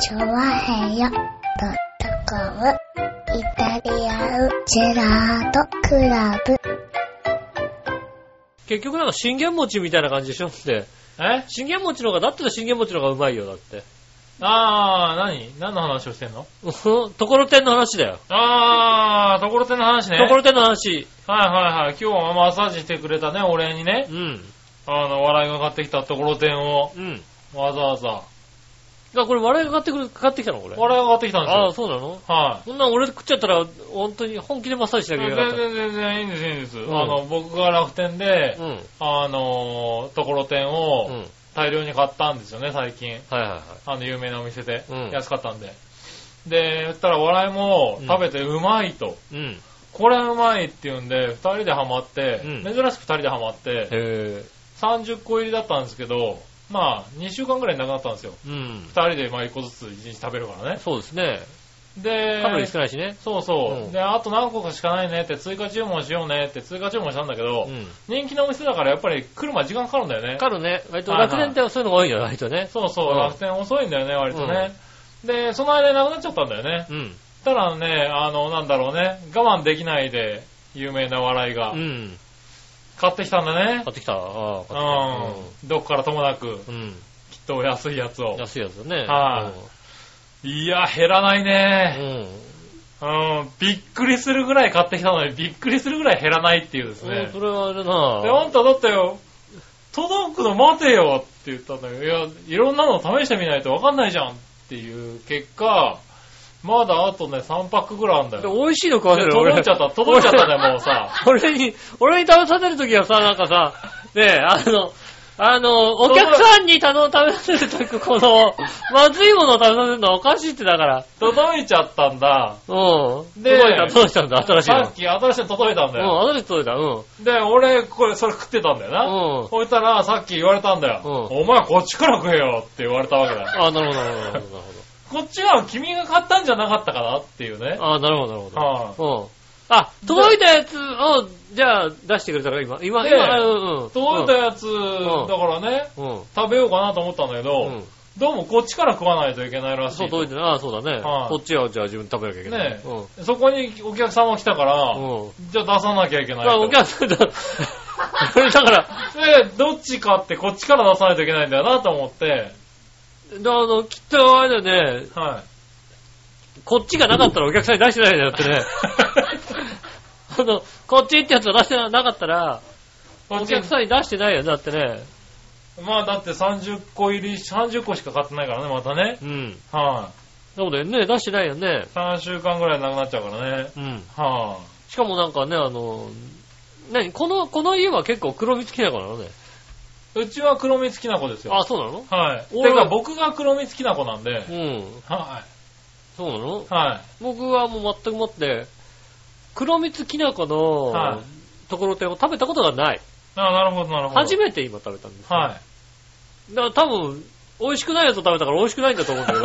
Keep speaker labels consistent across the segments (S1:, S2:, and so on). S1: チョワヘヨドットコムイタリアンジェラートクラブ。
S2: 結局なんか信玄餅みたいな感じでしょって。
S3: え
S2: 信玄餅の方が、だったら信玄餅の方がうまいよ、だって。
S3: あー、何何の話をしてんの
S2: うんところてんの話だよ。
S3: あー、ところてんの話ね。
S2: ところてんの話。
S3: はいはいはい。今日はマッサージしてくれたね、お礼にね
S2: う。ん。
S3: あの、笑いがかかってきたところてんを、
S2: うん。
S3: わざわざ。
S2: だこれ笑いがかかってくる、かかってきたのこれ。
S3: 笑いがかかってきたんです
S2: ああ、
S3: よ。
S2: そうなの
S3: は
S2: そんなん俺食っちゃったら、本当に本気でマッサージし
S3: い。
S2: なきゃいけな
S3: 全
S2: かっ
S3: 然全然いいんです、いいんです。
S2: ん
S3: あの、僕が楽天で
S2: た。、うん。
S3: あのー、ところてん
S2: う
S3: を
S2: ん。
S3: 大量に買ったんですよね、最近。
S2: はいはいはい。
S3: あの、有名なお店で
S2: うん。
S3: 安かったんで。で、言ったら笑いも食べてうまいと。
S2: うん。へ
S3: これうまいって言うんで、二人でハマって、
S2: うん
S3: 珍しく二人でハマって、
S2: え。
S3: 30個入りだったんですけど、まあ、2週間ぐらいなくなったんですよ。
S2: うん
S3: 二。人でまあ一個ずつ一日食べるからね。
S2: そうですね。
S3: で、
S2: カロリー少ないしね。
S3: そうそう、
S2: うん
S3: で、あと何個かしかないねって、追加注文しようねって追加注文したんだけど、
S2: うん。
S3: 人気のお店だからやっぱり来るまで時間かかるんだよね。
S2: かかるね。割と
S3: はいはい
S2: 楽天ってそういうのが多いんじゃないとね。
S3: そうそう、
S2: うん
S3: 楽天遅いんだよね、割とね。で、その間になくなっちゃったんだよね。
S2: うん。
S3: たらね、あの、なんだろうね、我慢できないで、有名な笑いが
S2: う、ん。
S3: 買ってきたんだね
S2: 買。ってきた。ああ、買ってき
S3: うん。どっからともなく、
S2: た。うん。うん。
S3: きっと安いやつを。
S2: 安いやつだね。
S3: はいいや、減らない
S2: うん。
S3: ね。
S2: うん
S3: うん。びっくりするぐらい買ってきたのに、びっくりするぐらい減らないっていうです
S2: うん
S3: ね
S2: そ。れはあれ
S3: で、あ
S2: なん
S3: ただってよ、届くの待てよって言ったんだけど、いや、いろんなの試してみないとわかんないじゃんっていう結果、まだあとね、3パックぐらいあるんだ
S2: で、
S3: よ。
S2: 美味しいの食わせ
S3: で
S2: る
S3: 届いちゃった、届いちゃ ったね、もうさ。
S2: 俺に、俺に食べさせるときはさ、なんかさ、ねえ、あの、あの、お客さんに頼む、食べさせるとき、こ の、まずいものを食べさせるのはおかしいってだから。
S3: 届いちゃったんだ。
S2: うん。
S3: で
S2: 届いた、届いたんだ、新しいの。
S3: さっき新しいの届いたんだよ。
S2: うん、新しいの届いた、うん。
S3: で、俺、これ、それ食ってたんだよな。
S2: うん。
S3: そしたら、さっき言われたんだよ。
S2: うん
S3: お前こっちから食えよって言われたわけ だよ。
S2: あ、なるほど、なるほど、なるほ
S3: こっちは君が買ったんじゃなかったかなっていうね
S2: ど。。あ、なるほど、なるほど。
S3: は
S2: うん。あ、届いたやつを、じゃあ、出してくれたから、今。今、
S3: で
S2: 今、うんうん。
S3: い届いたやつ、だからね、
S2: うん。うん。
S3: 食べようかなと思ったんだけど、
S2: うん
S3: どうもこっちから食わないといけないらしい。
S2: そう、届いてない。あ、そうだね。
S3: はい
S2: こっちは、じゃあ自分で食べなきゃいけない。
S3: ねえ
S2: うん。
S3: そこにお客さんも来たから、
S2: うん。
S3: じゃあ出さなきゃいけな
S2: だ
S3: い
S2: から、
S3: と。
S2: お客さんだ、 それだから、
S3: で、どっちかってこっちから出さないといけないんだよなと思って、
S2: であの、きっとあれだよね、
S3: はい。
S2: こっちがなかったらお客さんに出してないんだよってね。あの、こっちってやつが出してなかったら、
S3: こ
S2: お
S3: っち
S2: 客さんに出してないよね、だってね。
S3: まあだって30個入り、30個しか買ってないからね、またね。
S2: うん。
S3: は
S2: そうだよね、出してないよね
S3: い。。3週間ぐらいなくなっちゃうからね。
S2: うん。
S3: は
S2: しかもなんかね、あの、何この、この家は結構黒蜜きな粉なのね。
S3: い。うちは黒蜜きな粉ですよ。
S2: あ、そうなの
S3: はい。
S2: 俺
S3: てか僕が黒蜜きな粉なんで
S2: う。ん。
S3: は
S2: そうなの
S3: い。は
S2: 僕はもう全くもって、黒蜜きな粉の、
S3: はい
S2: ところてんを食べたことがない。
S3: い。あなるほど、なるほど。
S2: 初めて今食べたんですよ
S3: は
S2: だから多分、美味しくないやつを食べたから美味しくないんだと思うんだけ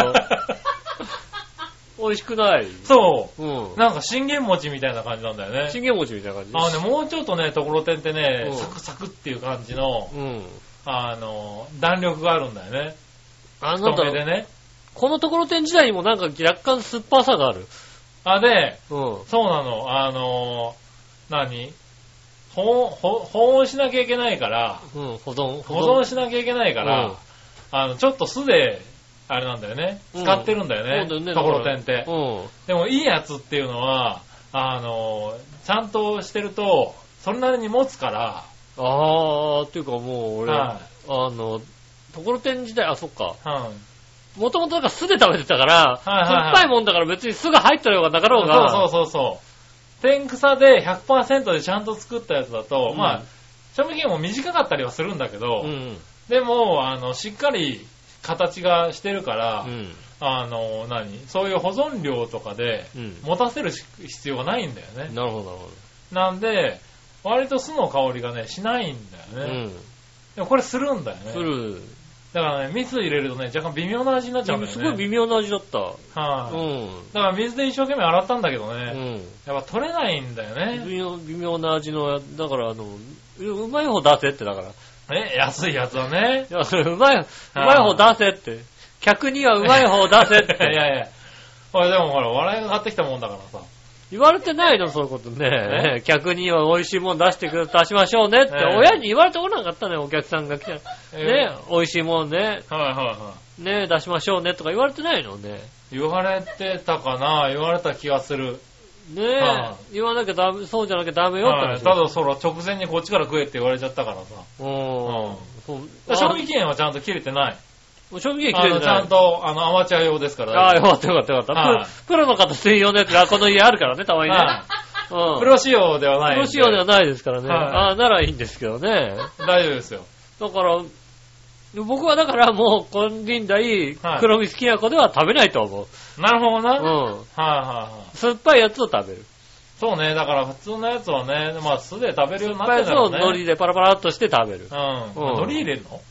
S2: ど、美味しくない。
S3: い。そ
S2: うん
S3: う。。なんか信玄餅みたいな感じなんだよね。
S2: 信玄餅みたいな感じ。
S3: あのね、もうちょっとね、ところてんってね
S2: う、ん
S3: サクサクっていう感じの、
S2: うん。
S3: あの、弾力があるんだよね。
S2: あなん
S3: 太
S2: だ
S3: めで
S2: ろう、
S3: ね。
S2: このところてん時代にもなんか若干酸っぱさがある。
S3: あ、で、
S2: うん。
S3: そうなの。あのー、何保温保保温しなきゃいけないから、
S2: うん、保存。
S3: 保存しなきゃいけないから、
S2: うん
S3: あの、ちょっと素で、あれなんだよね。
S2: うん
S3: 使ってるんだよ
S2: そう
S3: ね。
S2: だよね
S3: ところてんって。
S2: うん。
S3: でもいいやつっていうのは、あのー、ちゃんとしてると、それなりに持つから、
S2: あー、っていうかもう俺、
S3: は
S2: あの、ところてん時代、あ、そっか。
S3: い。うん。
S2: もともとなんか酢で食べてたから、
S3: はいはい
S2: 酸
S3: はい
S2: っぱいもんだから別に酢が入ったようがなかろうが、
S3: そうそうそうそう。天草で100%でちゃんと作ったやつだと、
S2: うん
S3: まあ、賞味期限も短かったりはするんだけど、
S2: うん。
S3: でも、あの、しっかり形がしてるから、
S2: うん。
S3: あの、何そういう保存量とかで、
S2: うん。
S3: 持たせるし必要がないんだよね。
S2: なるほど、なるほ
S3: なんで、割と酢の香りがね、しないんだ
S2: ど。
S3: よね。
S2: うん。
S3: でもこれするんだよね。
S2: する。
S3: だからね、蜜入れるとね、若干微妙な味になっちゃうんだよ
S2: す
S3: ね。
S2: ごい微妙な味だった。
S3: はい、
S2: うん。
S3: だから水で一生懸命洗ったんだけど
S2: う
S3: ね、
S2: ん。
S3: やっぱ取れないんだよね。
S2: 微妙微妙な味の、だからあの、ううまい方出せってだから。
S3: え、安いやつだね。
S2: いや、それうまい、うまい方出せって。客にはうまい方を出せっ
S3: い やい
S2: て。
S3: やいや。これでもほら、笑いが買ってきたもんだからさ。
S2: 言われてないの、そういうことね。客には美味しいもん出してくれ、出しましょうねって、
S3: ええ
S2: 親に言われておらなかったね、お客さんが来た。ね
S3: ええ
S2: 美味しいもんね、
S3: はいはいは
S2: ね出しましょうねとか言われてないのね。
S3: い。言われてたかな言われた気がする。
S2: ね
S3: は
S2: 言わなきゃダメ、そうじゃなきゃダメよって
S3: はい
S2: 話。
S3: ただそら直前にこっちから食えって言われちゃったからさ。
S2: う
S3: うん
S2: ん。そう
S3: で。賞味期限はちゃんと切れてない。
S2: あ賞味期限切
S3: あ
S2: れて な
S3: の、
S2: い
S3: ちゃんと、あの、アマチュア用ですから。
S2: ああ、よかったよかったよかった。
S3: はい
S2: プロプロの方専用のやつがこの家あるからね、たまにね。
S3: は
S2: うん。
S3: いプロ仕様ではないん。
S2: プロ仕様ではないですからね。
S3: はい
S2: ああ、ならいいんですけどね。
S3: 大丈夫ですよ。
S2: だから、僕はだからもう、現代
S3: は、い
S2: 黒蜜きな粉では食べないと思う。
S3: なるほどな。はい
S2: うん。
S3: はいはい。
S2: 酸っぱいやつを食べる。
S3: そうね、だから普通のやつはね、まあ素で食べるように
S2: 酸
S3: な
S2: っぱい
S3: って
S2: やつ
S3: んだろ
S2: を
S3: うね。
S2: 海苔でパラパラっとして食べる。
S3: うん。
S2: うん
S3: 海苔入れんの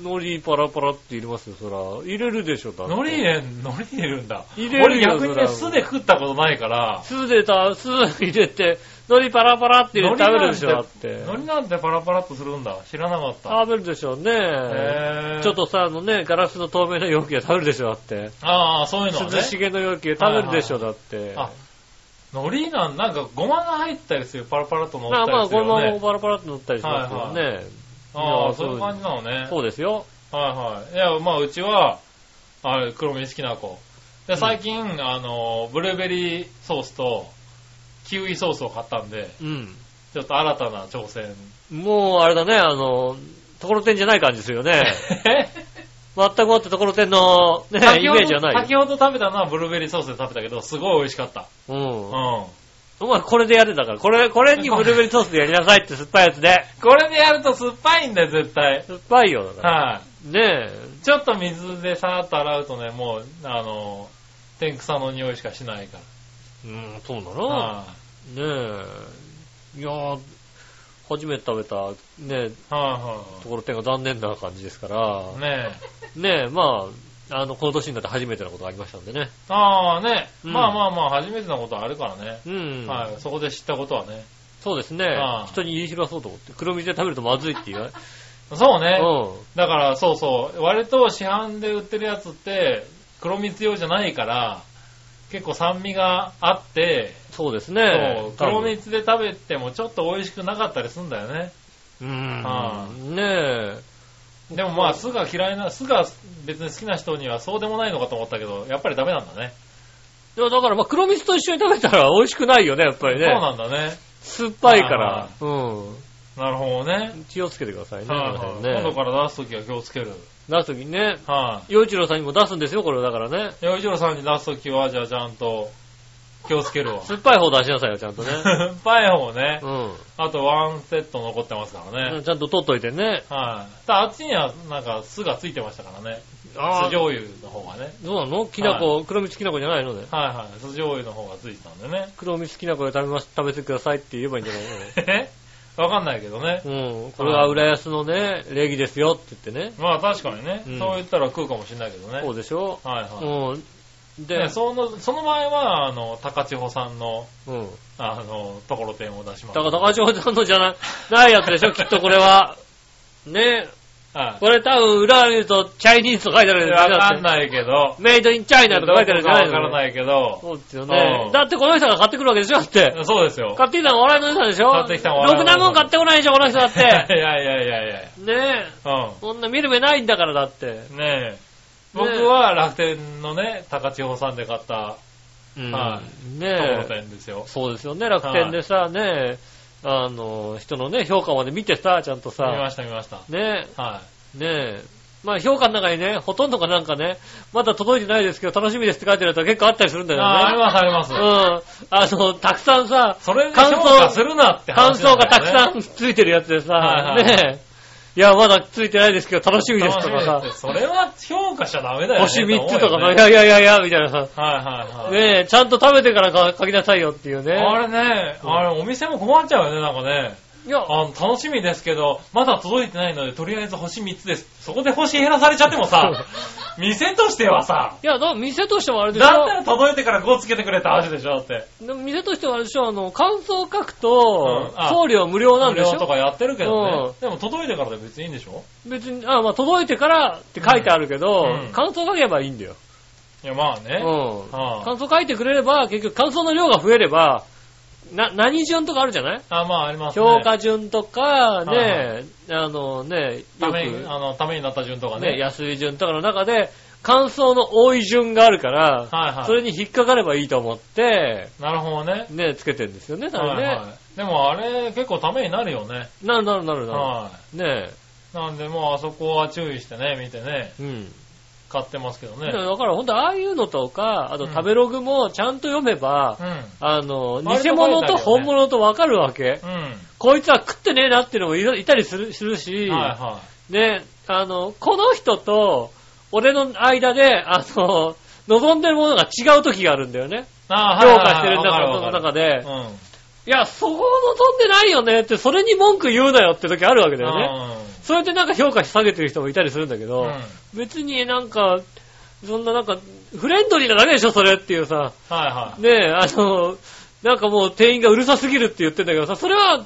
S2: 海苔パラパラって入れますよ、そら。入れるでしょ、だって
S3: 海苔入れん、海苔入れるんだ。
S2: 入れるよ
S3: 俺逆
S2: それ
S3: にね、
S2: は
S3: 酢で食ったことないから、
S2: 酢でた、酢入れて、海苔パラパラって入れて食べるでしょ、だって
S3: 海。苔なんてパラパラっとするんだ。知らなかった。
S2: 食べるでしょうね。
S3: へー
S2: ちょっ。とさ、あのね、ガラスの透明な容器で食べるでしょ、だって。
S3: ああ、そういうのはね
S2: 涼。しげの容器で食べるでしょ、だって。
S3: あ、海苔なん、なんかごまが入ったりする、パラパラっと乗っ
S2: ま
S3: た
S2: あまあ、
S3: りす
S2: ご
S3: るよ
S2: まも
S3: ね。
S2: パラパラっと乗ったりしますよね。
S3: あ
S2: いや
S3: あ、そういう感じなのね。
S2: そうですよ。
S3: はいはい。いや、まあ、うちは、あれ、黒飯きな粉。で、最近、あの、ブルーベリーソースと、キウイソースを買ったんで、
S2: うん。
S3: ちょっと新たな挑戦。
S2: もう、あれだね、あの、ところてんじゃない感じするよ ね。全くもってところてんの、ね、
S3: 先
S2: イ
S3: ほど
S2: メージじゃない
S3: 先
S2: よ。
S3: ほど食べたのはブルーベリーソースで食べたけど、すごい美味しかった。
S2: う。
S3: うんん。
S2: お前これでやるんだから、これ、これにブルーベリーソースでやりなさいって酸っぱいやつ で。
S3: これでやると酸っぱいんだよ、絶対。
S2: 酸っぱいよ、だから。
S3: は
S2: ね
S3: い。ちょっと水でさーっと洗うとね、もう、あの、天草の匂いしかしないか
S2: え。うん、そうな
S3: ら。
S2: の。
S3: は
S2: ねえ。いやー初めて食べた、ねえ、
S3: い。は
S2: ところてんが残念な感じですか
S3: い
S2: ら
S3: はい。、ねえ。
S2: ねえ、まあ、あの、この年になって初めてのことがありましたんでね。
S3: ああね、
S2: うん
S3: まあまあまあ、初めてのことあるからね。
S2: うん。
S3: はい、そこで知ったことはね。
S2: そうですね
S3: ああ。
S2: 人に言い広そうと思って。黒水で食べるとまずいって言われ。
S3: そう ね。
S2: うん。
S3: だから、そうそう。割と市販で売ってるやつって、黒蜜用じゃないから、結構酸味があって、
S2: そうです
S3: そ
S2: ね
S3: う。黒蜜で食べてもちょっと美味しくなかったりするんだよね。
S2: う
S3: ああ
S2: ん。ねえ。
S3: でもまあ、酢が嫌いな、酢が別に好きな人にはそうでもないのかと思ったけど、やっぱりダメなんだね。
S2: いや、だから、まあ、黒蜜と一緒に食べたら美味しくないよね、やっぱり
S3: そう
S2: ね。
S3: なんだね。
S2: 酸っぱいか
S3: はい
S2: ら
S3: は。
S2: う
S3: なるほどね。
S2: ん。気をつけてくださいね。
S3: はい
S2: 皆さん
S3: はい今度
S2: ね。
S3: から出すときは気をつける。
S2: 出すときにね、
S3: はい。
S2: 洋一郎さんにも出すんですよ、これをだからね。
S3: 洋一郎さんに出すときは、じゃあちゃんと気をつけるわ。
S2: 酸っぱい方出しなさいよ、ちゃん とね。
S3: 酸っぱい方ね
S2: う。ん。
S3: あとワンセット残ってますからね。
S2: ちゃんと取っといてね。
S3: はい。ただあっちにはなんか酢がついてましたからね。酢
S2: そ
S3: 醤油の方がね。
S2: うなのきなこ、黒蜜きなこじゃないのね。
S3: はいはい。酢醤油の方がついてたんでね。
S2: 黒蜜きなこで食べます、食べてくださいって言えばいいんじゃないの
S3: えわかんないけどね。
S2: うん、これは浦安のね、礼儀ですよって言ってね。
S3: まあ確かにね。
S2: うん
S3: そう言ったら食うかもしれないけどね。
S2: そうでしょ
S3: はいは
S2: うん。
S3: い。
S2: で、
S3: で、その、その場合は、あの、高千穂さんの、
S2: うん。
S3: あの、ところてんを出しま
S2: だから
S3: す。
S2: 高千穂さんのじゃなないやつでしょきっとこれは。ね
S3: はい。
S2: これ多分裏見ると、チャイニーズと書いてあるやつ
S3: わかん
S2: い。
S3: ないけど。
S2: メイドインチャイナ
S3: ど
S2: と
S3: こ
S2: か
S3: か
S2: 書いてある
S3: わ
S2: じゃないい。
S3: からないけど。
S2: そうですよね
S3: う。ん
S2: だってこの人が買ってくるわけでしょだって。
S3: そうですよ。
S2: 買ってきたの笑いの人でしょ
S3: 買ってきたの
S2: ろ
S3: 笑い
S2: く
S3: の人
S2: なもん買ってこないでしょこの人だっ
S3: いや い
S2: て。
S3: やいやいやい
S2: ねえ。
S3: や。
S2: そんな見る目ないんだからだって。
S3: うん。ねえ。僕は楽天のね、高千穂さんで買った
S2: うん
S3: はとこ
S2: ね
S3: ろ
S2: え。
S3: てんですよ。
S2: そうですよね、楽天でさ、ね、あの、人のね、評価まで見てさ、ちゃんと
S3: 見
S2: さ、
S3: ました見ました。
S2: ね、
S3: は
S2: ね、まあ評価の中にね、ほとんどがなんかね、まだ届いてないですけど、楽しみですって書いてるやつは結構あったりするんだ
S3: い。ああ
S2: よ
S3: り
S2: ね。
S3: ますあります
S2: うん。。あの、たくさんさ、
S3: それで
S2: 感
S3: 評
S2: 想
S3: 価するなって
S2: 感
S3: 話
S2: 想がたくさ
S3: ん。
S2: んついてるやつでさ、
S3: はいはい
S2: ね、いや、まだついてないですけど、楽しみです
S3: 楽
S2: とか
S3: しみ
S2: さ
S3: だって、それは評価しちゃダメだよね。
S2: 星3つとか
S3: 思
S2: さ、いや
S3: うよ
S2: いやいやいや、みたいなさ、
S3: はいはいはい。
S2: ねちゃんと食べてからか書きなさいよっていうね。
S3: あれね、あれお店も困っちゃうよね、なんかね。
S2: いや、
S3: あの、楽しみですけど、まだ届いてないので、とりあえず星3つです。そこで星減らされちゃってもさ、 店としてはさ、
S2: いや、だ店としてもあれでし
S3: だったら
S2: ょ
S3: 届いてから5つけてくれた話でしょ、だって。
S2: でも店としてはあれでしょあの、感想を書くと
S3: うん、あ
S2: 送料無料なんでし
S3: 無料と
S2: ょ
S3: かやってるけど
S2: う
S3: ね。でも届いてからで別にいいんでしょ
S2: 別に、あ、まあ、届いてからって書いてあるけど
S3: う、ん
S2: 感想書けばいいんだよ。
S3: いや、まあね。
S2: うん。
S3: ああ
S2: 感想書いてくれれば、結局感想の量が増えれば、な、何順とかあるじゃない
S3: あ、まあありますね。
S2: 評価順とか、
S3: はいは
S2: ね、あのね、
S3: た
S2: よ
S3: めに、
S2: く、
S3: あの、ためになった順とかね。
S2: ね、安い順とかの中で、感想の多い順があるから、
S3: はいはい
S2: それに引っかかればいいと思って、
S3: なるほどね。
S2: ね、つけてんですよね、多分
S3: はい
S2: ね。
S3: はい。でもあれ、結構ためになるよね。
S2: なるなるなるな
S3: は
S2: る。ね
S3: い。なんで、もうあそこは注意してね、見てね、
S2: え。うん。
S3: 買ってますけどね
S2: だ。から本当ああいうのとか、あと
S3: うん
S2: 食べログもちゃんと読めば、
S3: うん。
S2: あの、
S3: 割と
S2: 偽物と
S3: 書いてあるよね
S2: 本物とわかるわけ。
S3: う
S2: こいつは食ってねえなっていうのもいるいたりするするし、
S3: ん。はいは
S2: ね、あの、この人と俺の間で、あの、望んでるものが違う時があるんだよね。
S3: い。あ
S2: 評価してる中
S3: わ
S2: の
S3: かわか
S2: 中で、
S3: うん。
S2: いや、そこ望んでないよねって、それに文句言うなよって時あるわけだよね。それでなんか評価下げてる人もいたりするんだけ
S3: う
S2: ど、
S3: ん。うん。
S2: 別になんか、そんななんか、フレンドリーなだけでしょ、それっていうさ。
S3: はいはい。
S2: ねえ、あの、なんかもう店員がうるさすぎるって言ってんだけどさ、それは、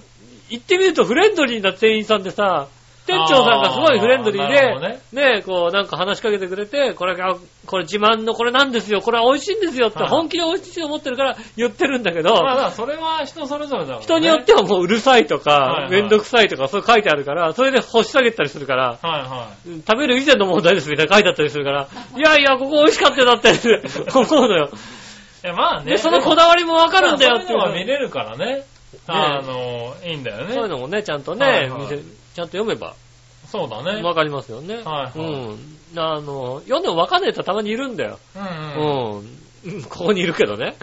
S2: 言ってみるとフレンドリーな店員さんでさ、店長さんがすごいフレンドリー
S3: あーなるほど
S2: で
S3: ね、
S2: ねえ、こうなんか話しかけてくれて、これが、これ自慢のこれなんですよ、これは美味しいんですよって
S3: はい
S2: 本気で美味しいと思ってるから言ってるんだけど、
S3: まあだからそれは人それぞれだからね
S2: 人によってはもううるさいと
S3: はい
S2: か
S3: は、い
S2: めんどくさいとか、そう書いてあるから、それで干し下げたりするから、
S3: はいは
S2: うん食べる以前の問題ですみたいな書いてあったりするから、いやいや、ここ美味しかったよだって って思うのよ。
S3: い。いや、まあね。
S2: で、そのこだわりもわかるんだよ
S3: まあ
S2: っ
S3: そ
S2: て
S3: う
S2: い
S3: いう
S2: の
S3: う
S2: は
S3: のは見れるからね。あの、いいんだよね。
S2: そういうのもね、ちゃんとね、
S3: はいはい
S2: 見せちゃんと読めば
S3: そうだね。
S2: わかりますよね。
S3: はいはい
S2: うん。あの、読んでもわかんない人たまにいるんだよ。う
S3: うんうん。
S2: ん。うんここにいるけどね。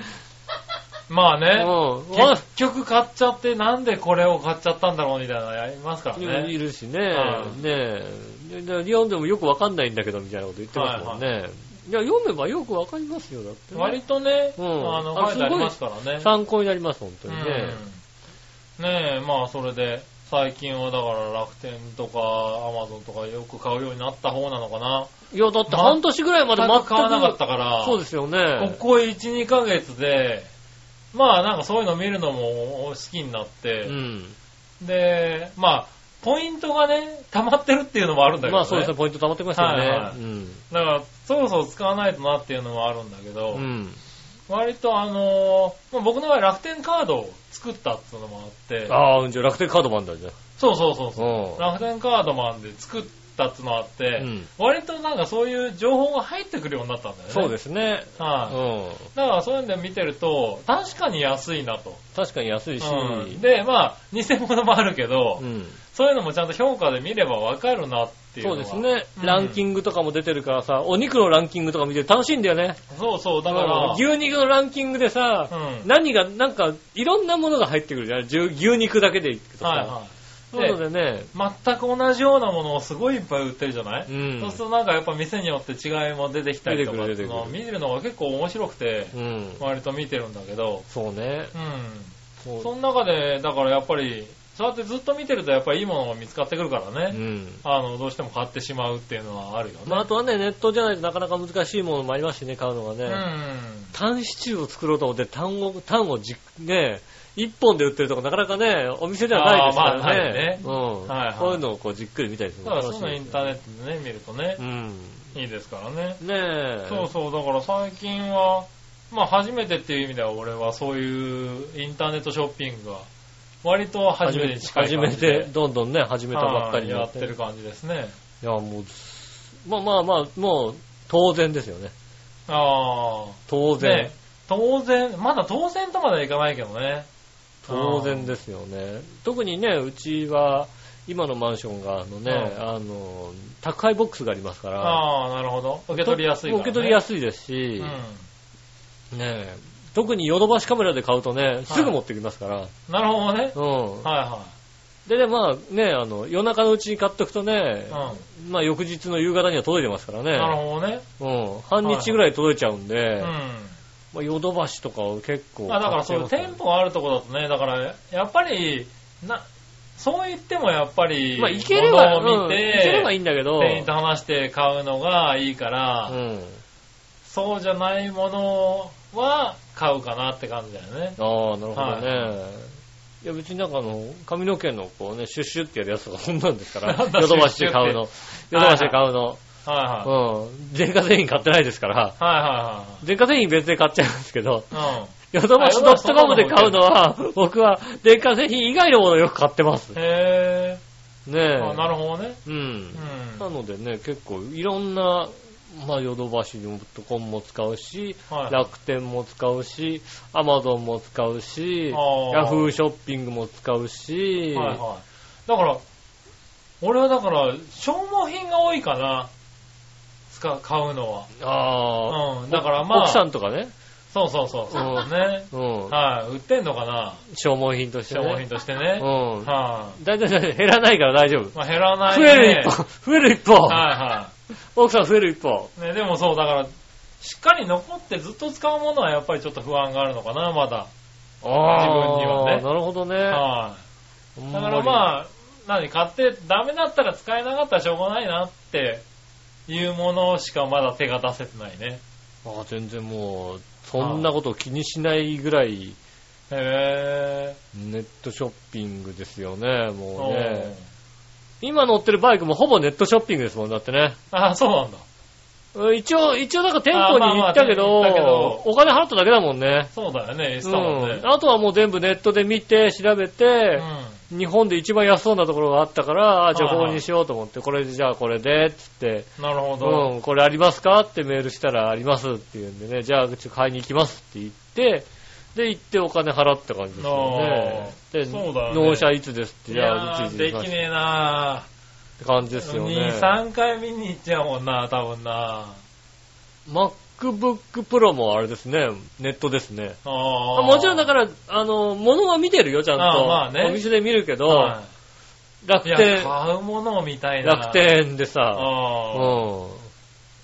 S3: まあ
S2: う
S3: ね。
S2: ん。わ
S3: 結局買っちゃって、なんでこれを買っちゃったんだろうみたいなのやりますから
S2: い
S3: ね。
S2: るしね。
S3: は
S2: ね
S3: い
S2: え。でで読んでもよくわかんないんだけど、みたいなこと言ってますもんね。いや、読めばよくわかりますよ、だってね、
S3: 割とね、あ
S2: うん
S3: の、書いてありますからね。
S2: 参考になります、本当にね。
S3: うんねえ、まあそれで、最近はだから楽天とかアマゾンとかよく買うようになった方なのかな。
S2: いや、だって半年ぐらいまで全
S3: 全
S2: く
S3: く買わなかったから、
S2: そうですよ
S3: こ
S2: ね。
S3: こ1、2ヶ月で、まあなんかそういうの見るのも好きになっ
S2: う
S3: て、
S2: ん。
S3: で、まあ、ポイントがね、溜まってるっていうのもあるんだけど
S2: ま
S3: ね。
S2: あそうですね、ポイント溜まってましたよ
S3: はいは
S2: ね
S3: い。
S2: うん。
S3: だから、そろそろ使わないとなっていうのもあるんだけど、
S2: うん。
S3: 割とあのーまあ僕の場合楽天カードを作ったっていうのもあって、
S2: ああ、じゃあ楽天カードもあんだじゃ
S3: そうそうそう
S2: あ。
S3: そうう。
S2: ん。
S3: 楽天カードマンで作ったってのあって、
S2: うん
S3: 割となんかそういう情報が入ってくるようになったんだよね。。
S2: そうですすね。う
S3: はい、
S2: ん。
S3: だからそういうので見てると、確かに安いなと。
S2: 確かに安いし。
S3: うんで、まあ、偽物もあるけど、
S2: うん。
S3: そういうのもちゃんと評価で見ればわかるなっていう
S2: そ
S3: の
S2: う
S3: が
S2: です。ね。
S3: うん
S2: ランキングとかも出てるからさ、お肉のランキングとか見て楽しいんだよね。
S3: そうそう、だから、
S2: 牛肉のランキングで
S3: う
S2: さ、
S3: ん。
S2: 何が、なんか、いろんなものが入ってくるじゃん。牛牛肉だけでいくと
S3: はい
S2: さ。
S3: はい。
S2: そういうのでね。
S3: 全く同じようなものをすごいいっぱい売ってるじゃない、
S2: うん
S3: そうするとなんかやっぱ店によって違いも出てきたりとか
S2: 出てくる出てくる
S3: その見るのが結構面白くて、
S2: うん。
S3: 割と見てるんだけど、
S2: そうね。
S3: うん。
S2: そう
S3: その中で、だからやっぱり、そうやってずっと見てるとやっぱりいいものが見つかってくるから
S2: う
S3: ね、
S2: ん。
S3: あの、どうしても買ってしまうっていうのはあるよね。
S2: まあ、あとはね、ネットじゃないとなかなか難しいものもありますしね、買うのがね。
S3: う
S2: タンシチューを作ろうと思って、タンを、タンをじ、ね、一本で売ってるとこなかなかね、お店ではないですからね。
S3: あーまあないね
S2: うん、
S3: はいはい
S2: こういうのをこうじっくり見たりする
S3: ん。だからそういうのイ
S2: い
S3: ン
S2: です
S3: ター
S2: よ
S3: ネットでね、見るとね
S2: う、ん。
S3: いいですからね。
S2: ねえ。
S3: そうそう、だから最近は、まあ初めてっていう意味では俺はそういうインターネットショッピングが割と初めてに近い
S2: 初
S3: 感
S2: め
S3: じ
S2: て、
S3: で。
S2: 初めてどんどんね、始めたばっかりに
S3: はい
S2: な
S3: やってる。感じですね。
S2: いや、もう、まあまあまあ、もう、当然ですよね。
S3: ああ。
S2: 当然。
S3: ね当然、まだ当然とまではいかないけどね。
S2: 当然ですよね。特にね、うちは、今のマンションが、あのね、
S3: う
S2: あの、宅配ボックスがありますから、
S3: ああ、なるほど。受け取りやすいから、ね。
S2: 受け取りや
S3: す
S2: すいですし、
S3: う
S2: ねえ。特にヨドバシカメラで買うとね、すぐ持ってきますから。
S3: ん。なるほどね。
S2: うん。
S3: はいは
S2: でね、まあね、あの、夜中のうちに買っとくとね
S3: い。、うん。
S2: まあ翌日の夕方には届いてますからね。
S3: なるほどね。
S2: うん。半日ぐらい届いちゃうん
S3: う
S2: で、
S3: ん。
S2: まあヨドバシとかを結構
S3: まあだからそういう
S2: 買っちゃい
S3: 店
S2: ます
S3: 舗があるとこだとね、だからやっぱり、な、そう言ってもやっぱり、
S2: まあ、いければ、
S3: 物を見
S2: うんいければい
S3: て、
S2: いんだけど、
S3: 店員と話して買うのがいいから、
S2: うん。
S3: そうじゃないものは買うかなって感じだよね。
S2: ああ、なるほどね。、
S3: はい
S2: や、別になんかあの、髪の毛のこうね、シュッシュってやるやつとかそんなんです から、
S3: な
S2: ヨ
S3: んだ
S2: ドバシで買うの。ヨドバシで買うの。
S3: はいはい。
S2: うん。電化製品買ってないですから、
S3: は
S2: 電化製品別で買っちゃうんですけど、
S3: いはいはい。うん。
S2: ヨドバシ
S3: あヨドバシ
S2: .com で買うのは、僕は電化製品以外のものをよく買ってます。ね
S3: へ
S2: え。
S3: ぇー。あなるほどね。
S2: うん
S3: う。ん。
S2: な
S3: は
S2: のでね、結構いろんな、まあ、ヨドバシとコンも使うし、
S3: はい
S2: 楽天も使うし、アマゾンも使うし、
S3: あー
S2: ヤフーショッピングも使うし、
S3: いはい。だから、俺はだから、消耗品が多いかな。使う、買うのは。
S2: あ
S3: うん。
S2: ー
S3: だからまあ、
S2: 奥さんとかね、
S3: そうそうそう。そう
S2: うん
S3: ね。
S2: うん、
S3: はい。売ってんのかな
S2: 消耗品としてね。
S3: 消耗品としてね。
S2: うん。
S3: は
S2: だいたい減らないから大丈夫
S3: い。。まあ減らない
S2: 増
S3: ね。
S2: える一方、増える一方、
S3: は
S2: 奥さん増える一方。
S3: いはい。ね、でもそう、だから、しっかり残ってずっと使うものはやっぱりちょっと不安があるのかな、まだ。
S2: あー
S3: 自分にはね
S2: なるほどね。
S3: は
S2: ほ
S3: い。
S2: ん
S3: だか
S2: ま
S3: ら
S2: に
S3: まあ、何、買ってダメだったら使えなかったらしょうがないなっていうものしかまだ手が出せてないね。
S2: あー全然もう、そんなこと気にしないぐらい、
S3: へ
S2: ネットショッピングですよね、
S3: ぇー。
S2: もう
S3: おー
S2: ね。今乗ってるバイクもほぼネットショッピングですもん、だってね。
S3: あ、そうなんだ。
S2: うん一応、一応なんか店舗
S3: あまあ
S2: に
S3: まあ
S2: 行ったけど、
S3: 行ったけど
S2: お金払っただけだもんね。
S3: そうだよね、言って
S2: う
S3: たもんね
S2: ん。。あとはもう全部ネットで見て、調べて、日本で一番安そうなところがあったから、あじゃあ
S3: はい
S2: こ
S3: はい
S2: れにしようと思って、これでじゃあこれで、つって、
S3: うん。なるほど。
S2: うん、これありますかってメールしたらありますって言うんでね、じゃあうち買いに行きますって言って、で、行ってお金払って感じですよね。
S3: あー
S2: で、
S3: そうだよね
S2: 納車いつですって、
S3: い
S2: じゃあ
S3: や
S2: うち
S3: ー、
S2: で
S3: で
S2: 行きま
S3: き
S2: す
S3: ねえな
S2: って感じで
S3: ぁ。
S2: すよね。
S3: 2、3回見に行っちゃうもんな、多分な
S2: MacBook Pro もあれですね、ネットですね。
S3: あ
S2: まあ
S3: ー
S2: もちろんだから、あの、物は見てるよ、ちゃんと。
S3: あまあね
S2: お店で見るけど、
S3: は
S2: 楽
S3: いいや、
S2: 天、
S3: 買うものみたいな。
S2: 楽。天でさ、う
S3: ああ。
S2: ん。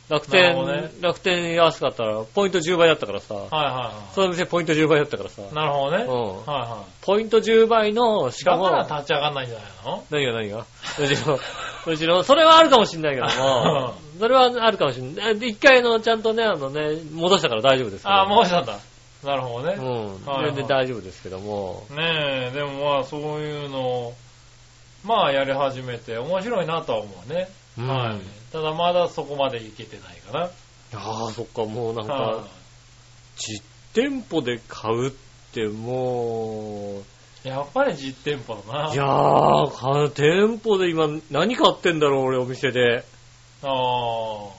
S2: 楽
S3: なる
S2: 天、
S3: ほどね
S2: 楽天安かったら、ポイント10倍だったからさ、
S3: はいは
S2: その店ポイント10倍だったからさ
S3: いはい。、なるほどね。
S2: うん
S3: はいはい。
S2: ポイント10倍の、しか
S3: だ
S2: も、
S3: から立ち上がんないんじゃないの
S2: 何が何がうちの、うちの、それはあるかもしんないけども、それはあるかもしんない。で一回の、ちゃんとね、あのね、戻したから大丈夫ですけど
S3: ああ、戻したんだ。なるほどね。
S2: うん。
S3: はいはい
S2: 全然大丈夫ですけども。
S3: ねえ、でもまあそういうのを、まあやり始めて面白いなとは思うね。
S2: うん
S3: はい。ただまだそこまでいけてないかな。
S2: ああ、そっか、もうなん
S3: は
S2: か、実店舗で買うっても
S3: いやっぱり実店舗だな。
S2: う、いやー、か店舗で今何買ってんだろう、俺お店で。
S3: あー
S2: お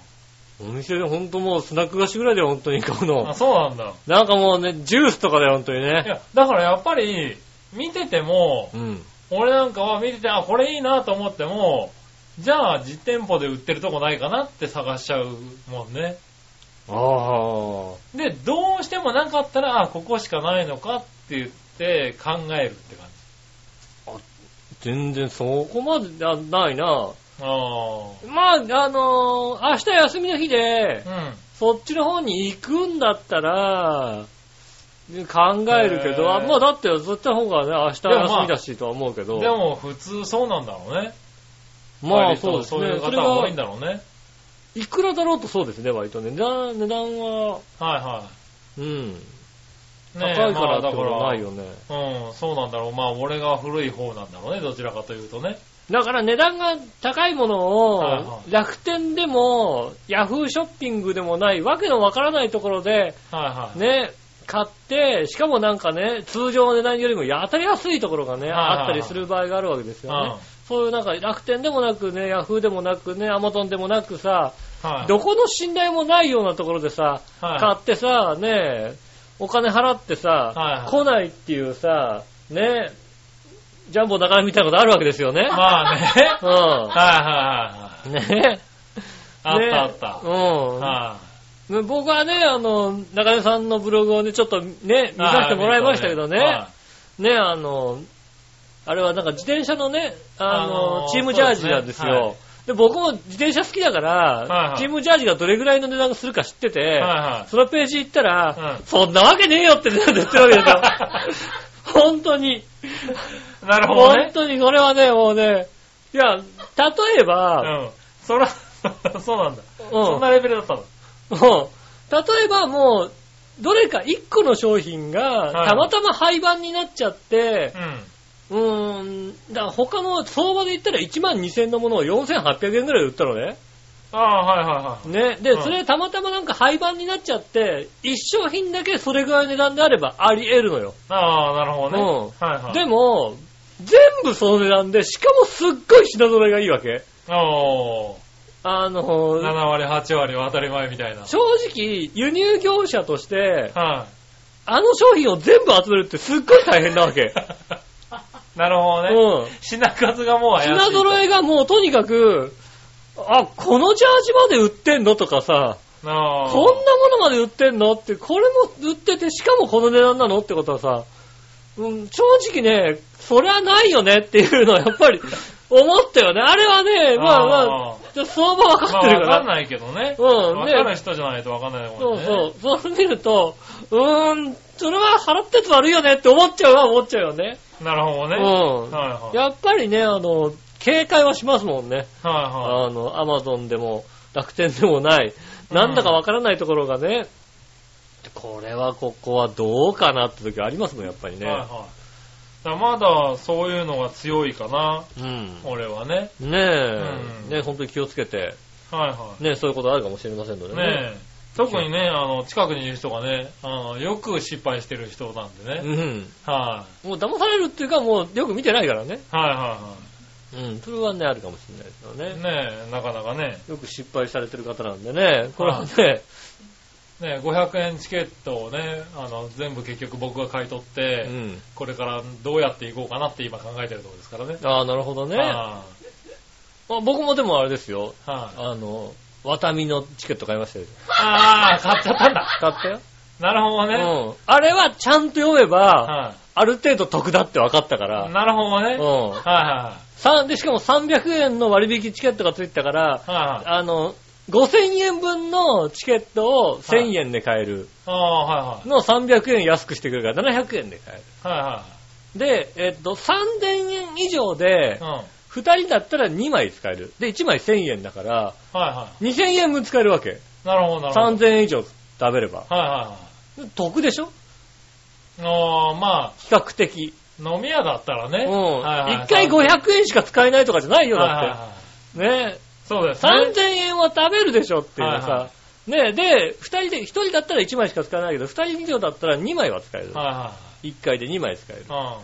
S2: 店でほんともうスナック菓子ぐらいで本当に買う
S3: あ。
S2: の。
S3: そうなんだ。
S2: なんかもうね、ジュースとかだよ、本当に
S3: い
S2: ね。
S3: や、だからやっぱり、見てても
S2: う、ん。
S3: 俺なんかは見てて、あ、これいいなと思っても、じゃあ実店舗で売ってるとこないかなって探しちゃうもんね。
S2: ああ。
S3: で、どうしてもなかったら、あ、ここしかないのかって言って考えるって感
S2: 全然そこまでなないな。
S3: じ。あ
S2: まあ、あのー明日休みの日で、
S3: あ。
S2: そっちの方に行くんだったら、考えるけ
S3: へ
S2: ど、
S3: ー
S2: あまあだってそっちの方がね、明日
S3: でもまあ
S2: 休みだしとは思うけ
S3: う
S2: ど、
S3: ん。でも、普通そうなんだろうね。
S2: まあ
S3: 割と
S2: そうです
S3: そうい
S2: ね。
S3: う
S2: それ
S3: 方が多
S2: が
S3: いん、だろうね。
S2: いくらだろうとそうですね、割とね。値段、値段は、
S3: はいは
S2: うん、
S3: い。
S2: 高
S3: ね
S2: い
S3: え
S2: からって
S3: まあだ
S2: こ
S3: か
S2: と
S3: ら
S2: ないよね。
S3: うん、そうなんだろう。まあ、俺が古い方なんだろうね、どちらかというとね。
S2: だから値段が高いも
S3: はい
S2: のを
S3: は、
S2: 楽天でも、ヤフーショッピングでもない、わけのわからないところで、
S3: はいはい。
S2: ね、買って、しかもなんかね、通常の値段よりもやたり安いところがね、
S3: はいはい
S2: あったりする場合があるわけです
S3: う
S2: よ
S3: ん。
S2: ね。そういうなんか楽天でもなくね、ヤフーでもなくね、アマゾンでもなくさ、
S3: はい。
S2: どこの信頼もないようなところでさ、
S3: はい
S2: 買ってさ、ね、お金払ってさ、
S3: はいはい
S2: 来ないっていうさ、ね、ジャンボ中身みたいなことあるわけですよね。
S3: まあね。はいは
S2: う
S3: いはいはい。
S2: ん。ね。
S3: あっ
S2: ね
S3: たあった。
S2: うん。
S3: は
S2: ね僕はね、あの、中根さんのブログをね、ちょっとね、
S3: い。
S2: 見させてもらいましたけど
S3: はい
S2: ね、ね、あの、あれはなんか自転車のね、あの、
S3: あのー
S2: チームジャージなんですよ。で
S3: そう
S2: 僕も自転車好きだから、
S3: はいはい
S2: チームジャージがどれぐらいの値段がするか知ってて、
S3: はいはい。
S2: そのページ行ったら、
S3: うん
S2: そんなわけねえよって言ってるわけですよ。本当に。
S3: なるほど
S2: 本
S3: ね。
S2: 当にこれはね、もうね、いや、例え
S3: う
S2: ば、
S3: ん。そら、 そうなんだ。
S2: うん、
S3: そんなレベルだったの。
S2: もう、例えばもう、どれか1個の商品
S3: は
S2: が、
S3: い
S2: たまたま廃盤になっちゃって、
S3: うん。
S2: うーん、だから他の相場で言ったら1万2000のものを4800円ぐらいで売ったのね。
S3: ああ、はいはいはい。
S2: ね。で、
S3: うん
S2: それたまたまなんか廃盤になっちゃって、一商品だけそれぐらいの値段であればあり得るのよ。
S3: ああ、なるほどね。
S2: うん
S3: はいはい。
S2: でも、全部その値段で、しかもすっごい品揃えがいいわけ。
S3: おー
S2: あの
S3: 7割、8割は当たり前みたいな。
S2: 正直、輸入業者として、
S3: は
S2: あの商品を全部集めるってすっごい大変なわ け。
S3: い。なる
S2: う
S3: ほどね。
S2: ん。
S3: 品数がもう怪しい
S2: 品
S3: と。
S2: 揃えがもうとにかく、あ、このジャージまで売ってんのとかさ、
S3: あ
S2: こ
S3: あ。
S2: んなものまで売ってんのって、これも売ってて、しかもこの値段なのってことはさ、うん、正直ね、そりゃないよねっていうのはや っぱり思ったよね。あれはね、まあまあ、
S3: あ
S2: ちょっと相場わか
S3: あま
S2: っ
S3: あ、
S2: てるか
S3: わ
S2: ら。
S3: かんないけどね。
S2: うん
S3: わ
S2: ね
S3: かる人じゃないとわかんないも
S2: そ
S3: ん
S2: う
S3: ね。
S2: そう。そう見ると、うーん、それは払ったやつ悪いよねって思っちゃうは思っちゃうよね。
S3: なるほどね。
S2: うん
S3: はいはい。
S2: やっぱりね、あの、警戒はしますもんね。
S3: は
S2: あの、アマゾンでも楽天でもない、なんだかわからないところがね、これはここはどうかなって時ありますもん、やっぱり
S3: いはい。
S2: ね。
S3: はいはい。だからまだそういうのが強いかな。
S2: うん。
S3: 俺はね。
S2: ねえ、
S3: うん
S2: ね本当に気をつけて、
S3: はいは
S2: ねそういうことあるかもしれませんの
S3: い。
S2: でね。
S3: ねえ。特にね、あの、近くにいる人がね、あの、よく失敗してる人なんでね。は
S2: うん。もう騙されるっていうか、もうよく見てないからね。
S3: い。はいは
S2: うん。それはね、あるかもしれないですよ
S3: いは
S2: ね。
S3: い。ねえ、なかなかね。
S2: よく失敗されてる方なんでね、これはね、
S3: ねえ、500円チケットをね、あの、全部結局僕が買い取って、
S2: うん。
S3: これからどうやっていこうかなって今考えてるところですからね。
S2: ああ、なるほどね。あ
S3: は
S2: 僕もでもあれですよ。
S3: いはい。
S2: あの、ワタミのチケット買いましたよ。
S3: ああ、買っちゃったん だ。
S2: 買ったよ。
S3: なるほどね。
S2: うん。あれはちゃんと読めば、
S3: は
S2: ある程度得だって分かったか
S3: い。
S2: ら。
S3: なるほどね。
S2: う
S3: はい
S2: ん。
S3: は
S2: さで、しかも300円の割引チケットがついてたから、
S3: いはい。はいはい。
S2: あの、5000円分のチケットを1000円で買える。
S3: ああ
S2: の300円安くしてくれるから700円で買える。
S3: ー、はいは
S2: で、えっと、3000円以上で
S3: い。はい。うん。はい
S2: 2人だったら2枚使える。で、1枚1000円だから、
S3: は
S2: 2000円分使えるわけ。
S3: い。なるほどなるほど。
S2: 3000円以上食べれば。
S3: はいは
S2: 得でしょ
S3: いはい。ああ、ま
S2: 比較的。
S3: あ、飲み屋だったらね。
S2: うん。
S3: はいはいはい、
S2: 1回500円しか使えないとかじゃないよ、
S3: はいはい
S2: だ
S3: は
S2: って。ね
S3: い。そうですね。
S2: 3000円は食べるでしょっていうの
S3: はいは
S2: さ。ねで、2人で、1人だったら1枚しか使えないけど、2人以上だったら2枚は使える。
S3: はいは
S2: 1回で2枚使える
S3: い。。うん。はい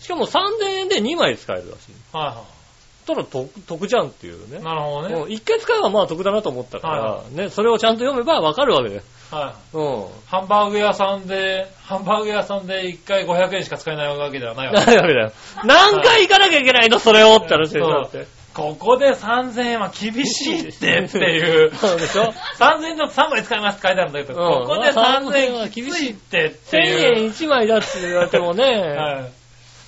S2: しかも3000円で2枚使えるらしい。
S3: は
S2: ただ得、得じゃんっていうね
S3: い。。なるほどね。
S2: う
S3: は
S2: ん1回使えばまあ得だなと思ったか
S3: は
S2: ら、ね、それをちゃんと読めばわかるわけだよ。
S3: いはい。
S2: うん。
S3: ハンバーグ屋さんで、ハンバーグ屋さんで1回500円しか使えないわけではないわ
S2: な
S3: け。
S2: いわけだよ。何回行かなきゃいけないの、それをって話でしょ、
S3: そう
S2: だって。
S3: ここで3000円は厳しいってっていう。
S2: そうでしょ
S3: 3000円だと3枚使いますって書いてあるんだけど、
S2: うん
S3: ここで3000
S2: 3000は
S3: 円
S2: 厳
S3: 厳
S2: し
S3: し
S2: い
S3: いってって
S2: 1000
S3: い
S2: 円
S3: う。
S2: 1枚だって言われてもね、
S3: は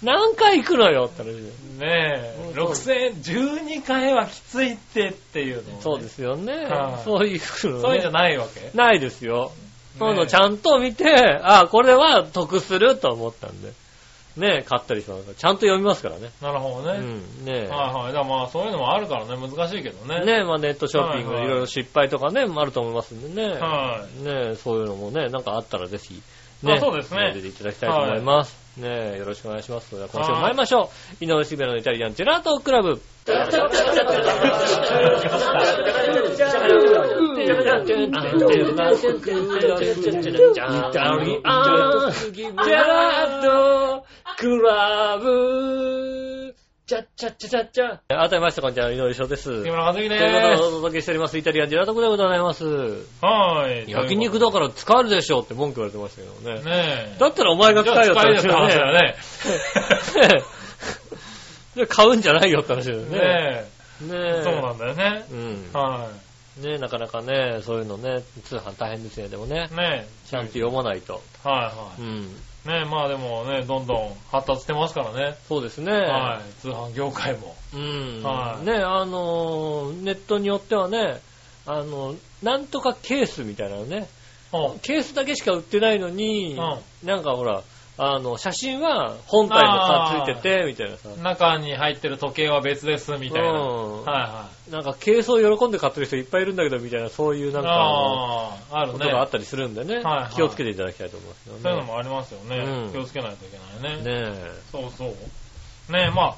S2: 何回行くのよって話で
S3: い、ねえ、
S2: そう
S3: 6000円、12回はきついってっていうのをね、
S2: そうですよね
S3: は。い
S2: そういうのね
S3: そういうんじゃないわけ
S2: ないですよ。そういうのちゃ
S3: ん
S2: んと見て、あ、これは得すると思ったんで。ね買ったりしますから。ちゃんと読みますからね。
S3: なるほど
S2: う
S3: ね。
S2: ん。ね
S3: はいはい。だからまあそういうのもあるからね、難しいけどね。
S2: ねまあネットショッピング
S3: はいいはい
S2: ろいろ失敗とかね、あると思いますんでね。
S3: は
S2: ねそういうのもね、なんかあったらぜひ、
S3: あそうですね
S2: 出ていただきたいと思います。ねよろしくお願いします。それでは今週も参りましょう。井上杉村のイタリアンジェラートクラブ。あたりましてこんにちは、井上翔です。
S3: 木村和樹
S2: という
S3: で
S2: ことでお届けしております。イタリアンジェラートクラブでございます。
S3: す。はい。
S2: 焼肉だから使えるでしょうって文句言われてましたけどね。
S3: ねえ。
S2: だったらお前が
S3: じゃ
S2: 使
S3: あ
S2: えよって
S3: 使えよっ
S2: 話
S3: て
S2: だ
S3: 話
S2: よね。
S3: だよね。
S2: じゃあ買うんじゃないよって話だよね。
S3: ね
S2: ね
S3: え。
S2: え。
S3: そうなんだよね。
S2: うん。
S3: は
S2: ねえ、なかなかね、そういうのね、通販大変ですね、でもね
S3: い。。ね
S2: ちゃんと読まないと。
S3: え。はいは
S2: うん。
S3: い。ねえ、まあでもね、どんどん発達してますからね。
S2: そうですね。
S3: はい。通販業界も。
S2: うん。
S3: はい
S2: ねえ、あのー、ネットによってはね、あの、なんとかケースみたいなのね、
S3: うん。
S2: ケースだけしか売ってないのに、
S3: うん
S2: なんかほら、あの、写真は本体のさ、
S3: あ
S2: つ
S3: ー
S2: いてて、みたいなさ。
S3: 中に入ってる時計は別です、みたいな。
S2: うん
S3: は
S2: なんか、ケースを喜んで買ってる人いっぱいいるんだけど、みたいな、そういう
S3: いは。
S2: ないんかあ
S3: ああ、あ
S2: の、
S3: る
S2: ことがあ
S3: ね
S2: っ。たりするんでね、
S3: はいはい
S2: 気をつけていただきたいと思いますけどね。
S3: そういうのもありますよね。
S2: うん
S3: 気をつけないといけないね。
S2: ね
S3: そうそう。ねえ、まあ、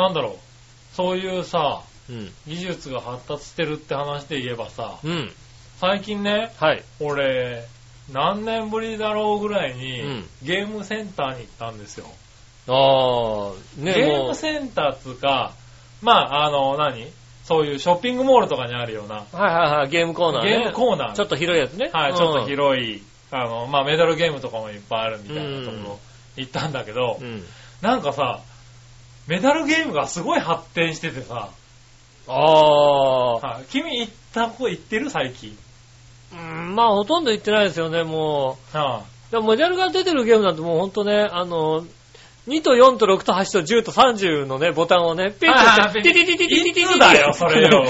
S3: なんだろう。そういうさ、
S2: え。うん。
S3: 技術が発達してるって話で言えばさ、
S2: うん。
S3: 最近ね、
S2: はい。
S3: 俺、何年ぶりだろうぐらいに、
S2: うん
S3: ゲームセンターに行ったんですよ。
S2: ああ、ね
S3: ゲ
S2: え、
S3: ー
S2: も
S3: ムセンターっつうか、まあ、あの、何そういうショッピングモールとかにあるような、
S2: う、はいはいはい、ゲームコーナーね。
S3: ゲームコーナー
S2: ちょっと広いやつね。
S3: はい、
S2: うん
S3: ちょっと広い、あの、まあ、メダルゲームとかもいっぱいあるみたいなところ行ったんだけど、
S2: うん。
S3: なんかさ、メダルゲームがすごい発展しててさ、
S2: ああ、
S3: はい君行った子行ってる最近。
S2: うん、まあ、ほとんど行ってないですよね、も
S3: は
S2: う。でも、メダルが出てるゲームなんてもうほんとね、あの、2と4と6と8と10と30のね、ボタンをね、ピ
S3: い
S2: ッと押し
S3: は
S2: て、
S3: い
S2: ティティティティティティティ
S3: いつだよ、それよ。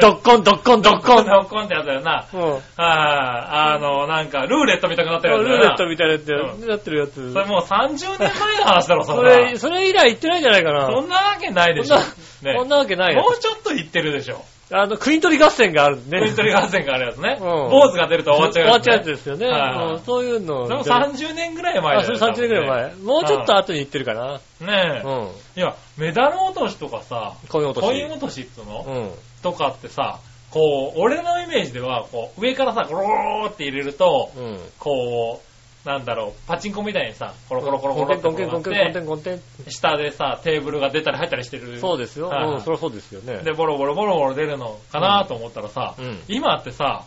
S2: ドッコン、ドッコン、ドッコ
S3: こん
S2: ン。
S3: な怒んってやつだよな。
S2: うん。
S3: ああ、あの、なんか、ルーレット見たくなってるやつ
S2: ルー
S3: だよ
S2: レ
S3: な
S2: ットみたいなやつ
S3: う
S2: やってるやつ
S3: そ。れもう30年前の話だろ、そ
S2: そ
S3: れ
S2: れ、
S3: は。
S2: それ以来行ってないんじゃないかな。
S3: そんなわけないでしょ。
S2: そんなそんなわけないよ
S3: もうちょっと行ってるでしょ。
S2: あの、クイントリ合戦があるんで
S3: プ
S2: ね。
S3: リントリ合戦があるやつね。
S2: うん
S3: 坊主が出ると終わっちゃうや
S2: 終わ
S3: つ、ね。
S2: っちゃうやつですよね。
S3: はい
S2: うんそういうの。
S3: でも30年ぐらい前
S2: あ、
S3: だ
S2: そ
S3: よ
S2: れ30年ぐらい前。もうちょっと
S3: あ
S2: 後に行ってるかな。
S3: ねえ、
S2: うん。
S3: いや、メダル落としとかさ、
S2: 恋落とし。
S3: コイン落としっつうの、
S2: うん。
S3: とかってさ、こう、俺のイメージでは、こう、上からさ、ゴローって入れると、
S2: うん。
S3: こう、なんだろう、パチンコみたいにさ、コロコロコロコロって
S2: コンテンコンテンコンテ
S3: 転がっ
S2: ンコンテンコンテ
S3: て、下でさ、テーブルが出たり入ったりしてる。
S2: ン。そうですよ。
S3: はいはい
S2: うん、そりゃそうですよね。
S3: で、ボロボロボロボロ出るのかなと思ったらさ、
S2: うん
S3: 今ってさ、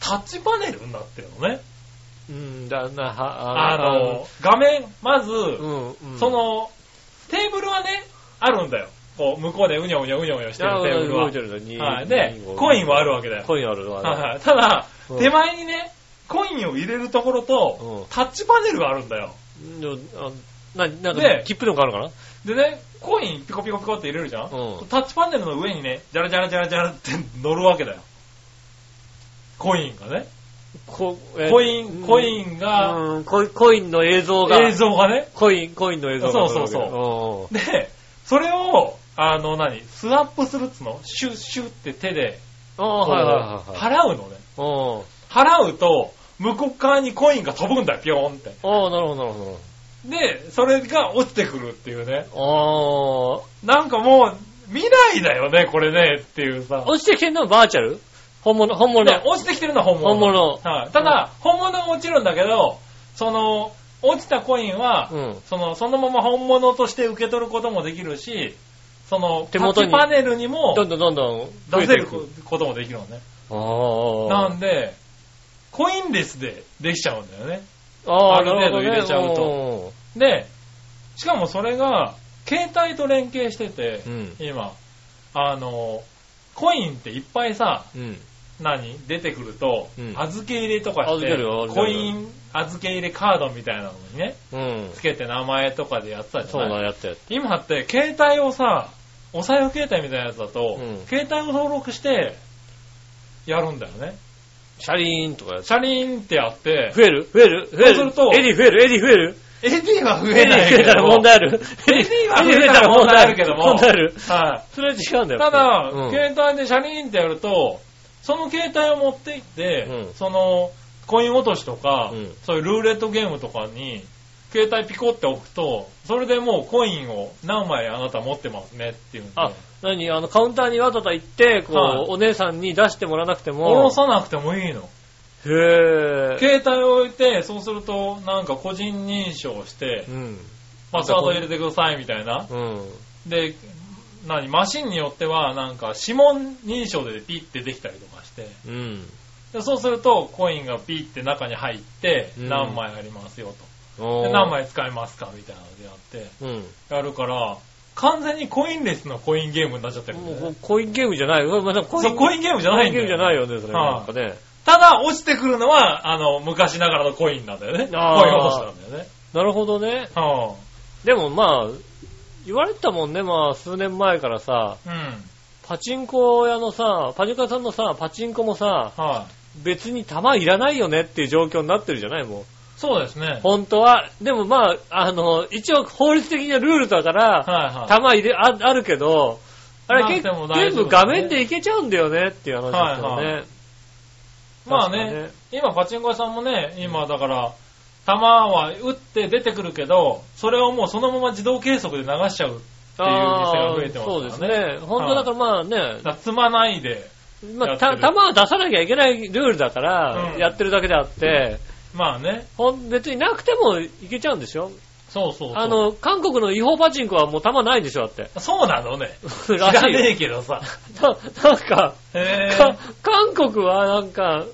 S3: タッチパネルになってるのね。
S2: うん、だな、は
S3: あの、、画面、まず、
S2: あのうん、うん
S3: そ、の、テーブルはね、あるんだよ。こう、向こうでうにょうにょうにょうにょしてるテーブルは。はい、で、コインはあるわけだよ。
S2: コインあるわ。
S3: はいはいただ
S2: う、ん
S3: 手前にね、コインを入れるところ
S2: うん
S3: と、タッチパネルがあるんだよ。
S2: うんでもあな、なんか
S3: で、
S2: 切符でも買うのか
S3: でね、コインピコピコピコって入れるじゃん、
S2: うん
S3: タッチパネルの上にね、ジャラジャラジャラジャラって乗るわけだよ。コインがね。
S2: な
S3: コイン、コイ
S2: ン
S3: ンが、
S2: うん、コイコインの映像が。
S3: 映像がね。
S2: コイン、コインの映像が。
S3: そうそうそう
S2: そ
S3: で、それを、あの何、スワップするっつのシュッシュッって手で、
S2: うん。ああー、はいはいはいはい。
S3: 払うのね。
S2: お
S3: 払うと、向こう側にコインが飛ぶんだよ、ピョーンって。
S2: ああ、なるほど、なるほ
S3: で、それが落ちてくるっていうね。
S2: ど。
S3: なんかもう、未来だよね、これね、っていう
S2: あ
S3: さ
S2: あ。。落ちてきてるのはバーチャル本物、本物。
S3: ね落ちてきてるのは本物。
S2: 本物
S3: はい。ただ、本物が落ちるんだけど、その、落ちたコインは、
S2: うん
S3: その、そのまま本物として受け取ることもできるし、その、
S2: 手元に
S3: タッチパネルにも
S2: どんどんどんどん増
S3: 出
S2: え
S3: せ
S2: て
S3: る
S2: る。
S3: こともできるのね。
S2: あ
S3: な
S2: あ。
S3: んで、コインレスでできちゃうんだよね。
S2: あ
S3: ある程
S2: な
S3: 度入れちゃうと
S2: ほ
S3: で、しかもそれが、携帯と連携してて、
S2: どねうん。
S3: 今、あの、コインっていっぱいさ、
S2: うん。
S3: 何出てくると、
S2: うん
S3: 預け入れとかし
S2: 預
S3: て
S2: けるよ預け
S3: コ
S2: るよ
S3: イン預け入れカードみたいなのにね、
S2: うん。
S3: つけて名前とかでやってたじゃ
S2: そう
S3: ない
S2: だ、やって。
S3: 今って、携帯をさ、お財布携帯みたいなやつだと、
S2: うん
S3: 携帯を登録して、やるんだよね。
S2: シャリーンとかやって。
S3: シャリーンってやって、
S2: 増える増える増える
S3: そうすると
S2: エリー増えるエリー増える
S3: エディは増
S2: エ
S3: え
S2: リ
S3: な
S2: ー
S3: い
S2: 増
S3: け
S2: えたら
S3: ども。
S2: 問題ある。
S3: エリーは増えたら問題あるけど も。
S2: 問題ある。
S3: はい。
S2: それは違うんだよ。
S3: ただ、
S2: うん
S3: 携帯でシャリーンってやると、その携帯を持っていって、
S2: うん
S3: その、コイン落としとか、
S2: うん
S3: そういうルーレットゲームとかに、携帯ピコって置くと、それでもうコインを何枚あなた持ってますねっていうんで、
S2: あ、何あの、カウンターにわざと行って、こう、
S3: はい
S2: お姉さんに出してもらわなくて
S3: 下ろ
S2: も。
S3: さなくてもいいの。
S2: へぇ
S3: 携帯を置いて、そうすると、なんか個人認証して
S2: う、ん。
S3: パスワード入れてくださいみたいな。
S2: うん。
S3: で、何マシンによっては、なんか指紋認証でピッてできたりとかして、
S2: うん。
S3: でそうすると、コインがピーって中に入って、
S2: うん
S3: 何枚ありますよと。
S2: お
S3: で
S2: ー
S3: 何枚使えますかみたいなのでやっ
S2: うん。
S3: て、やるから、完全にコインレスのコインゲームになっちゃってるん
S2: も
S3: だ
S2: う
S3: よ
S2: こ
S3: ね。
S2: うコインゲームじゃない。うわまあでもコ
S3: そう、コインゲームじゃないんだ
S2: コインゲームじゃないよね、それ。
S3: はい
S2: なんかね。
S3: ただ、落ちてくるのは、あの、昔ながらのコインなんだよね。コイン
S2: あー
S3: 落としなんだよね。
S2: なるほどね。
S3: は
S2: でもまあ、言われてたもんね、まあ、数年前からさ、
S3: あ、うん。
S2: パチンコ屋のさ、パチンコ屋さんのさ、パチンコもさ、
S3: はい、
S2: 別に玉いらないよねっていう状況になってるじゃないも
S3: そうですね。
S2: 本当は。でもまあ、あの、一応法律的なルールだから、
S3: はいはい。
S2: 玉入れ、ああるけど、あれ
S3: まあ
S2: 結
S3: でも
S2: 構、
S3: 大
S2: 全
S3: 丈夫ですね
S2: 部画面でいけちゃうんだよねっていう話ですよね。
S3: はいはまあ
S2: 確か
S3: ね
S2: ね、
S3: 今パチンコ屋さんもね、今だから、弾は打って出てくるけど、それをもうそのまま自動計測で流しちゃうっていう店が増えてますから
S2: あ
S3: ね。
S2: ーそうですね。本当だからまあね
S3: だ、から積まないで、
S2: ま
S3: や
S2: あ、
S3: って
S2: た、
S3: る
S2: 弾は出さなきゃいけないルールだから
S3: う、ん
S2: やってるだけであって、
S3: まあね、
S2: ほん、別になくてもいけちゃうんでしょ
S3: そうそうそう。
S2: あ、の、韓国の違法パチンコはもう弾ないんでしょだって。
S3: そうなのね。 知
S2: ら
S3: ら
S2: しい
S3: ねえ
S2: よ。
S3: けどさ。
S2: ななんか、
S3: へぇ
S2: か韓国はなんか、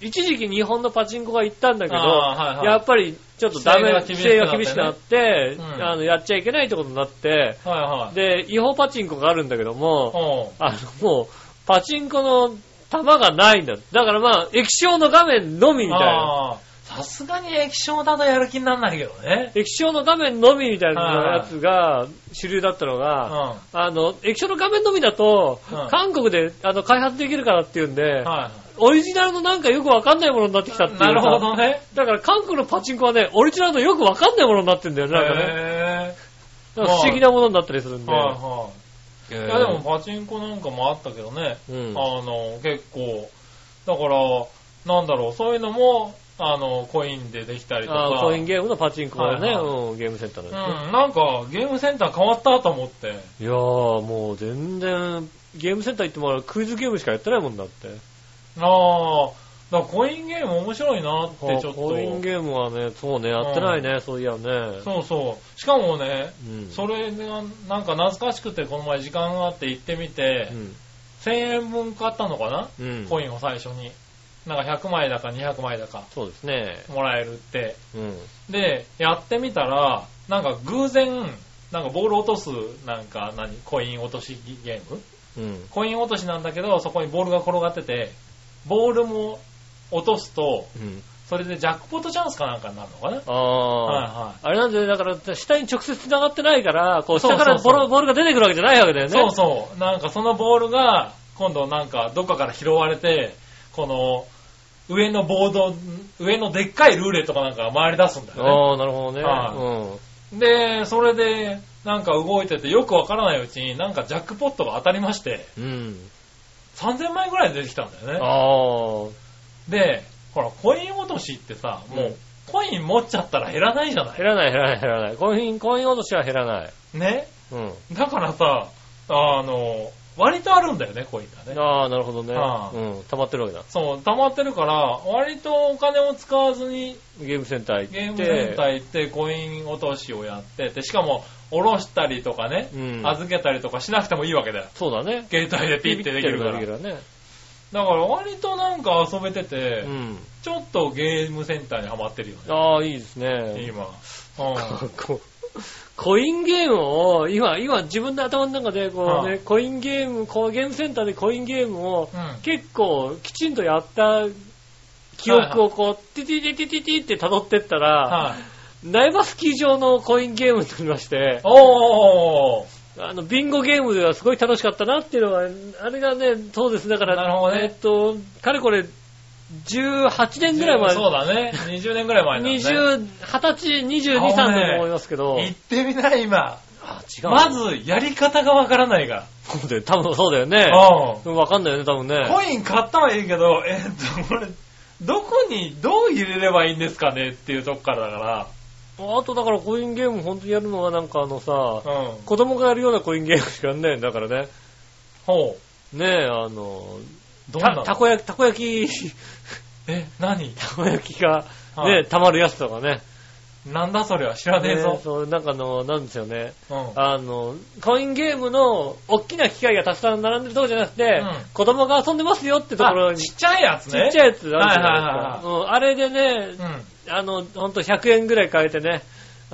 S2: 一時期日本のパチンコが行ったんだけど、
S3: あーはいはい
S2: やっぱりちょっとダメ、
S3: 規
S2: 規
S3: 制
S2: 制
S3: が
S2: が
S3: 厳
S2: 厳
S3: し
S2: し
S3: く
S2: く
S3: な
S2: な
S3: っ
S2: って、
S3: うん
S2: あの、やっちゃいけないってことになって、
S3: はいはい。
S2: で、違法パチンコがあるんだけども、
S3: おう
S2: あの、もう、パチンコの玉がないんだ。だからまあ、液晶の画面のみみたいな。
S3: あーさすがに液晶だとやる気になんないけどね。
S2: 液晶の画面のみみたい
S3: はい
S2: なやつが主流だったの
S3: うん。
S2: が、
S3: は
S2: あの、液晶の画面のみだと
S3: うん、
S2: 韓国であの開発できるからっていうんで
S3: い、は
S2: オリジナルのなんかよくわかんないものになってきたってい
S3: い。
S2: う。
S3: なるほ。どね。
S2: だから韓国のパチンコはね、オリジナルのよくわかんないものになってんだよね、なんかね。
S3: へ
S2: なんか不思議なものになったりするん
S3: ぇ
S2: で。
S3: はいはい。
S2: い
S3: いやでもパチンコなんかもあったけどね、
S2: うん
S3: あの、結構、だから、なんだろう、そういうのも、あの、コインでできたりと
S2: あ
S3: か、
S2: ーコインゲームのパチンコのね、
S3: はいは
S2: うんゲームセンター
S3: う
S2: なん
S3: ん、
S2: ですね。
S3: なんかゲームセンター変わったと思って、
S2: いやー、もう全然、ゲームセンター行ってもらうクイズゲームしかやってないもんだって。
S3: ああ、だからコインゲーム面白いなって
S2: あー
S3: ちょっ
S2: コイン
S3: と、
S2: ゲームはね、そうね、やってないね、そういやね。
S3: そうそう、しかもね、
S2: うん。
S3: それがなんか懐かしくて、この前時間があって行ってみて、
S2: うん。
S3: 1000円分買ったのかな、
S2: うん。
S3: コインを最初に。なんか100枚だか200枚だか
S2: そうですね。
S3: もらえるって。
S2: うん。
S3: で、やってみたら、なんか偶然、なんかボール落とす、なんか何、コイン落としゲーム
S2: うん。
S3: コイン落としなんだけど、そこにボールが転がってて、ボールも落とすと、
S2: うん。
S3: それでジャックポットチャンスかなんかになるのかな
S2: ああ。
S3: はいはい
S2: あれなんだよね、だから、下に直接繋がってないから、こう、
S3: そうそ
S2: 下
S3: う
S2: からボ
S3: そ
S2: ロ
S3: う
S2: ボールが出てくるわけじゃないわけだよね。
S3: そうそう。なんかそのボールが、今度なんかどっかから拾われて、この、上のボード、上のでっかいルーレットかなんかが回り出すんだよね。
S2: ああ、なるほどね。
S3: はで、それで、なんか動いててよくわからないうちに、なんかジャックポットが当たりまして、
S2: うん。うん。
S3: 3000枚ぐらい出てきたんだよね。
S2: あ
S3: で、ほら、コイン落としってさ、も
S2: う、
S3: うんコイン持っちゃったら減らないじゃな
S2: あ。
S3: い
S2: 減らない減らない減らない。コイン、コイン落としは減らない。
S3: ね。
S2: うん。
S3: だからさ、あの、割とあるんだよね、コインがね。
S2: ああ、なるほどね。
S3: ああ
S2: うん。溜まってるわけだ。
S3: そう、溜まってるから、割とお金を使わずに、
S2: ゲームセンター行って。
S3: ゲームセンター行ってコイン落としをやってて、しかも、おろしたりとかね、
S2: うん
S3: 預けたりとかしなくてもいいわけだよ。
S2: そうだね。
S3: 携帯でピッてできるから。
S2: ピッてでき
S3: だ
S2: るからね。
S3: から割となんか遊べてて、
S2: うん。
S3: ちょっとゲームセンターにハマってるよね。
S2: ああ、いいですね。
S3: 今。うん。
S2: こコインゲームを、今、今自分の頭の中で、こう
S3: は
S2: ね、
S3: い
S2: コインゲーム、こうゲームセンターでコインゲームを
S3: うん、
S2: 結構きちんとやった記憶をこう、ティティティティティって辿ってったら、
S3: はい。
S2: 苗場スキー場のコインゲームと言いまして、
S3: おー
S2: あの、ビンゴゲームではすごい楽しかったなっていうのは、あれがね、そうです。だから、
S3: なるほどね
S2: えっと、かれこれ、18年ぐらい前、
S3: そうだね。20年ぐらい前だね。
S2: 20、20歳、22、
S3: あ
S2: 3
S3: のね
S2: だと思いますけど。
S3: 行ってみない、今。
S2: あ、違
S3: ま、ず、やり方がわからないが。
S2: そうだよ多分そうだよね。
S3: うん。
S2: うんわかんないよね、多分ね。
S3: コイン買ったはいいけど、えっと、これ、どこに、どう入れればいいんですかねっていうとこからだか
S2: あとだからコインゲーム本当にやるのはなんかあのさ、
S3: ら、うん。
S2: 子供がやるようなコインゲームしかやんないんだからね。
S3: ほ
S2: ねえ、あの、
S3: う。どんな
S2: た
S3: の
S2: たこ焼き、たこ焼き、
S3: え、何
S2: たこ焼きが、
S3: は
S2: ね、
S3: い
S2: 溜まるやつとかね。
S3: なんだそれは知らねえ
S2: ね
S3: ぞ。
S2: そう、なんかあの、なんですよね。
S3: うん。
S2: あの、コインゲームの大きな機械がたくさん並んでるとこじゃなくて、
S3: うん
S2: 子供が遊んでますよってところ
S3: あ
S2: に、
S3: ちっちゃいやつ
S2: ちっ
S3: ね。
S2: ちゃいやつあるじゃないです
S3: はいは
S2: か。
S3: い
S2: うんあれでね、
S3: うん。
S2: あの、ほんと100円ぐらい変えてね、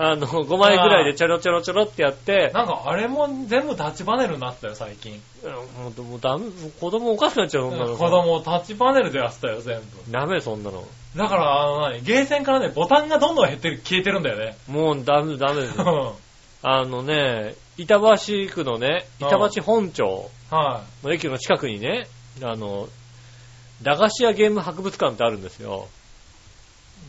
S2: あの、5枚ぐらいでちょろちょろちょろってやって、
S3: なんかあれも全部タッチパネルになったよ、最近。
S2: うんもうもうダメ、子供おかしくなっちゃう、そ
S3: 子
S2: んなの。
S3: 供タッチパネルでやってたよ、全部。
S2: ダメ、そんなの。
S3: だから、あの何、ゲーセンからね、ボタンがどんどん減ってる、消えてるんだよね。
S2: もうダメ、ダ メです
S3: うん。。
S2: あのね、板橋区のね、
S3: うん
S2: 板橋本町
S3: は
S2: の駅の近くにね、あの、駄菓子屋ゲーム博物館ってあるんですよ。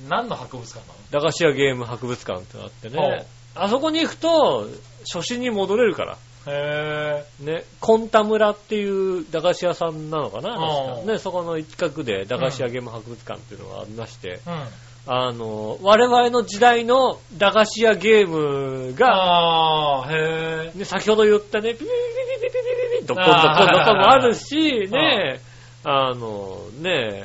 S3: い。何の博物館なの
S2: 駄菓子屋ゲーム博物館ってのあって
S3: お
S2: ね
S3: う、
S2: あそこに行くと、初心に戻れるから。
S3: へ
S2: ね、コンタ村っていう駄菓子屋さんなのかな
S3: おう
S2: 確かね、そこの一角で駄菓子屋ゲーム博物館っていうのがありまして、
S3: ぇー。うん。
S2: あの、我々の時代の駄菓子屋ゲームが、
S3: あー、へぇ
S2: ね、先ほど言ったね、ピピピピピピピピピドッコンドッコンドッコンもあるし、
S3: ー
S2: ね、あの、ね、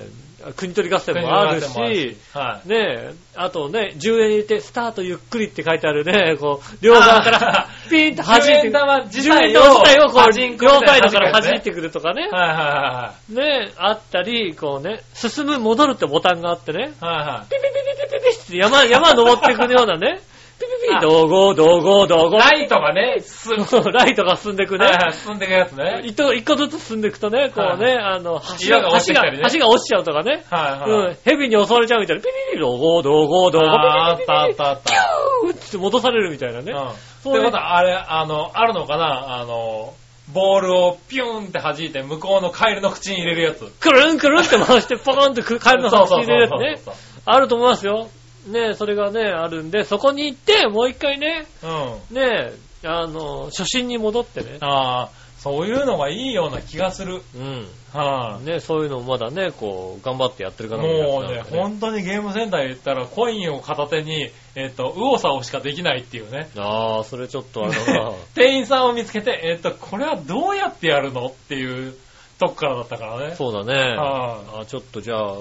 S2: 国取り合戦
S3: ー。
S2: もあるし、
S3: はい。
S2: ねえ、あとね、10円入れて、スタートゆっくりって書いてあるね、こう、両側から
S3: あ、
S2: ピンと弾い
S3: 10
S2: て
S3: 円玉自体を
S2: 10円玉自体をこ
S3: パチン
S2: う、
S3: コみ
S2: 両
S3: た
S2: サ
S3: い
S2: イ
S3: な
S2: ド
S3: 感
S2: か
S3: じでね
S2: ら弾いてくるとかね、
S3: はいは
S2: ねえ、あったり、こうね、進む、戻るってボタンがあってね、
S3: いはい。はいはい。
S2: ピピピピピピピって山、山登っていくようなね、ピピピ、道後、道後、道後、
S3: ライトがね、すご い。
S2: ライトが進んでいくね
S3: はい。はい、進んでいくやつね。はい
S2: 一個一個ずつ進んでいくとね、こうね、あの、橋
S3: 岩が落ちてきたりね
S2: 橋が落ちちゃうとかね。
S3: は
S2: う
S3: い
S2: ん。。蛇に襲われちゃうみたいな。ピピピ、ロゴ、ロゴ、ロゴ、
S3: あーあ
S2: ピピ
S3: っ
S2: ピ
S3: たあったあった。
S2: ピピピ、ピューって戻されるみたいなね。
S3: うん。
S2: そういう
S3: ってことは、あれ、あの、あるのかなあの、ボールをピューンって弾いて向こうのカエルの口に入れるやつ。
S2: くるんくるんって回して、ポコンってくカエルの話入れるやつね。
S3: そうそう
S2: あると思いますよ。ねそれがね、あるんで、そこに行って、もう一回ね、
S3: そうそう。うん。
S2: ねあの、初心に戻ってね。
S3: ああ、そういうのがいいような気がする。
S2: うん。
S3: は
S2: ねそういうのをまだね、こう、頑張ってやってる
S3: い
S2: 方もいらっしゃ
S3: も
S2: る
S3: うん
S2: で
S3: ね、本当にゲームセンターに行ったらコインを片手に、えっ、と、右往左往しかできないっていうね。
S2: ああ、それちょっとあれだな。
S3: 店員さんを見つけて、えっ、と、これはどうやってやるのっていうとこからだったからね。
S2: そうだね。
S3: は
S2: あちょっとじゃあ、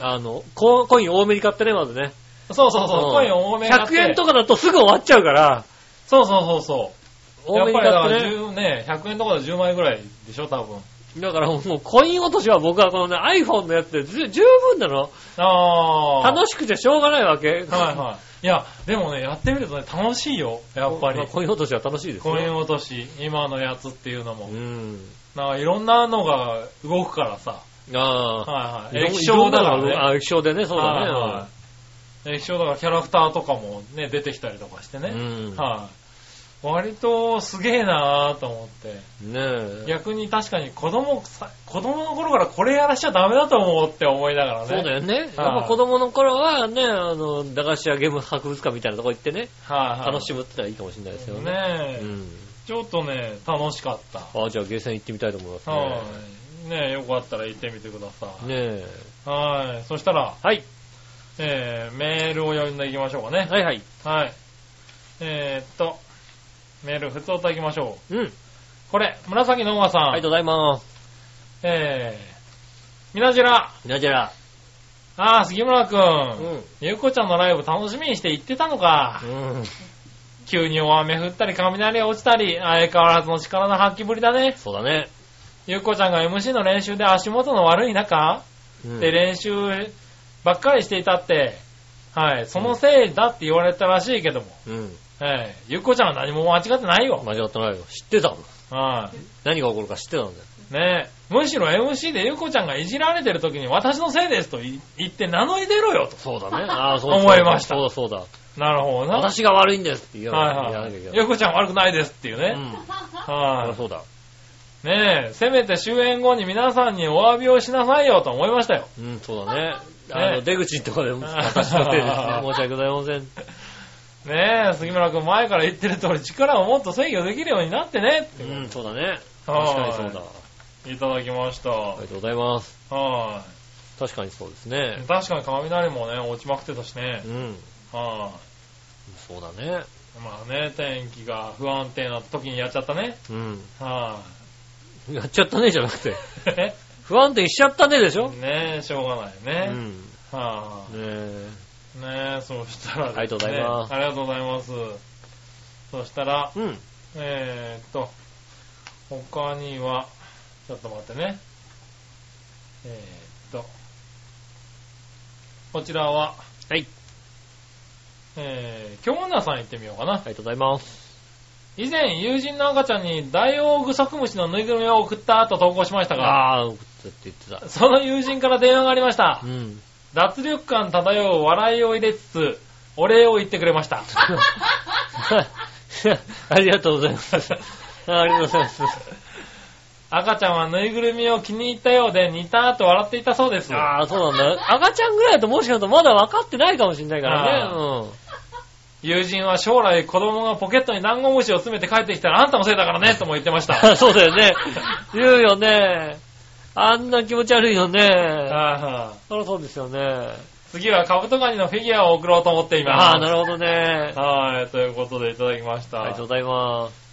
S2: あの、ココイン多めに買ってね、まずね。
S3: そうそうそ
S2: ん
S3: う、コインを多めに買って。
S2: 100円とかだとすぐ終わっちゃうから、
S3: そうそうそうそう。
S2: 多めに
S3: やっ
S2: 買
S3: ぱ
S2: っ
S3: りだ
S2: て
S3: か
S2: ね。
S3: ら10ね、100円とかで10枚ぐらいでしょ、多分。
S2: だからもうコイン落としは僕はこのね iPhone のやつで十十分なの。
S3: ああ。
S2: 楽
S3: し
S2: しくてしょうがないわけ。
S3: はいはい。いや、でもね、やってみるとね、楽しいよ、やっぱ
S2: まあ
S3: り。
S2: コイン落としは楽しいですよ。
S3: コイン落とし、今のやつっていうのも
S2: う。ん。
S3: なんかいろんなのが動くからさ。
S2: ああ。
S3: はい
S2: い
S3: はい。
S2: ろん
S3: 液晶だか
S2: いろんなのが
S3: らね。
S2: あ液晶でね、そう
S3: はい
S2: だ
S3: はい液晶だからキャラクターとかもね、出てきたりとかして
S2: ね。
S3: ね。
S2: うん。
S3: はい。割とすげえなぁと思って。
S2: ねえ。
S3: 逆に確かに子供さ、子供の頃からこれやらしちゃダメだと思うって思いながらね。
S2: そうだ
S3: よ。
S2: よね。やっぱ子供の頃はね、あの、駄菓子屋ゲーム博物館みたいなとこ行ってね、
S3: はいはい。
S2: 楽しむってのはいいかもしれないですよね。
S3: ねえ
S2: うん。
S3: ちょっとね、楽しかった。
S2: ああ、じゃあゲーセン行ってみたいと思いますね。
S3: はい。ねえ、よかったら行ってみてください。
S2: ねえ。
S3: はい。そしたら、
S2: はい。
S3: えー、メールを読んでいきましょうかね。
S2: はいはい。
S3: はい。えー、っと、メール、普通おたいきましょう。
S2: うん。
S3: これ、紫のおばさん。
S2: ありがとうございます。
S3: えー、みなじら、
S2: みなじら。
S3: あー、杉村く。
S2: うんん。
S3: ゆうこちゃんのライブ楽しみにして行ってたのか。
S2: うん。
S3: 急に大雨降ったり、雷落ちたり、相変わらずの力の発揮ぶりだね。
S2: そうだね。
S3: ゆうこちゃんが MC の練習で足元の悪い中、
S2: うん
S3: で練習ばっかりしていたって、はい、そのせいだって言われたらしいけども、
S2: うん。
S3: はい、ゆっこちゃんは何も間違ってないよ。
S2: 間違ってないよ。知ってたもん。
S3: は
S2: 何が起こるか知ってたんだよ。
S3: い、ねえむしろ MC でゆっこちゃんがいじられてる時に私のせいですとい言って名乗り出ろよと。
S2: そう だね。ああ、そう
S3: 思いました
S2: そうだそうだ。
S3: なるほどな。
S2: 私が悪いんですって言わな
S3: はいい
S2: やら
S3: は
S2: なきゃいけ
S3: い。
S2: ない。
S3: ゆっこちゃん悪くないですっていう
S2: う
S3: ね。
S2: ん。
S3: は
S2: そうだ。
S3: い。ねえ、せめて終演後に皆さんにお詫びをしなさいよと思いましたよ。
S2: うん、そうだね。あの、
S3: ね
S2: 出口のとかでも、私のせ いですね。
S3: あ
S2: 申し訳ございません。
S3: ねえ、杉村くん前から言ってる通り力をもっと制御できるようになってねって
S2: うん、そうだね。
S3: は
S2: 確
S3: い
S2: かにそうだ。
S3: いただきました。
S2: ありがとうございます。
S3: はい。
S2: 確かにそうですね。
S3: 確かに雷もね、落ちまくってたしね
S2: う。ん。
S3: は
S2: そうだね。
S3: い。まあね、天気が不安定な時にやっちゃったね。
S2: うん。
S3: は
S2: やっちゃったねじゃなくて。
S3: い。 ね
S2: 不安定しちゃったねでしょ
S3: え、しょうがないね。
S2: ね
S3: は
S2: え
S3: い。ねえ、そうしたらですね。
S2: ありがとうございます
S3: ありがとうございます。そしたら、
S2: うん。
S3: えーっと、他には、ちょっと待ってね。えーっと、こちらは、
S2: はい。
S3: えー、京女さん行ってみようかな。
S2: ありがとうございます。
S3: 以前、友人の赤ちゃんにダイオウグソクムシのぬいぐるみを送ったと投稿しましたが、
S2: ああ、送ったって言ってた。
S3: その友人から電話がありました
S2: う。ん。
S3: 脱力感漂う笑いを入れつつ、お礼を言ってくれました。
S2: ありがとうございます。あありがとうございます。
S3: 赤ちゃんはぬいぐるみを気に入ったようで、似たと笑っていたそうです。
S2: ああ、そうなんだ。赤ちゃんぐらいだともしかするとまだ分かってないかもしれないからね。
S3: あ
S2: うん。
S3: 友人は将来子供がポケットにダンゴムシを詰めて帰ってきたらあんたのせいだからね、とも言ってま した。
S2: そうだよね。言うよね。あんな気持ち悪いよね。
S3: あー
S2: そりゃそうですよね。
S3: 次はカブトガニのフィギュアを送ろうと思っています。
S2: ああ、なるほどね。
S3: はい、ということでいただきました。
S2: ありがとうございます。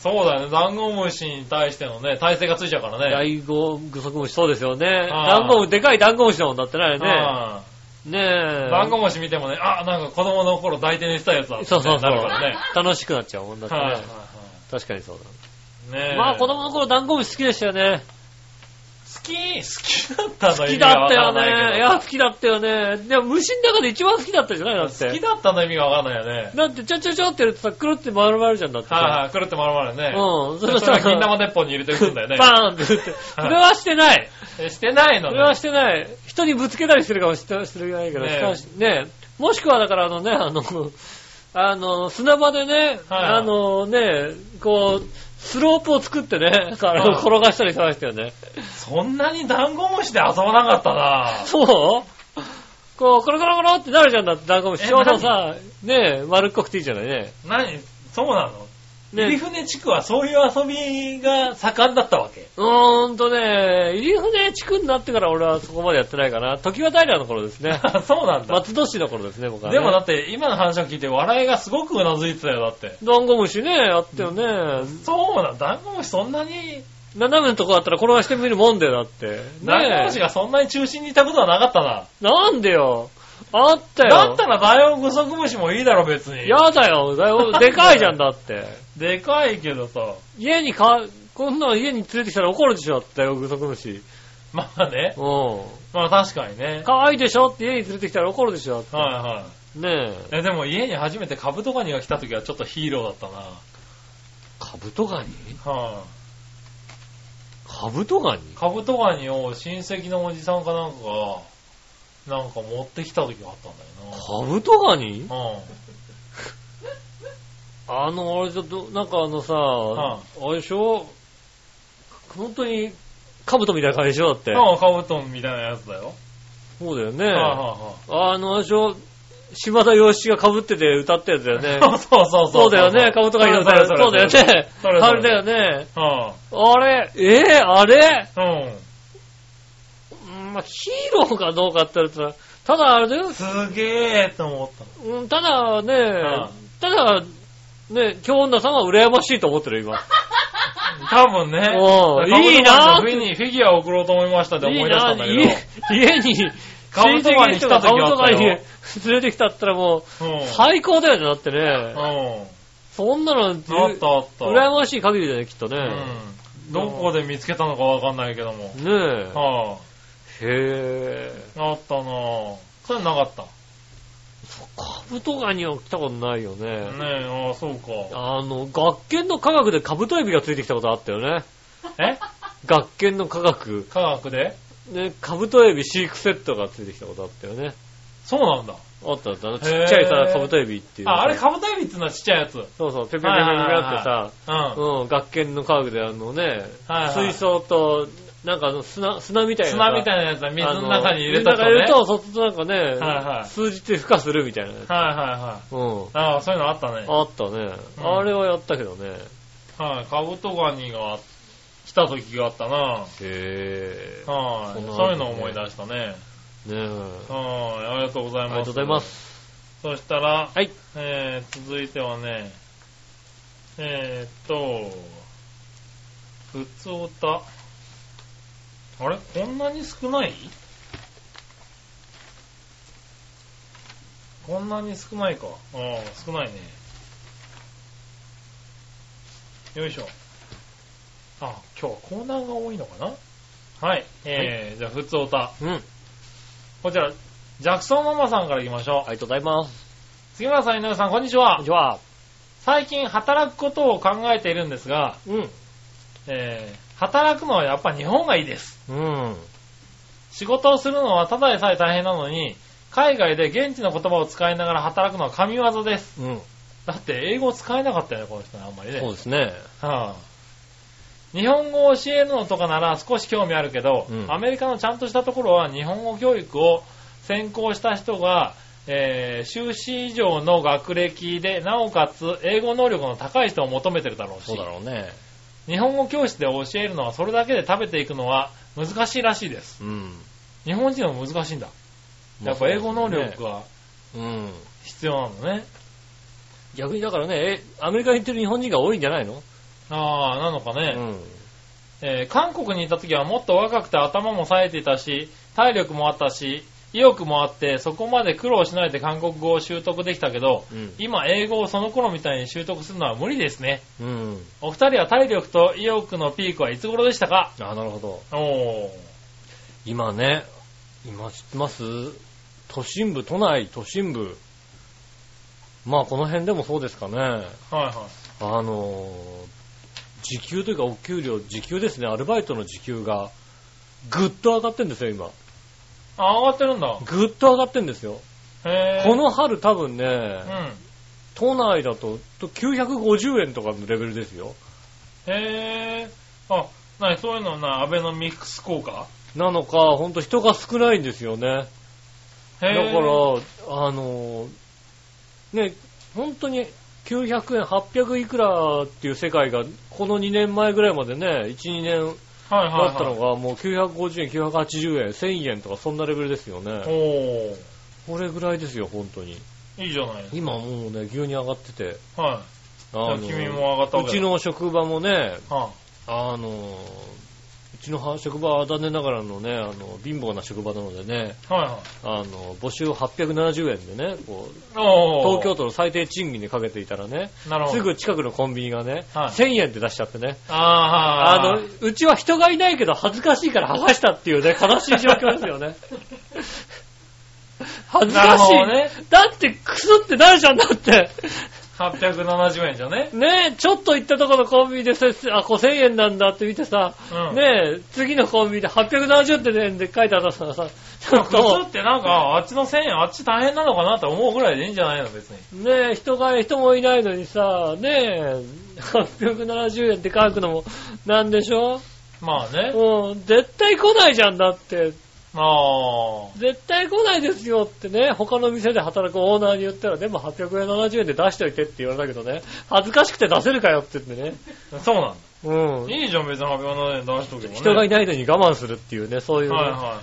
S3: そうだよね、ダンゴムシに対してのね、体勢がついちゃうからね。
S2: 大ゴグソクムシ、そうですよね。
S3: あ
S2: ダンゴム、でかいダンゴムシだもんだってね、あれね。
S3: あ
S2: ね
S3: あ
S2: え。
S3: ダンゴムシ見てもね、あ、なんか子供の頃抱いて寝てたやつだってね
S2: そうそうそ
S3: な
S2: う
S3: るからね。。
S2: 楽しくなっちゃうもんだって
S3: はいはい
S2: ね
S3: は。
S2: 確かにそう
S3: い。ね
S2: だ。
S3: え
S2: まあ子供の頃ダンゴムシ好きでしたよね。
S3: 好き、好きだったの
S2: 好
S3: 意
S2: き
S3: 味が
S2: だっ
S3: わ
S2: た
S3: から
S2: よ
S3: ない
S2: ね。
S3: け
S2: い
S3: ど
S2: や、好きだったよね。でも虫の中で一番好きだったじゃないだって。
S3: 好きだったの意味がわかんないよね。
S2: だってちょちょちょってやるとさ、くるって丸まるじゃんだって
S3: はい
S2: さ。
S3: はい、くるってまるまるね。
S2: うん。
S3: そ
S2: それ
S3: した
S2: さ、
S3: ら銀玉鉄砲に入れてくんだよね。
S2: バーンって打って。 それはしてない。
S3: えしてないの
S2: そ
S3: ね。
S2: れはしてない。人にぶつけたりしてるかもしれないけど、
S3: ねえ
S2: しかしね、もしくはだからあのね、あの、あの、砂場でね、
S3: はい
S2: あのね、こう、スロープを作ってね、あの
S3: はい
S2: 転がしたりしてましたよね。
S3: そんなにダンゴムシで遊ばなかったな
S2: そうこう、コロコロコロってなるじゃんだって、ダンゴムシ。
S3: え
S2: ちょうどさ、ねえ、丸っこくていいじゃないね。
S3: 何そうなの入
S2: ね
S3: 船地区はそういう遊びが盛んだったわけ。
S2: うーんとね、入船地区になってから俺はそこまでやってないかな。時は平の頃ですね。
S3: そうなんだ。
S2: 松戸市の頃ですね、僕は、ね。
S3: でもだって今の話を聞いて笑いがすごくうなずいてたよ、だって。
S2: ダンゴムシね、あったよね。
S3: そうなんだ。ダンゴムシそんなに、
S2: 斜めのとこあったら転がしてみるもんで、だって。
S3: ダンゴ
S2: ね
S3: ムシがそんなに中心にいたことはなかったな。
S2: え。なんでよ。あったよ。
S3: だったらダイオウグソクムシもいいだろ、別に。
S2: やだよ。だ よでかいじゃんだって。
S3: でかいけどさ。
S2: 家にか、こんなの家に連れてきたら怒るでしょ、だってよ、グソクムシ。
S3: まあね。
S2: う
S3: まあ確かにね
S2: ん。。可愛いでしょって家に連れてきたら怒るでしょ、だって。
S3: はいはい。
S2: ねえ。
S3: え、でも家に初めてカブトガニが来た時はちょっとヒーローだったな。
S2: カブトガニ
S3: は
S2: カブトガニ
S3: い。カブトガニを親戚のおじさんかなんかが、なんか持ってきた時があったんだ
S2: カブトガニ
S3: よな。
S2: あの、あれちょっと、なんかあのさ、
S3: は
S2: あれでしょ本当に、カブトみたいな感じでしょだって。
S3: うん。うん、カブトンみたいなやつだよ。
S2: そうだよね。
S3: はいは
S2: あの、あれでしょ島田洋七が被ってて歌ったやつだよ
S3: い
S2: ね。
S3: はい。 そうそうそう。
S2: そうだよね。カブトガニの歌
S3: それそれ
S2: そうだよね。
S3: それそれ
S2: あれだよね。
S3: う
S2: あれ、えー、あれ
S3: ん。うん。
S2: うんまあヒーローかどうかって言われたら、ただあれだよ、
S3: すげえと思ったの。
S2: うんただね、
S3: は
S2: ただ、ね、京女さんは羨ましいと思ってる、今。
S3: 多分ね。
S2: おう
S3: カブトガニ
S2: いいなー
S3: のフィギュフィギュアを送ろうと 思いましたって
S2: いい
S3: 思い出した
S2: な、
S3: んだけど
S2: 家。家に、
S3: カブトガニ来た時
S2: カ
S3: あ
S2: ブト
S3: った
S2: ガニ
S3: よ
S2: 連。れてきたったらもう、
S3: うん。
S2: 最高だよね、だってね。
S3: う
S2: そんなの、
S3: ん。あったあった。
S2: 羨ましい限りだよね、きっとね。
S3: うん。どこで見つけたのかわかんないけども。
S2: ねえ。
S3: は
S2: へえ。
S3: あ、あったなぁ。それなかった。ね
S2: カブトガニは来たことないよね。
S3: え、ああ、そうか。
S2: あの、学研の科学でカブトエビがついてきたことあったよね。
S3: え
S2: 学研の科学。
S3: 科学で
S2: ね、カブトエビ飼育セットがついてきたことあったよね。
S3: そうなんだ。
S2: あったあった。あの
S3: ー
S2: ちっちゃいさ、カブトエビっていう。
S3: あ、あれカブトエビっていうのはちっちゃいやつ。うん。
S2: そうそう、ペペペペペってさ、
S3: は
S2: うん、学研の科学であのね、
S3: はいはい
S2: 水槽と、なんかあの砂、砂みたいなさ。
S3: 砂みた
S2: い
S3: いなやつは水の中に入れ
S2: と、
S3: たと
S2: ね。水
S3: ね。
S2: の中に入れる
S3: は
S2: と、そっとなんかね、
S3: はいはい
S2: 数字って孵化するみたいなやつ。
S3: いはいはい。
S2: うん。
S3: ああ、そういうのあったね。
S2: あったね、
S3: うん
S2: あれはやったけどね。
S3: はい。カブトガニが来た時があったな
S2: へぇ
S3: は
S2: そんなのあるんだね
S3: い。そういうのを思い出したね。
S2: ねえ。
S3: はい。ありがとうござ
S2: あ
S3: い
S2: り
S3: ます。
S2: がとうございま。す。
S3: そしたら、
S2: はい。
S3: えー、続いてはね、えー、っと、ふつおた。あれこんなに少ないこんなに少ないか。ああ、少ないね。よいしょ。あ、今日はコーナーが多いのかなはい。えーじゃあ、ふつおた。
S2: うん。あり
S3: こちら、ジャクソンママさんから行きましょう。
S2: がとうございます。
S3: 杉村さん、井上さん、こんにち
S2: こん
S3: は
S2: に。ちは。
S3: 最近働くことを考えているんですが、
S2: うん。
S3: えー働くのはやっぱ日本がいいです。
S2: うん。
S3: 仕事をするのはただでさえ大変なのに、海外で現地の言葉を使いながら働くのは神業です。
S2: うん。
S3: だって英語使えなかったよね、この人ね、あんまりね。
S2: そうですね。
S3: はあ日本語を教えるのとかなら少し興味あるけど、
S2: うん
S3: アメリカのちゃんとしたところは日本語教育を専攻した人が、えー修士以上の学歴で、なおかつ英語能力の高い人を求めてるだろうし、
S2: そうだろうね。
S3: 日本語教室で教えるのはそれだけで食べていくのは難しいらしいです。
S2: うん。
S3: 日本人は難しいんだ。やっぱ英語能力
S2: は。
S3: が
S2: うん。
S3: 必要なんだね。
S2: 逆にだからね、えアメリカに行ってる日本人が多いんじゃないの
S3: ああ、なのか
S2: う
S3: ね。
S2: ん。
S3: えー韓国にいた時はもっと若くて頭も冴えていたし、体力もあったし、意欲もあって、そこまで苦労しないで韓国語を習得できたけど、
S2: うん
S3: 今英語をその頃みたいに習得するのは無理ですね。
S2: うん。
S3: お二人は体力と意欲のピークはいつ頃でしたか
S2: あ、なるほど。
S3: おー。
S2: 今ね、今知ってます都心部、都内、都心部。まあこの辺でもそうですかね。
S3: はいは
S2: あのー時給というかお給料、時給ですね、アルバイトの時給が、ぐっと上がってんですよ、今。
S3: い。あ、上がってるんだ。
S2: ぐっと上がってんですよ。
S3: へー。
S2: こ、の春多分
S3: うん。
S2: ね、都内だとと950円とかのレベルですよ。
S3: へー。あ、なにそういうのはな、アベノミクス効果
S2: なのか、ほんと人が少ないんですよね。だか
S3: へ
S2: ら、あ
S3: ー。
S2: のーね、本当に900円、800いくらっていう世界が、この2年前ぐらいまでね、1、2年
S3: はいはい、
S2: だ
S3: はい。
S2: ったのが、もう950円、980円、1000円とかそんなレベルですよね。
S3: おー。
S2: これぐらいですよ、本当に。
S3: いいじゃないです
S2: 今もうね、牛に上がってて。
S3: か。はい。
S2: あ
S3: じゃあ君も上がったわ
S2: う
S3: けだ
S2: ちの職場もね、
S3: は
S2: あの、うちのは職場は残念ながらのね、あの、貧乏な職場なのでね、
S3: い、はいはい。
S2: あの、募集870円でね、こう、
S3: 東
S2: 東京都の最低賃金にかけていたらね、
S3: なるほど。
S2: すぐ近くのコンビニがね、
S3: はい
S2: 1000円って出しちゃってね、あ
S3: あーあ
S2: の、うちは人がいないけど恥ずかしいから剥がしたっていうね、悲しい状況ですよ ね。恥ず
S3: なる
S2: かし
S3: ほ
S2: い。
S3: どね
S2: だって、クスってなるじゃん、だって。
S3: 870円じゃね。
S2: ねえ、ちょっと行ったとこのコンビニでせ、あ、こう1000円なんだって見てさ、
S3: うん
S2: ねえ、次のコンビニで870円で書いてあったらさ、ちょっ
S3: 靴
S2: と
S3: っ、てなんか、あっちの1000円、あっち大変なのかなって思うぐらいでいいんじゃないの、別に。
S2: ねえ、人が、人もいないのにさ、ねえ、870円って書くのも、なんでしょ
S3: まあね。
S2: うん、絶対来ないじゃんだって、
S3: あ
S2: 絶対来ないですよってね、他の店で働くオーナーに言ったら、でも870円で出しといてって言われたけどね、恥ずかしくて出せるかよって言ってね。
S3: あ、そうなん
S2: うん
S3: だ。。いいじゃん、別に870円出しとけばね。
S2: 人がい
S3: な
S2: ないのに我慢するっていうね、そういう、
S3: はいはいは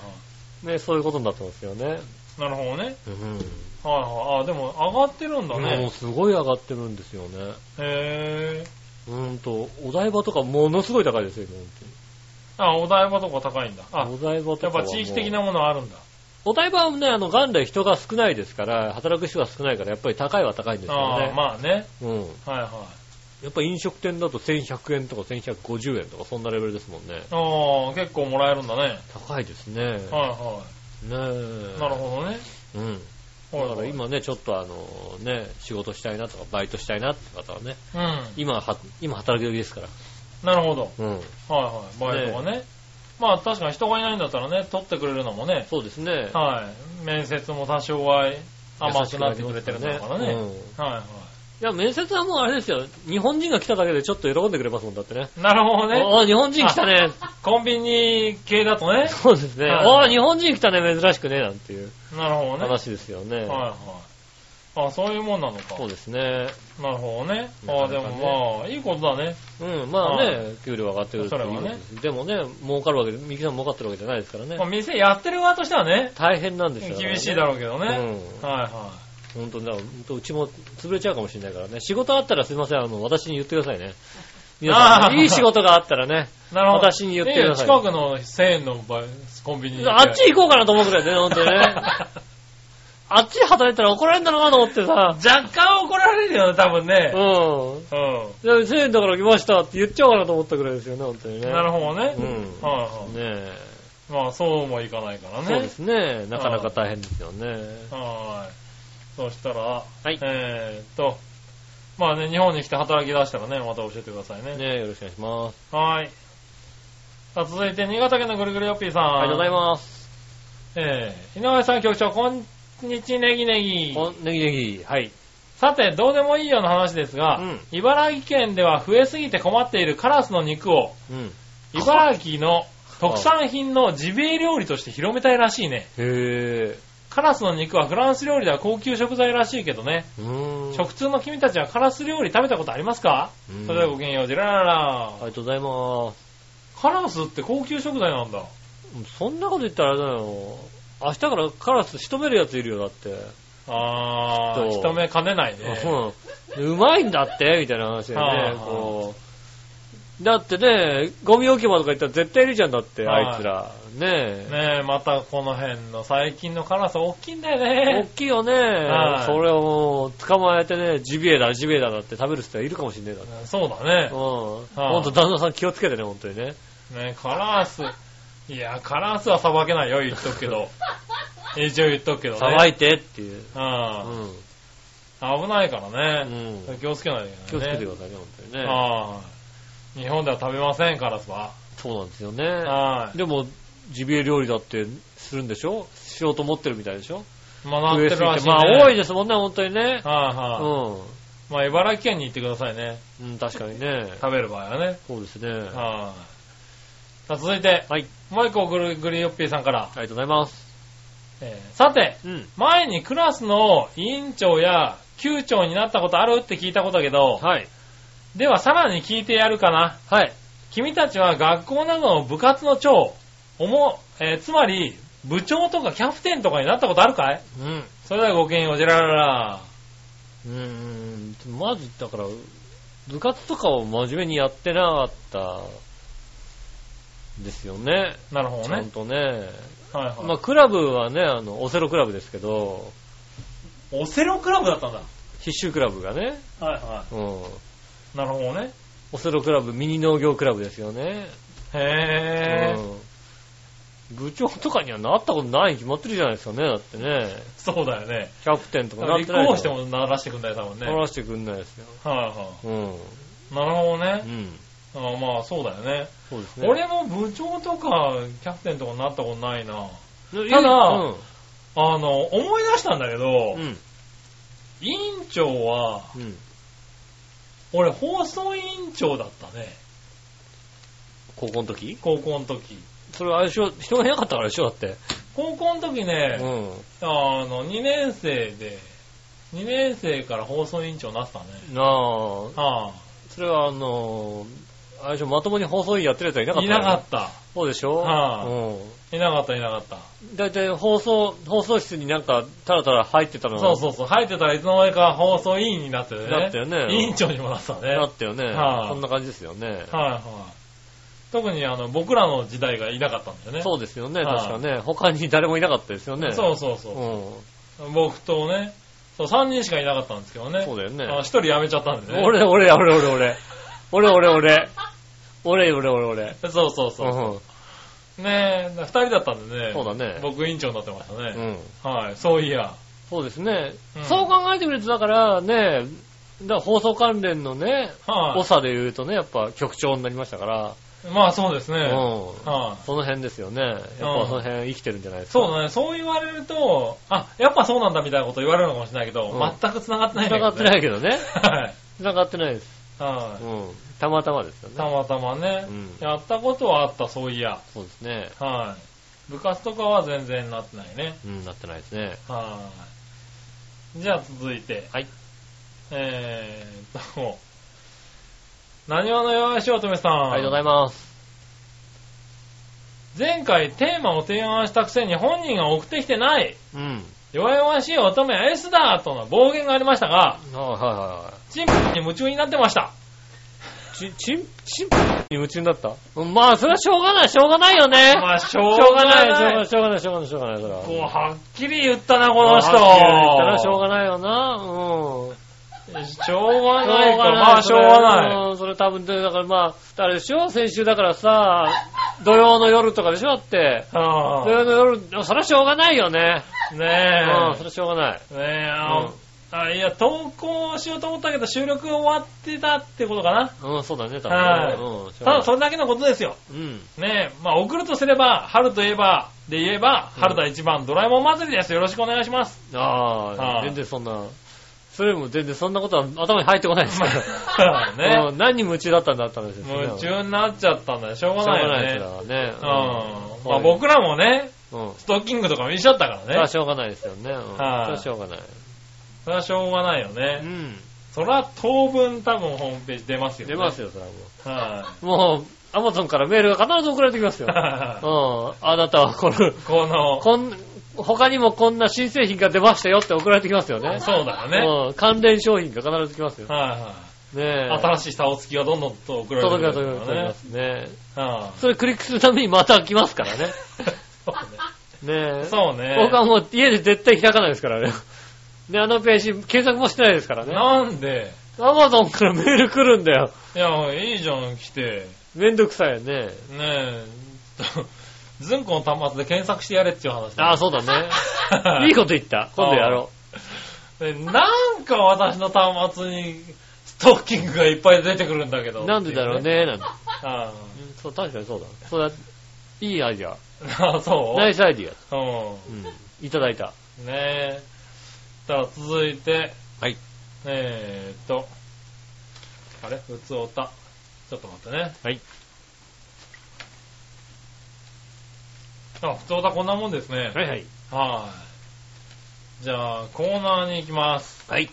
S2: ね、そういうことになってますよね。
S3: い。なるほどね。
S2: うん。
S3: はいはい。あ、でも上がってるんだ
S2: もう
S3: ね。
S2: すごい上がってるんですよね。
S3: へえ。
S2: うーんと、お台場とかものすごい高いですよ、今
S3: あ、お台場とか高いんだ。あ
S2: 本、当に。お台場と
S3: や
S2: か
S3: っ
S2: はもう。
S3: ぱ地域的なものあるんだ。
S2: お台場はね、あの、元来人が少ないですから、働く人が少ないから、やっぱり高いは高いんですよ
S3: ああ、
S2: ね。
S3: まあね。
S2: うん。
S3: はいはい。
S2: やっぱ飲食店だと1100円とか1150円とか、そんなレベルですもんね。
S3: ああ、結構もらえるんだね。
S2: 高いですね。
S3: はいは
S2: ねえ
S3: い。なるほどね。
S2: うん。
S3: はい
S2: だか
S3: は
S2: ら
S3: い。
S2: 今ね、ちょっとあの、ね、仕事したいなとか、バイトしたいなって方はね、
S3: うん。
S2: 今は、今働き時ですから。
S3: なるほど。
S2: うん。
S3: はいはい。バイトがね。まあ確かに人がいないんだったらね、取ってくれるのもね、
S2: そうですね。
S3: はい。面接も多少は甘くなってくれてるんだからね。
S2: うんい
S3: はいは
S2: や、面接はもうあれですよ。日本人が来ただけでちょっと喜んでくれますもんだってね。
S3: い。なるほどね。
S2: おー日本人来たね。
S3: コンビニ系だとね。
S2: そうですね。
S3: はい
S2: おー日本人来たね、珍しくね、なんていう
S3: なるほどね。はい
S2: 話ですよね。
S3: はい。あ、そういうもんなのか。
S2: そうですね。
S3: なるほどね。
S2: な
S3: あ
S2: かなか
S3: で
S2: ね
S3: もまあ、いいことだね。
S2: うん、まあ
S3: は
S2: ね、給料上がってくるってい
S3: それ
S2: う
S3: は
S2: こ
S3: ね
S2: とです。でもね、儲かるわけで、ミキさん儲かってるわけじゃないですからね
S3: まあ、。店やってる側としてはね、
S2: 大変なんですよ。
S3: 厳しいだろうけどね。
S2: う
S3: はい
S2: ん。
S3: は
S2: 本当にだから、本当うちも潰れちゃうかもしれないからね。仕事あったらすいません、あの、私に言ってくださいね。皆さ
S3: あ
S2: ん、
S3: ー
S2: いい仕事があったらね。
S3: い。なるほど。
S2: 私に言ってください
S3: いや近くの1000円のバイコンビニ。
S2: あっち行こうかなと思うくらいね、ほんとに ね。あっちで働いたら怒られんだろうなと思ってさ。
S3: 若干怒られるよね、多分
S2: う
S3: ね。
S2: ん。
S3: うん。
S2: で1000円だから来ましたって言っちゃおうかなと思ったぐらいですよね、ほんとにね。
S3: なるほどね。
S2: うん
S3: はいは
S2: ね
S3: い。
S2: え。
S3: まあ、そうもいかないからね。
S2: そうですね。なかなか大変ですよね。
S3: はーい。そしたら、
S2: はい。
S3: えーっと、まあね、日本に来て働き出したらね、また教えてくださいね。
S2: ねえ、よろしくお願いします。
S3: はーい。さあ、続いて、新潟県のぐるぐるよっぴーさん。
S2: ありがとうござい
S3: す。
S2: ます。
S3: えー、井上さん局長、こんにちネギネギ。
S2: お、ネギネギ。はい。
S3: さて、どうでもいいような話ですが、
S2: うん
S3: 茨城県では増えすぎて困っているカラスの肉を、
S2: うん。
S3: 茨城の特産品のジビエ料理として広めたいらしいね。
S2: へ
S3: カラスの肉はフランス料理では高級食材らしいけどね。
S2: ぇー。うーん。
S3: 食通の君たちはカラス料理食べたことありますか
S2: うん
S3: それではごきげんよう、ジェラララ
S2: ありがとうございます。
S3: カラスって高級食材なんだ。
S2: そんなこと言ったらあれだよ。明日からカラス仕留めるやついるよ、だって。
S3: あー、
S2: そう
S3: 人目兼ねないね。
S2: うん。うまいんだって、みたいな話だ
S3: はあ
S2: よ
S3: は
S2: ね
S3: あ。
S2: こう。だってね、ゴミ置き場とか行ったら絶対いるじゃんだって、
S3: はい
S2: あいつら。ねえ。
S3: ねえ、またこの辺の最近の辛さ大きいんだ よ
S2: 大
S3: ね。
S2: きいよね
S3: は。い
S2: それをもう捕まえてね、ジビエだ、ジビエだだって食べる人はいるかもしれないだって。
S3: そうだね
S2: うん。。ほんと旦那さん気をつけてね、ほんとにね。
S3: ねカラス。いや、カラスはさばけないよ、言っとく けど。一応言っとくけどね。
S2: さばいてっていう。う
S3: うん。
S2: ん。
S3: 危ないから
S2: う
S3: ね。
S2: ん。
S3: 気をつけないとい
S2: 気
S3: け
S2: をつ
S3: ない
S2: けて
S3: ね。
S2: くださいね、ほんとにね。
S3: はい日本では食べません、カラスは。
S2: そうなんですよね。
S3: はい。
S2: でも、ジビエ料理だってするんでしょしようと思ってるみたいでしょ
S3: まあ、なってるらしい、ね。
S2: まあ、多い
S3: で
S2: ですもんね、本当にね。
S3: はいは
S2: う
S3: い。まあ、茨城県に行ってくださいね。
S2: ん。うん、確かにね。
S3: 食べる場合はね。
S2: そうですね。あ
S3: はい。さあ、続いて。
S2: はい。
S3: もう一個グリ、グリヨッピーさんから。
S2: りがとうございます。
S3: えーさて、
S2: うん。
S3: 前にクラスの委員長や級長になったことあるって聞いたことだけど、
S2: はい。
S3: ではさらに聞いてやるかな。
S2: はい。
S3: 君たちは学校などの部活の長、おも、えーつまり部長とかキャプテンとかになったことあるかい
S2: うん。
S3: それではごきげんよう、ジェラララ。
S2: うん。まず、だから、部活とかを真面目にやってなかった、ですよね。
S3: なるほ
S2: ち
S3: ど
S2: ゃ
S3: ね
S2: ん。とね。
S3: はいはい。
S2: まあ、クラブはね、あの、オセロクラブですけど、
S3: オセロクラブだったんだ。
S2: 必修クラブがね、
S3: はいは
S2: うん。
S3: い。なるほどね。
S2: オセロクラブ、ミニ農業クラブですよね。
S3: へぇー。
S2: うん部長とかにはなったことないに決まってるじゃないですかね、だってね。
S3: そうだよね。
S2: キャプテンとかなっ
S3: 立
S2: てない
S3: 候補
S2: で
S3: し
S2: してょ。
S3: も鳴らしてくんだよ、多分ね。
S2: 取
S3: はい
S2: らせてくんないですよ。
S3: は
S2: うん。
S3: い。なるほどね
S2: う。ん。
S3: あーまあそうだよね。
S2: そうですね。
S3: 俺も部長とかキャプテンとかになったことないな。
S2: い
S3: ただ
S2: うん。
S3: あの、思い出したんだけど、
S2: うん。
S3: 委員長は、
S2: うん。
S3: 俺放送委員長だったね。
S2: 高校の時
S3: 高校の時。
S2: それはあれでしょ、人がいなかったからでしょ、だって。
S3: 高校の時
S2: う
S3: ね、
S2: ん。
S3: あの、2年生で、2年生から放送委員長になってたね。
S2: なあ、
S3: あ
S2: それはあのー、あれでしょ、まともに放送員やってるやつはいなか
S3: あ。
S2: った
S3: い
S2: よね
S3: なかった。
S2: そうでしょ
S3: はあ
S2: うん。
S3: いなかった、いなかった。
S2: だいたい放送、放送室になんか、たらたら入ってたの
S3: そうそうそう。入ってたらいつの間にか放送委員になっててね。
S2: なったよね
S3: 委員長にもなったね。
S2: な
S3: はい
S2: ったよね。
S3: はあ
S2: そんな感じですよね。
S3: はい。特にあの、僕らの時代がいなかったんだよね。
S2: そうですよね、
S3: はあ
S2: 確かね。他に誰もいなかったですよね。
S3: そうそうそう。
S2: う
S3: 僕とね、そう、3人しかいなかったんですけどね。
S2: ん。そうだよね。
S3: あ1人辞めちゃったんでね。
S2: 俺、俺、俺、俺、俺。俺、俺、俺。俺、俺、俺、俺。
S3: そうそうそうう。ねえ、2人だったんでね。
S2: そうだね
S3: 僕委員長になってました
S2: んう
S3: ね。
S2: ん。
S3: はい、そういや。
S2: そうですね
S3: うん。
S2: そう考えてみると、だからね、だから放送関連のね、
S3: は
S2: 長で言うとね、やっぱ局長になりましたから、
S3: い。まあそうですね。
S2: うん。
S3: はい、
S2: その辺ですよね。やっぱその辺生きてるんじゃないですか。
S3: そうだね、そう言われると、あ、やっぱそうなんだみたいなこと言われるのかもしれないけど、
S2: うん
S3: 全く繋がってないんだ
S2: 繋
S3: け
S2: が
S3: ど、。
S2: ってないいけどね。
S3: はい。
S2: 繋がってないです。
S3: は
S2: うん。たまたまですよ
S3: い。
S2: ね。
S3: たまたまね、
S2: うん
S3: やったことはあった、そういや。
S2: そうですね。
S3: はい。部活とかは全然なってないね。
S2: うん、なってないですね。
S3: はい。じゃあ続いて。
S2: はい。
S3: えーっと、何話の弱いしおとめさん。
S2: ありがとうございます。
S3: 前回テーマを提案したくせに本人が送ってきてない、
S2: うん。
S3: 弱々しい乙女は S だとの暴言がありましたが、
S2: あはいはいはい。
S3: チンプに夢中になってました。
S2: ち、ちん、ちんぷに夢中になったうんまあ、それはしょうがない、しょうがないよね。
S3: まあ、しょ
S2: し
S3: う
S2: ょうが
S3: がない。
S2: ない、しょうがない、しょうがない、しょうがない、しょうがない、そ
S3: こう、
S2: れは。
S3: はっきり言ったな、この人。
S2: まあ言ったらしょうがないよな。うん。
S3: しょうがないか。まあ、しょうがない。
S2: い。それ多分、だからまあ、あれでしょ先週だからさ、土曜の夜とかでしょだって。
S3: あ
S2: 土曜の夜、それはしょうがないよね。
S3: あ
S2: うん、
S3: ね
S2: それはしょうがない。
S3: え。ねえ、あ
S2: うん
S3: あいや、投稿しようと思ったけど、収録終わってたってことかな。
S2: うん、そうだね、多
S3: はい
S2: 分ね。うん、しょう
S3: た
S2: がな
S3: だ、
S2: い
S3: それだけのことですよ。
S2: うん。
S3: ねえ、まあ、送るとすれば、春といえば、で言えば、
S2: うん
S3: 春田一番ドラえもん祭りです。よろしくお願いします。
S2: あ
S3: は
S2: あ、
S3: い
S2: 全然そんな、それも全然そんなことは頭に入ってこないですか
S3: そうだ
S2: ら。
S3: よ
S2: う
S3: ね。
S2: ん何に夢中だったんだったんですよ。
S3: 夢中になっちゃったんだよ。しょう
S2: しょう
S3: が
S2: が
S3: な
S2: ない
S3: い
S2: です
S3: よ
S2: か
S3: ね。
S2: らね
S3: う。ん。
S2: うん
S3: まあ僕らもね、
S2: うん。
S3: ストッキングとか見しちゃったか
S2: それ
S3: ら
S2: は
S3: ね。
S2: しょうがないですよね。うん。それ
S3: はい
S2: はしょうがない。
S3: それはしょうがないよ
S2: う
S3: ね。
S2: ん。
S3: それは当分多分ホームページ出ますよね。
S2: 出ますよ、それはも
S3: は
S2: う。もう、アマゾンからメールが必ず送られてきます よ。う
S3: い。
S2: ん。あなたはこの、
S3: この、
S2: こん、他にもこんな新製品が出ましたよって送られてきますよね。
S3: そうだよね。
S2: うん。関連商品が必ず来ますよ。ね
S3: はいは
S2: え
S3: い。。新しい竿付きがどんどんと送られて
S2: 届
S3: く
S2: け
S3: る
S2: が届
S3: か
S2: き
S3: ら
S2: ま
S3: ね。
S2: すね。
S3: は
S2: それクリックするためにまた来ますから ね。
S3: い
S2: ねえ。
S3: そうね。
S2: 僕はもう家で絶対開かないですからね。で、あのページ、検索もしてないですからね。
S3: なんで
S2: アマゾンからメール来るんだよ。
S3: いや、いいじゃん、来て。
S2: めんどくさいよね。
S3: ねえ、 ずんこの端末で検索してやれっていう話だ
S2: ああ、
S3: よ。
S2: そうだ ね。 いいこと言った。今度やろ
S3: でなんか私の端末にストッキングがいっぱい出てくるんだけど。
S2: う。なんでだろうね、なんて。
S3: あ
S2: うんそう、確かにそうだ。そうだ。いいアイディア。
S3: あ、そう
S2: ナイスアイディア。う
S3: う
S2: ん。いただいた。
S3: ん。ねえ。ただ続いて、
S2: はい。
S3: えーっと、あれ普通おた。ちょっと待ってね。
S2: はい。
S3: あ、普通おたこんなもんです
S2: は
S3: ね。
S2: いはい。
S3: はい。じゃあ、コーナーに行きます。
S2: はい。イ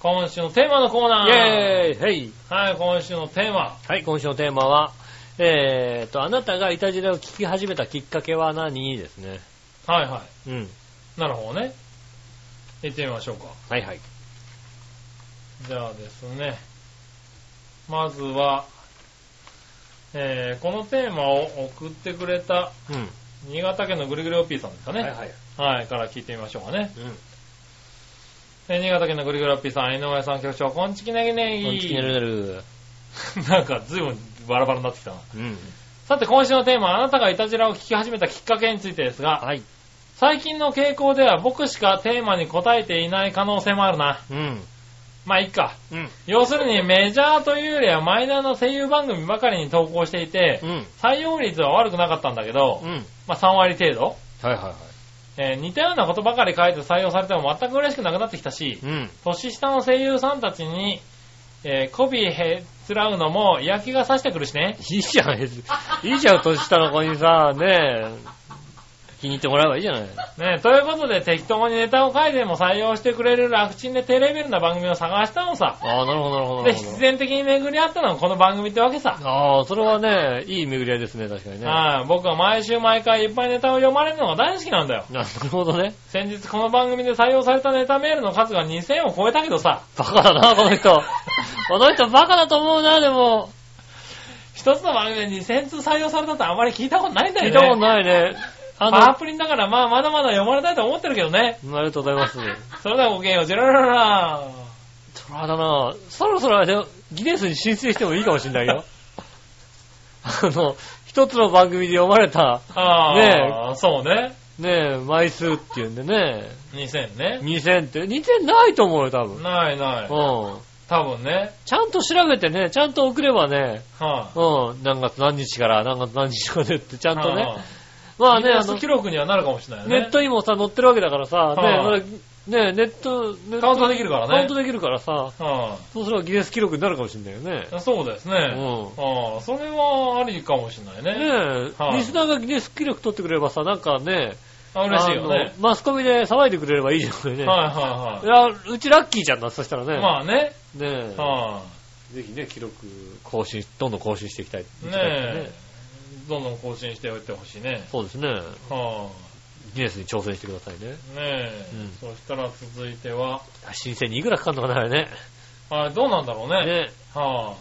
S3: 今週のテーマのコーナー。
S2: ェーイはい。
S3: はい、今週のテーマ。
S2: はい、今週のテーマは、えーと、あなたがイタジェラを聞き始めたきっかけは何ですね。
S3: はいは
S2: うん。
S3: い。なるほどね。行ってみましょうか。
S2: はいはい。
S3: じゃあですね。まずは、えー、このテーマを送ってくれた
S2: うん。
S3: 新潟県のぐるぐるおっぴーさんですかね。
S2: はい。
S3: はい。から聞いてみましょうかね。
S2: うん。
S3: えー新潟県のぐるぐるおっぴーさん、井上さん局長、こんちきねぎねぎ。
S2: こんちきねるねる。
S3: なんか、ずいぶんバラバラになってきたな。
S2: うん。
S3: さて、今週のテーマ、あなたがいたじらを聞き始めたきっかけについてですが、
S2: はい。
S3: 最近の傾向では僕しかテーマに答えていない可能性もあるな。
S2: うん。
S3: まあ、いっか。
S2: うん。
S3: 要するにメジャーというよりはマイナーな声優番組ばかりに投稿していて、
S2: うん。
S3: 採用率は悪くなかったんだけど、
S2: うん。
S3: まあ3割程度、
S2: はいはいは
S3: えー似たようなことばかり書いて採用されても全く嬉しくなくなってきたし
S2: い。、うん。
S3: 年下の声優さんたちに、えー、媚びへつらうのも嫌気がさしてくるしね。
S2: いいじゃん、別にいいじゃん、年下の子にさ、ねえ、気に入ってもらえばいいじゃない。
S3: ねということで適当にネタを書いても採用してくれる楽ちんで低レベルな番組を探したのさ。
S2: ああ、なるほど、なるほど。な
S3: で、
S2: るほど
S3: 必然的に巡り合ったのがこの番組ってわけさ。
S2: ああ、それはね、いい巡り合いですね、確かにね。
S3: はい、僕は毎週毎回いっぱいネタを読まれるのが大好きなんだよ。
S2: なるほどね。
S3: 先日この番組で採用されたネタメールの数が2000を超えたけどさ、
S2: バカだな、この人。この人バカだと思うな、でも。
S3: 一つの番組で2000通採用されたってあまり聞いたことないんだよ
S2: 聞
S3: ね。
S2: いたことないね。あの、
S3: パー
S2: あ
S3: プリンだからまあまだまだ読まれたいと思ってるけどね。
S2: りがとうございます。
S3: それではごきげんよう、ジェラララ
S2: トラだなそろそろあれ、ギネスに申請してもいいかもしんないよ。 あの、一つの番組で読まれた、
S3: ああ、そうね。
S2: ねえ、枚数っていうんでね、
S3: 2000ね。
S2: 2000って、2000ないと思うよ、多分。
S3: ないない。
S2: うん。
S3: 多分ね。
S2: ちゃんと調べてね、ちゃんと送ればね、
S3: は
S2: うん、何月何日から何月何日までってちゃ
S3: い。
S2: んと
S3: は
S2: ね
S3: い。。
S2: ま
S3: ま
S2: あ
S3: あ
S2: ね、
S3: ね、
S2: あ
S3: ス
S2: の、
S3: 記録にはなるかもしれないよね。
S2: ネットにもさ、載ってるわけだからさ、
S3: は
S2: ね
S3: い
S2: それ、ねネット、ネット
S3: カウントできるからね
S2: カウントできるからさ、
S3: は
S2: そうすればギネス記録になるかもしれないよね。
S3: い。そうですね。
S2: う
S3: ああ、それはありかもしれない
S2: ん。
S3: ね。
S2: ねえ、
S3: はい
S2: リスナーがギネス記録取ってくれればさ、なんかね、
S3: あ嬉しいよね
S2: あ。のマスコミで騒いでくれればいいじゃん、これね。
S3: はいはいいは
S2: や、うちラッキーじゃんな、そしたらね。
S3: い。まあね。
S2: ねえ、
S3: は
S2: ぜひね、記録更新、どんどん更新していきたい。
S3: い。ねえ。どんどん更新しておいてほしいね。
S2: そうですね。
S3: は
S2: ギネスに挑戦してくださいね。
S3: い。ねえ
S2: うん。
S3: そしたら続いては、
S2: 申請にいくらかかるのかな、あれね。
S3: あれどうなんだろうね。
S2: ね
S3: は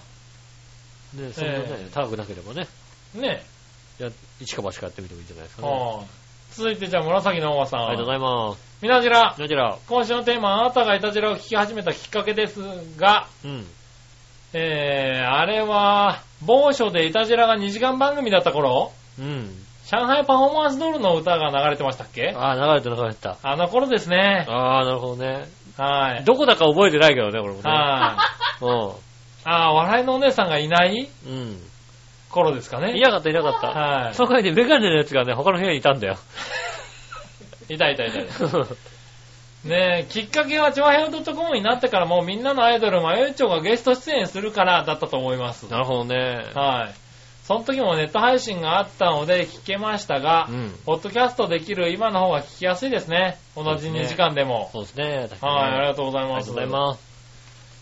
S2: え。ねえ、そんなね、高くなければね。
S3: い。ね
S2: や、一か八かやってみてもいいんじゃないです
S3: え。
S2: かね。
S3: はい。続いてじゃあ紫のおばさ
S2: ありがとうござ
S3: ん。
S2: います。
S3: みなじら、
S2: なじら、
S3: 今週のテーマ、あなたがいたじらを聞き始めたきっかけですが、
S2: うん。
S3: えー、あれは、某所でいたじらが2時間番組だった頃、
S2: うん。
S3: 上海パフォーマンスドールの歌が流れてましたっけ
S2: ああ、流れて流れてた。
S3: あの頃ですね。
S2: ああ、なるほどね。
S3: はい。
S2: どこだか覚えてないけどね、俺もね。
S3: はい。
S2: う
S3: ああ、笑いのお姉さんがいない
S2: ん。
S3: 頃ですか
S2: うん。い
S3: ね。
S2: なかった、いなかった。
S3: はい。
S2: そこ にね、メガネのやつがね、他の部屋にいたんだよ。
S3: いたいたいたいた。ねえ、きっかけは、チョアヘオ .com になってからもうみんなのアイドル、まゆうちょがゲスト出演するからだったと思います。
S2: なるほどね。
S3: はい。その時もネット配信があったので聞けましたが、
S2: うん
S3: ポッドキャストできる今の方が聞きやすいですね。同じ2時間でも。
S2: そうですね。確かに
S3: はい、ありがとうござい
S2: あり
S3: ま
S2: がと
S3: す。
S2: うございます。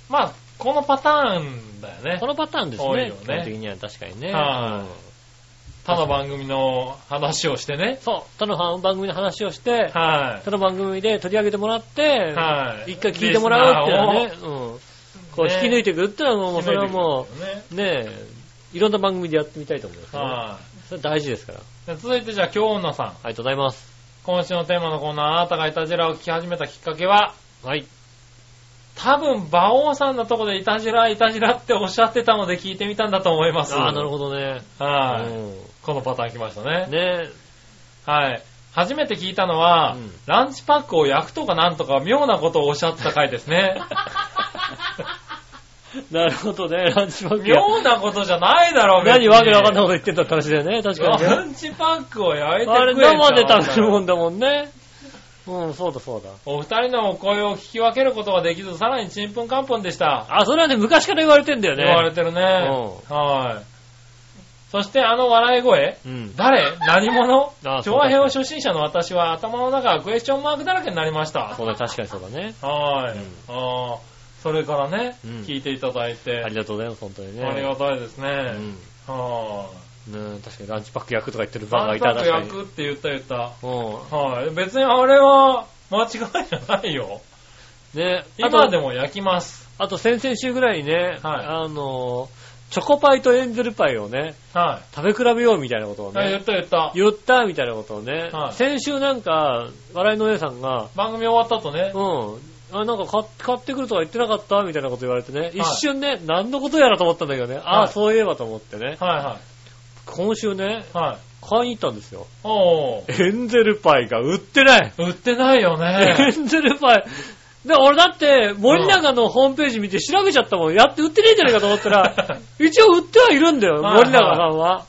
S3: まあ、このパターンだよね
S2: こ。のパターンです
S3: 多い
S2: ね。
S3: よね
S2: 基本的には確かにね。
S3: はい他の番組の話をしてね。
S2: そう。他の番組の話をして、
S3: はい。
S2: 他の番組で取り上げてもらって、
S3: はい。
S2: 一回聞いてもらうっていうのはね、
S3: リ
S2: うん。こう
S3: ね
S2: 引き抜いていくっていうのはもう、
S3: ス
S2: そ
S3: ナーを
S2: れはも
S3: 決めていくんですよね
S2: う、ねえ、いろんな番組でやってみたいと思います、ね。
S3: は
S2: それ大事ですから。あ
S3: い。続いてじゃあ、京女さん。
S2: りがとうございます。
S3: 今週のテーマのコーナー、あなたがいたじらを聞き始めたきっかけは、
S2: はい。
S3: 多分、馬王さんのとこでいたじら、いたじらっておっしゃってたので聞いてみたんだと思います。
S2: ああ、なるほどね。
S3: ど。はい。
S2: う
S3: このパターン来ましたね。
S2: んね え、
S3: はい。初めて聞いたのは、
S2: うん
S3: ランチパックを焼くとかなんとか妙なことをおっしゃった回です ね。
S2: なるほどね。ランチパックや。
S3: 妙なことじゃないだろう、
S2: 何わけわかんないこと
S3: い。
S2: 言ってんだって話だよね。確かに
S3: ラ
S2: ね。
S3: ンチパックを焼いてくれ
S2: あれ生で食べるもん
S3: ん。
S2: だもんね。うん、そうだそうだ。
S3: お二人のお声を聞き分けることができず、さらにちんぷんかんぷんでした。
S2: あ、それはね、昔から言われてんだよね。
S3: 言われてるね。
S2: う
S3: はい。そしてあの笑い声。
S2: うん。
S3: 誰何者
S2: ああそうだ
S3: 調和平和初心者の私は頭の中がクエスチョンマークだらけになりました。
S2: そうだ、確かにそうだね。
S3: はい。
S2: うん
S3: ああ、それからね、
S2: うん
S3: 聞いていただいて、
S2: ありがとうございます、本当にね。
S3: ありがたいですね。
S2: うん
S3: は
S2: ね確かにランチパック焼くとか言ってる
S3: い。
S2: バカ
S3: 三
S2: がいた
S3: 角
S2: 確かに
S3: 焼。くって言った言った。
S2: う
S3: はい。別にあれは間違いじゃないよ。
S2: ん。ねあ
S3: 今
S2: と
S3: でも焼きます。
S2: あと先々週ぐらいにね、
S3: はい
S2: あの、チョコパイとエンゼルパイをね、
S3: は
S2: 食べ比べようみたいなことを
S3: い。あ言
S2: ね
S3: っ、た言った。
S2: 言ったみたいなことをね、
S3: はい
S2: 先週なんか、笑いのお姉さんが、
S3: 番組終わったとね。
S2: うん。あ、なんか買買ってくるとか言ってなかったみたいなこと言われてね。一瞬ね、何のことやらと思ったんだけどね。あ
S3: は
S2: あ、
S3: い
S2: そういえばと思ってね。
S3: はいは
S2: 今週ね、
S3: い。はい。
S2: 買いに行ったんですよ。
S3: おー。
S2: エンゼルパイが売ってない、
S3: 売ってないよ
S2: エ
S3: ね。
S2: ンゼルパイ。で、俺だって、森永のホームページ見て調べちゃったもん。やって売ってねえんじゃねえかと思った ら、一応売ってはいるんだよ、
S3: はいはい
S2: 森永さんは。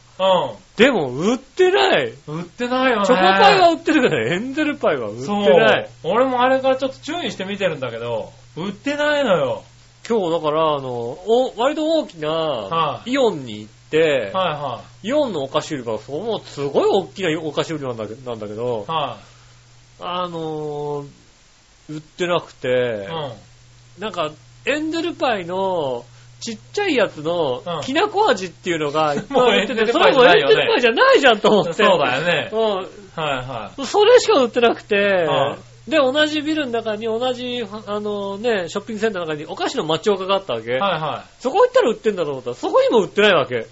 S2: でも、売ってない。
S3: うん。売ってないよね。
S2: チョコパイは売ってるけど、エンゼルパイは売ってない。
S3: そう。俺もあれからちょっと注意して見てるんだけど、売ってないのよ。
S2: 今日だから、あの、お割と大きな
S3: は、い
S2: イオンに行って、
S3: はいは
S2: イオンのお菓子売り場、そうもうすごい大きなお菓子売り場なんだけなんだけど
S3: い。、は
S2: あのー売ってなくて
S3: い。、うん。
S2: なんか、エンゼルパイの、ちっちゃいやつの
S3: うん、
S2: きなこ味っていうの がいっぱい売って
S3: もうエンゼ
S2: て、
S3: ル
S2: そ
S3: パ
S2: れ
S3: イじゃ
S2: も
S3: な
S2: エン
S3: いよ
S2: ゼ
S3: ね
S2: ルパイじゃないじゃんと思って。
S3: そうだよね。
S2: よ。
S3: はいはい。
S2: うん。それしか売ってなくて
S3: は、
S2: で、同じビルの中に、同じ、あのね、ショッピングセンターの中にお菓子の町岡があったわけ。
S3: はいは
S2: そこ行ったら売ってんだと思ったら、そこにも売ってないわけ。
S3: い。うん。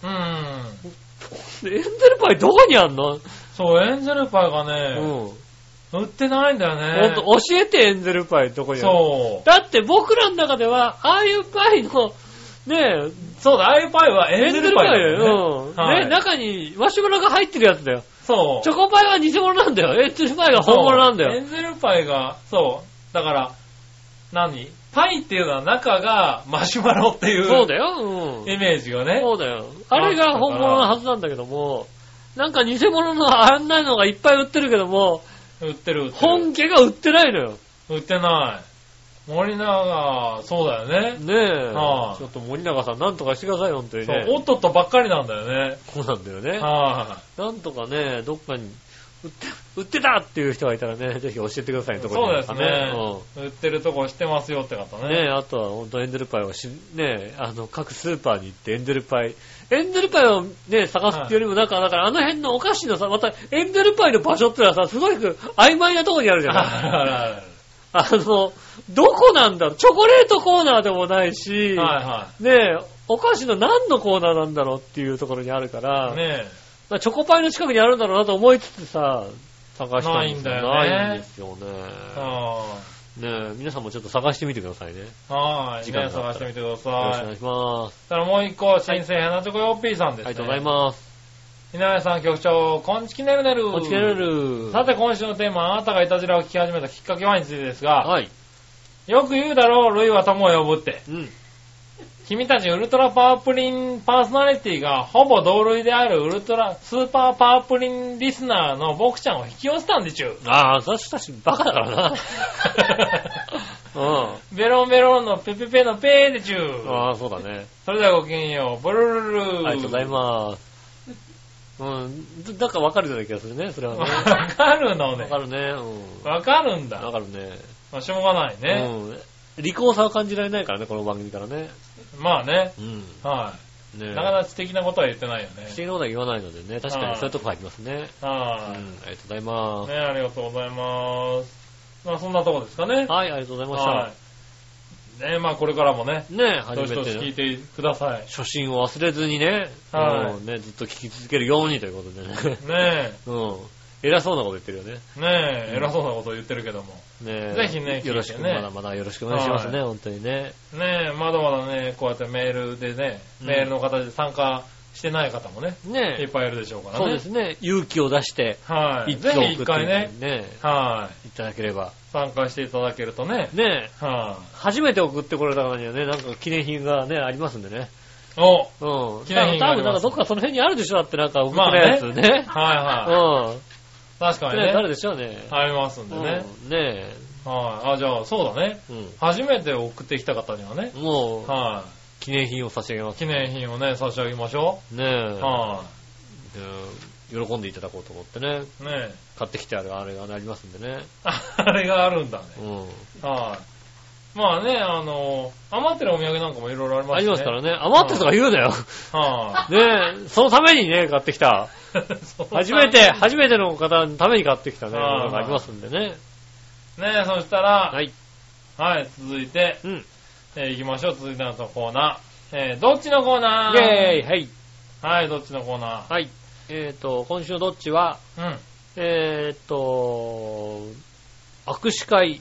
S2: でエンゼルパイどこにあんの、
S3: そう、エンゼルパイが
S2: うん。
S3: ね、
S2: ほん
S3: 売ってないんだよね。
S2: と、教えてエンゼルパイどこにある
S3: そう。
S2: だって僕らの中では、ああいうパイの、ねえ、
S3: そうだ、ああいうパイはエ
S2: エ
S3: ン
S2: ン
S3: ゼ
S2: ゼ
S3: ル
S2: ル
S3: パ
S2: パ
S3: イ
S2: イ
S3: だ
S2: だ
S3: よ
S2: よ。
S3: ね。
S2: うん。
S3: はい
S2: ね、中にマシュマロが入ってるやつだよ。
S3: そう。
S2: チョコパイは偽物なんだよ。エンゼルパイが
S3: そう
S2: 本物なんだ
S3: エ
S2: よ。
S3: ンゼルパイが、そう。だから、何パイっていうのは中がマシュマロってい
S2: そう
S3: う
S2: だよ。うん。
S3: イメージがね。
S2: そうだよ。あれが本物のはずなんだけども、なんか偽物のあんなのがいっぱい売ってるけども、
S3: 売ってる売ってる。
S2: 本家が売ってないのよ。
S3: 売ってない。森永、そうだよね。
S2: ねえ。
S3: はあ
S2: ちょっと森永さん、なんとかしてくださいよ、本当に
S3: そ
S2: ね
S3: う。、おっとっとばっかりなんだよね。
S2: そうなんだよね。
S3: は
S2: なんとかね、どっかに売って、売ってたっていう人がいたらね、ぜひ教えてくださいね、
S3: い。そ
S2: ところ
S3: う
S2: に
S3: ですね。売ってるとこ知ってますよって方
S2: うん
S3: ね。
S2: ねあとは本当エンゼルパイをし、ねあの、各スーパーに行ってエンゼルパイ、エンゼルパイをね、探すっていうよりも、なんか、だからあの辺のお菓子のさ、また、エンゼルパイの場所ってのはさ、すごく曖昧なところにあるじゃない
S3: あらら
S2: あの、どこなんだろうチョコレートコーナーでも ないし、
S3: らはいは
S2: ねえ、お菓子の何のコーナーなんだろうっていうところにあるから、
S3: い。ね
S2: まあチョコパイの近くにあるんだろうなと思いつつさ、探したんですけど
S3: ないんだよね
S2: ないんですよね。
S3: え。は
S2: ねえ、皆さんもちょっと探してみてくださいね。よ
S3: い。はい。
S2: 時間
S3: ね
S2: があっ
S3: 探したて
S2: ら
S3: みてくだ
S2: ろしくお
S3: さ
S2: 願
S3: い
S2: い。します。
S3: そしたらもう一個、新生花チョコヨッピーさんです、ね。
S2: ありがとうございます。
S3: す。稲上さん局長、こんちきねるねる。
S2: お疲れる。
S3: さて今週のテーマ、あなたがいたずらを聞き始めたきっかけはについてですが、
S2: はい。
S3: よく言うだろう、類は友を呼ぶって。
S2: うん。
S3: 君たちウルトラパワープリンパーソナリティがほぼ同類であるウルトラ、スーパーパワープリンリスナーの僕ちゃんを引き寄せたんでちゅう。
S2: ああ、私たちバカだからな。 うん。
S3: ベロンベロンのペペペのペーでちゅう。
S2: ああ、そうだね。
S3: それではごきげんよう。ブルルルル
S2: ありがとうございます。うん。ずなんかわかるような気がするね、それはね。
S3: わかるの
S2: わ
S3: ね
S2: か。るね。うん。
S3: わかるん
S2: わ
S3: だ。
S2: かるね。
S3: まあ、しょうがないね。
S2: うん。利口さは感じられないからね、この番組からね。
S3: まあね。
S2: うん。
S3: は
S2: ね
S3: い。なかなか素敵なことは言ってないよ
S2: 不
S3: ね
S2: 思。議なことは言わないのでね、確かにそういうとこありますね。うん。あ
S3: は
S2: りがと
S3: い。
S2: うございま
S3: ね、ありがとうございます。まあそんなとこですかね。
S2: す。はい、ありがとうございま
S3: は
S2: し
S3: い。ねまあこれからもね、
S2: た。ねえ、
S3: ど
S2: 初
S3: しどし
S2: め
S3: 聞い
S2: て。
S3: てください。
S2: 初心を忘れずにね、
S3: はい
S2: うんね、ずっと聞き続けるようにということでね。
S3: ね
S2: うん。偉そうなこと言ってるよね。
S3: え、ねえ、偉そうなことを言ってるけども。
S2: ねえ
S3: ぜひね
S2: よろしく、
S3: 聞いてね
S2: まだまだよろしくお願いしますね、
S3: は
S2: 本当にね。
S3: ねえ、まだまだね、こうやってメールでね、
S2: うん
S3: メールの形で参加してない方もね、
S2: ね
S3: いっぱいいるでしょうからね。
S2: そうですね、勇気を出して、
S3: はい。
S2: 一
S3: ぜ
S2: 通送って
S3: ひ一回ね、
S2: ね、
S3: はい。
S2: いただければ。
S3: 参加していただけるとね、
S2: ねえ
S3: は
S2: 初めて送ってこれた方にはね、なんか記念品がね、ありますんでね。
S3: い。お
S2: うん。
S3: 記念品があ
S2: 多
S3: り
S2: 分
S3: ます
S2: なんかどっかその辺にあるでしょだってなんか送ってないやつね。
S3: はいは
S2: うん。
S3: い。確かに
S2: ね、
S3: ね
S2: 誰、でしょうね。
S3: ありますんでね。
S2: うんね
S3: はい。あ、じゃあ、そうだね。
S2: え。
S3: 初めて送ってきた方にはね、
S2: うん。もう、
S3: は
S2: 記念品を差し上げま
S3: い。
S2: す。
S3: 記念品をね、差し上げましょ
S2: ね
S3: う。
S2: え。
S3: は
S2: で喜んでいただこうと思ってね、
S3: い。ねえ。
S2: 買ってきてあるあれがありますんでね。
S3: あれがあるんだね。
S2: うん。
S3: はい。まあね、あの、余ってるお土産なんかもいろいろありますね。
S2: ありますからね。余ったとか言うなよ。
S3: は
S2: ねえ、そのためにね、買ってきた。
S3: い。そう
S2: 初めて、初めての方のために買ってきたね、も
S3: あー
S2: のがありますんでね。
S3: ねえ、そしたら、
S2: はい。
S3: はい、続いて、
S2: うん。
S3: えー行きましょう。続いてのコーナー。えー、どっちのコーナ
S2: イェ
S3: ー
S2: ーイはい。
S3: はい、どっちのコーナ
S2: はい。えっ、と、今週のどっちは、
S3: ーうん。
S2: えっ、と、握手会。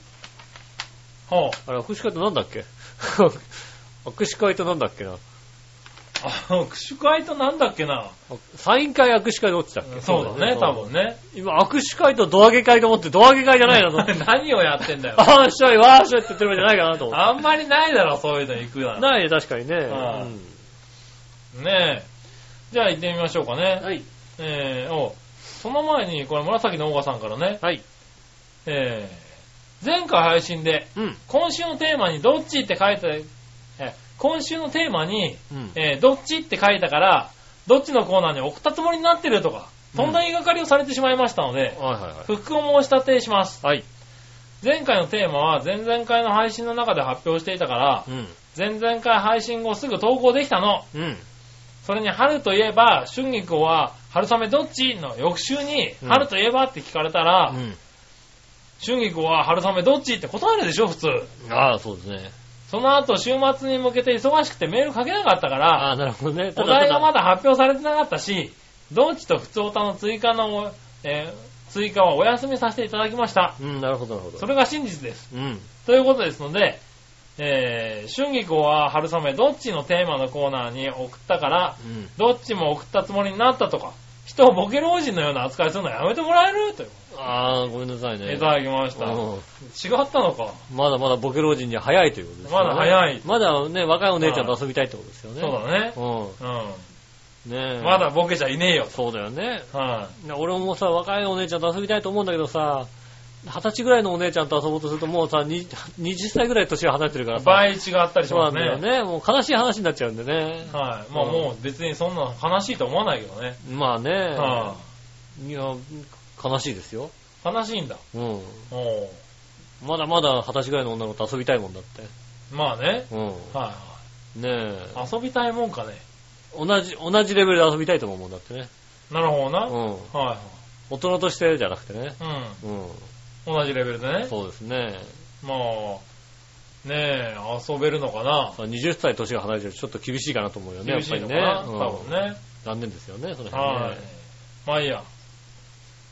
S3: ほう。
S2: あれ、握手会ってなんだっけ 握手会ってなんだっけな
S3: あ、 握手会となんだっけな。
S2: サイン会、握手会どっちだっけ
S3: そうだね、多。分ね。
S2: 今、握手会とドアゲ会と思って、ドアゲ会じゃないなと思って。
S3: 何をやってんだよ。
S2: あーしょい、わーしょいって言ってるわけじゃないかなと思っ
S3: あんまりないだろ、そういうの行くな
S2: て。
S3: ら。
S2: ないね、確かにね。
S3: あー
S2: うん
S3: ねえ。じゃあ行ってみましょうかね。
S2: はい。
S3: えー、おその前に、これ紫のオーガさんからね、
S2: はい。
S3: えー、前回配信で、
S2: うん。
S3: 今週のテーマにどっちって書いて、え今週のテーマに、
S2: うん。
S3: えー、どっちって書いたから、どっちのコーナーに送ったつもりになってるとか、そんな言いがかりをされてしまいましたので、
S2: はいはいはい。
S3: 復復を申し立てします。
S2: はい。
S3: 前回のテーマは前々回の配信の中で発表していたから、
S2: うん。
S3: 前々回配信後すぐ投稿できたの。
S2: うん。
S3: それに春といえば、春菊は春雨どっちの翌週に、
S2: うん
S3: 春といえばって聞かれたら、
S2: うん。
S3: 春菊は春雨どっちって断るでしょ、普通。
S2: ああ、そうですね。
S3: その後、週末に向けて忙しくてメールかけなかったから、
S2: ああ、なるほどね。
S3: お題がま
S2: だ。
S3: だ発表されてなかったし、どっちと普通歌の追加の、えー追加はお休みさせていただきました。
S2: うん、なるほど、なるほ
S3: そ
S2: ど。
S3: れが真実です。
S2: うん。
S3: ということですので、えー、春菊は春雨どっちのテーマのコーナーに送ったから、
S2: うん。
S3: どっちも送ったつもりになったとか、人をボケ老人のような扱いするのやめてもらえるという、
S2: ああ、ごめんなさいね。
S3: いただきました。違
S2: うん
S3: ったのか。
S2: まだまだボケ老人には早いということですよね
S3: まだ早い
S2: まだね、若いお姉ちゃんと遊びたいってことですよね。
S3: そうだね。
S2: う。
S3: うん
S2: ねえ
S3: ん。まだ。ボケちゃいねえよ。
S2: そうだよね。
S3: は
S2: な俺もさ、若いお姉ちゃんと遊びたいと思うんだけどさ、二十歳ぐらいのお姉ちゃんと遊ぼうとするともうさ、に20歳ぐらい年が離れてるから
S3: い。
S2: さ。
S3: 倍違ったりし
S2: そうなん
S3: ます
S2: だよ
S3: ね。
S2: ね。もう悲しい話になっちゃうんでね。
S3: はい。まあ
S2: うん
S3: もう別にそんなの悲しいと思わないけどね。
S2: まあね。
S3: はい
S2: や、悲しいですよ。
S3: い。悲しいんだ。
S2: うん。
S3: おう
S2: まだまだ二十歳ぐらいの女の子と遊びたいもんだって。
S3: まあね。
S2: う
S3: は
S2: ん。ねえ
S3: い。はい。遊びたいもんかね。
S2: 同じ、同じレベルで遊びたいと思うもんだってね。
S3: なるほどな。
S2: う
S3: はい
S2: ん。
S3: は
S2: 大人としてじゃなくてね。
S3: い。うん。
S2: う
S3: 同じレベルでね
S2: ん。。そうですね。
S3: まあ、ねえ、遊べるのかな。
S2: まあ20歳年が離れてるとちょっと厳しいかなと思うよね、や
S3: 厳
S2: っ
S3: し
S2: ぱ
S3: い
S2: りね
S3: のか。な、
S2: うん
S3: 多分ね。
S2: 残念ですよね、その辺
S3: は
S2: ね。
S3: い。まあいいや。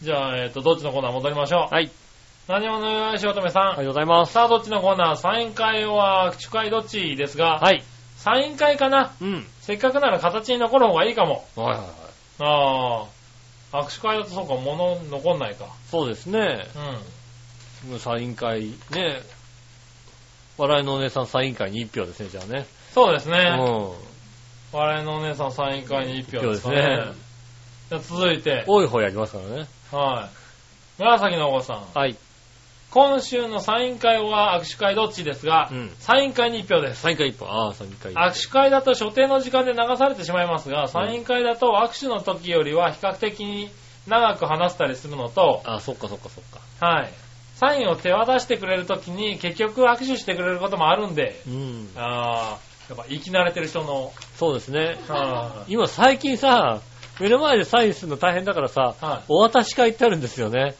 S3: じゃあ、えっ、と、どっちのコーナー戻りましょう。
S2: はい。
S3: 何者よいしおとめさん。
S2: ありがとうございます。
S3: さあ、どっちのコーナーサイン会は握手会どっちですが、
S2: はい。
S3: サイン会かな
S2: うん。
S3: せっかくなら形に残る方がいいかも。
S2: はいはいはい。
S3: ああ。握手会だとそうか、物残んないか。
S2: そうですね。
S3: う
S2: サイン会、ね。笑いのお姉さんサイン会に一票ですね、じゃあね。
S3: ん。そうです
S2: う
S3: ね。
S2: ん。
S3: 我々のお姉さんサイン会に1票ですか
S2: 一票
S3: ね
S2: で。
S3: じゃあ続いて、
S2: 多い方やりますからね。
S3: はい。紫のお子さん。
S2: はい。
S3: 今週のサイン会は握手会どっちですが、
S2: うん
S3: サイン会に1票です。
S2: 3回1本。ああ、3回1本。
S3: 握手会だと所定の時間で流されてしまいますが、サイン会だと握手の時よりは比較的に長く話したりするのと、
S2: ああ、そっかそっかそっか。
S3: はい。サインを手渡してくれる時に結局握手してくれることもあるんで、
S2: うん。
S3: あー、やっぱ生き慣れてる人の、
S2: そうですね。
S3: あー
S2: 今最近さ、目の前でサインするの大変だからさ、
S3: はい
S2: お渡し会ってあるんですよね。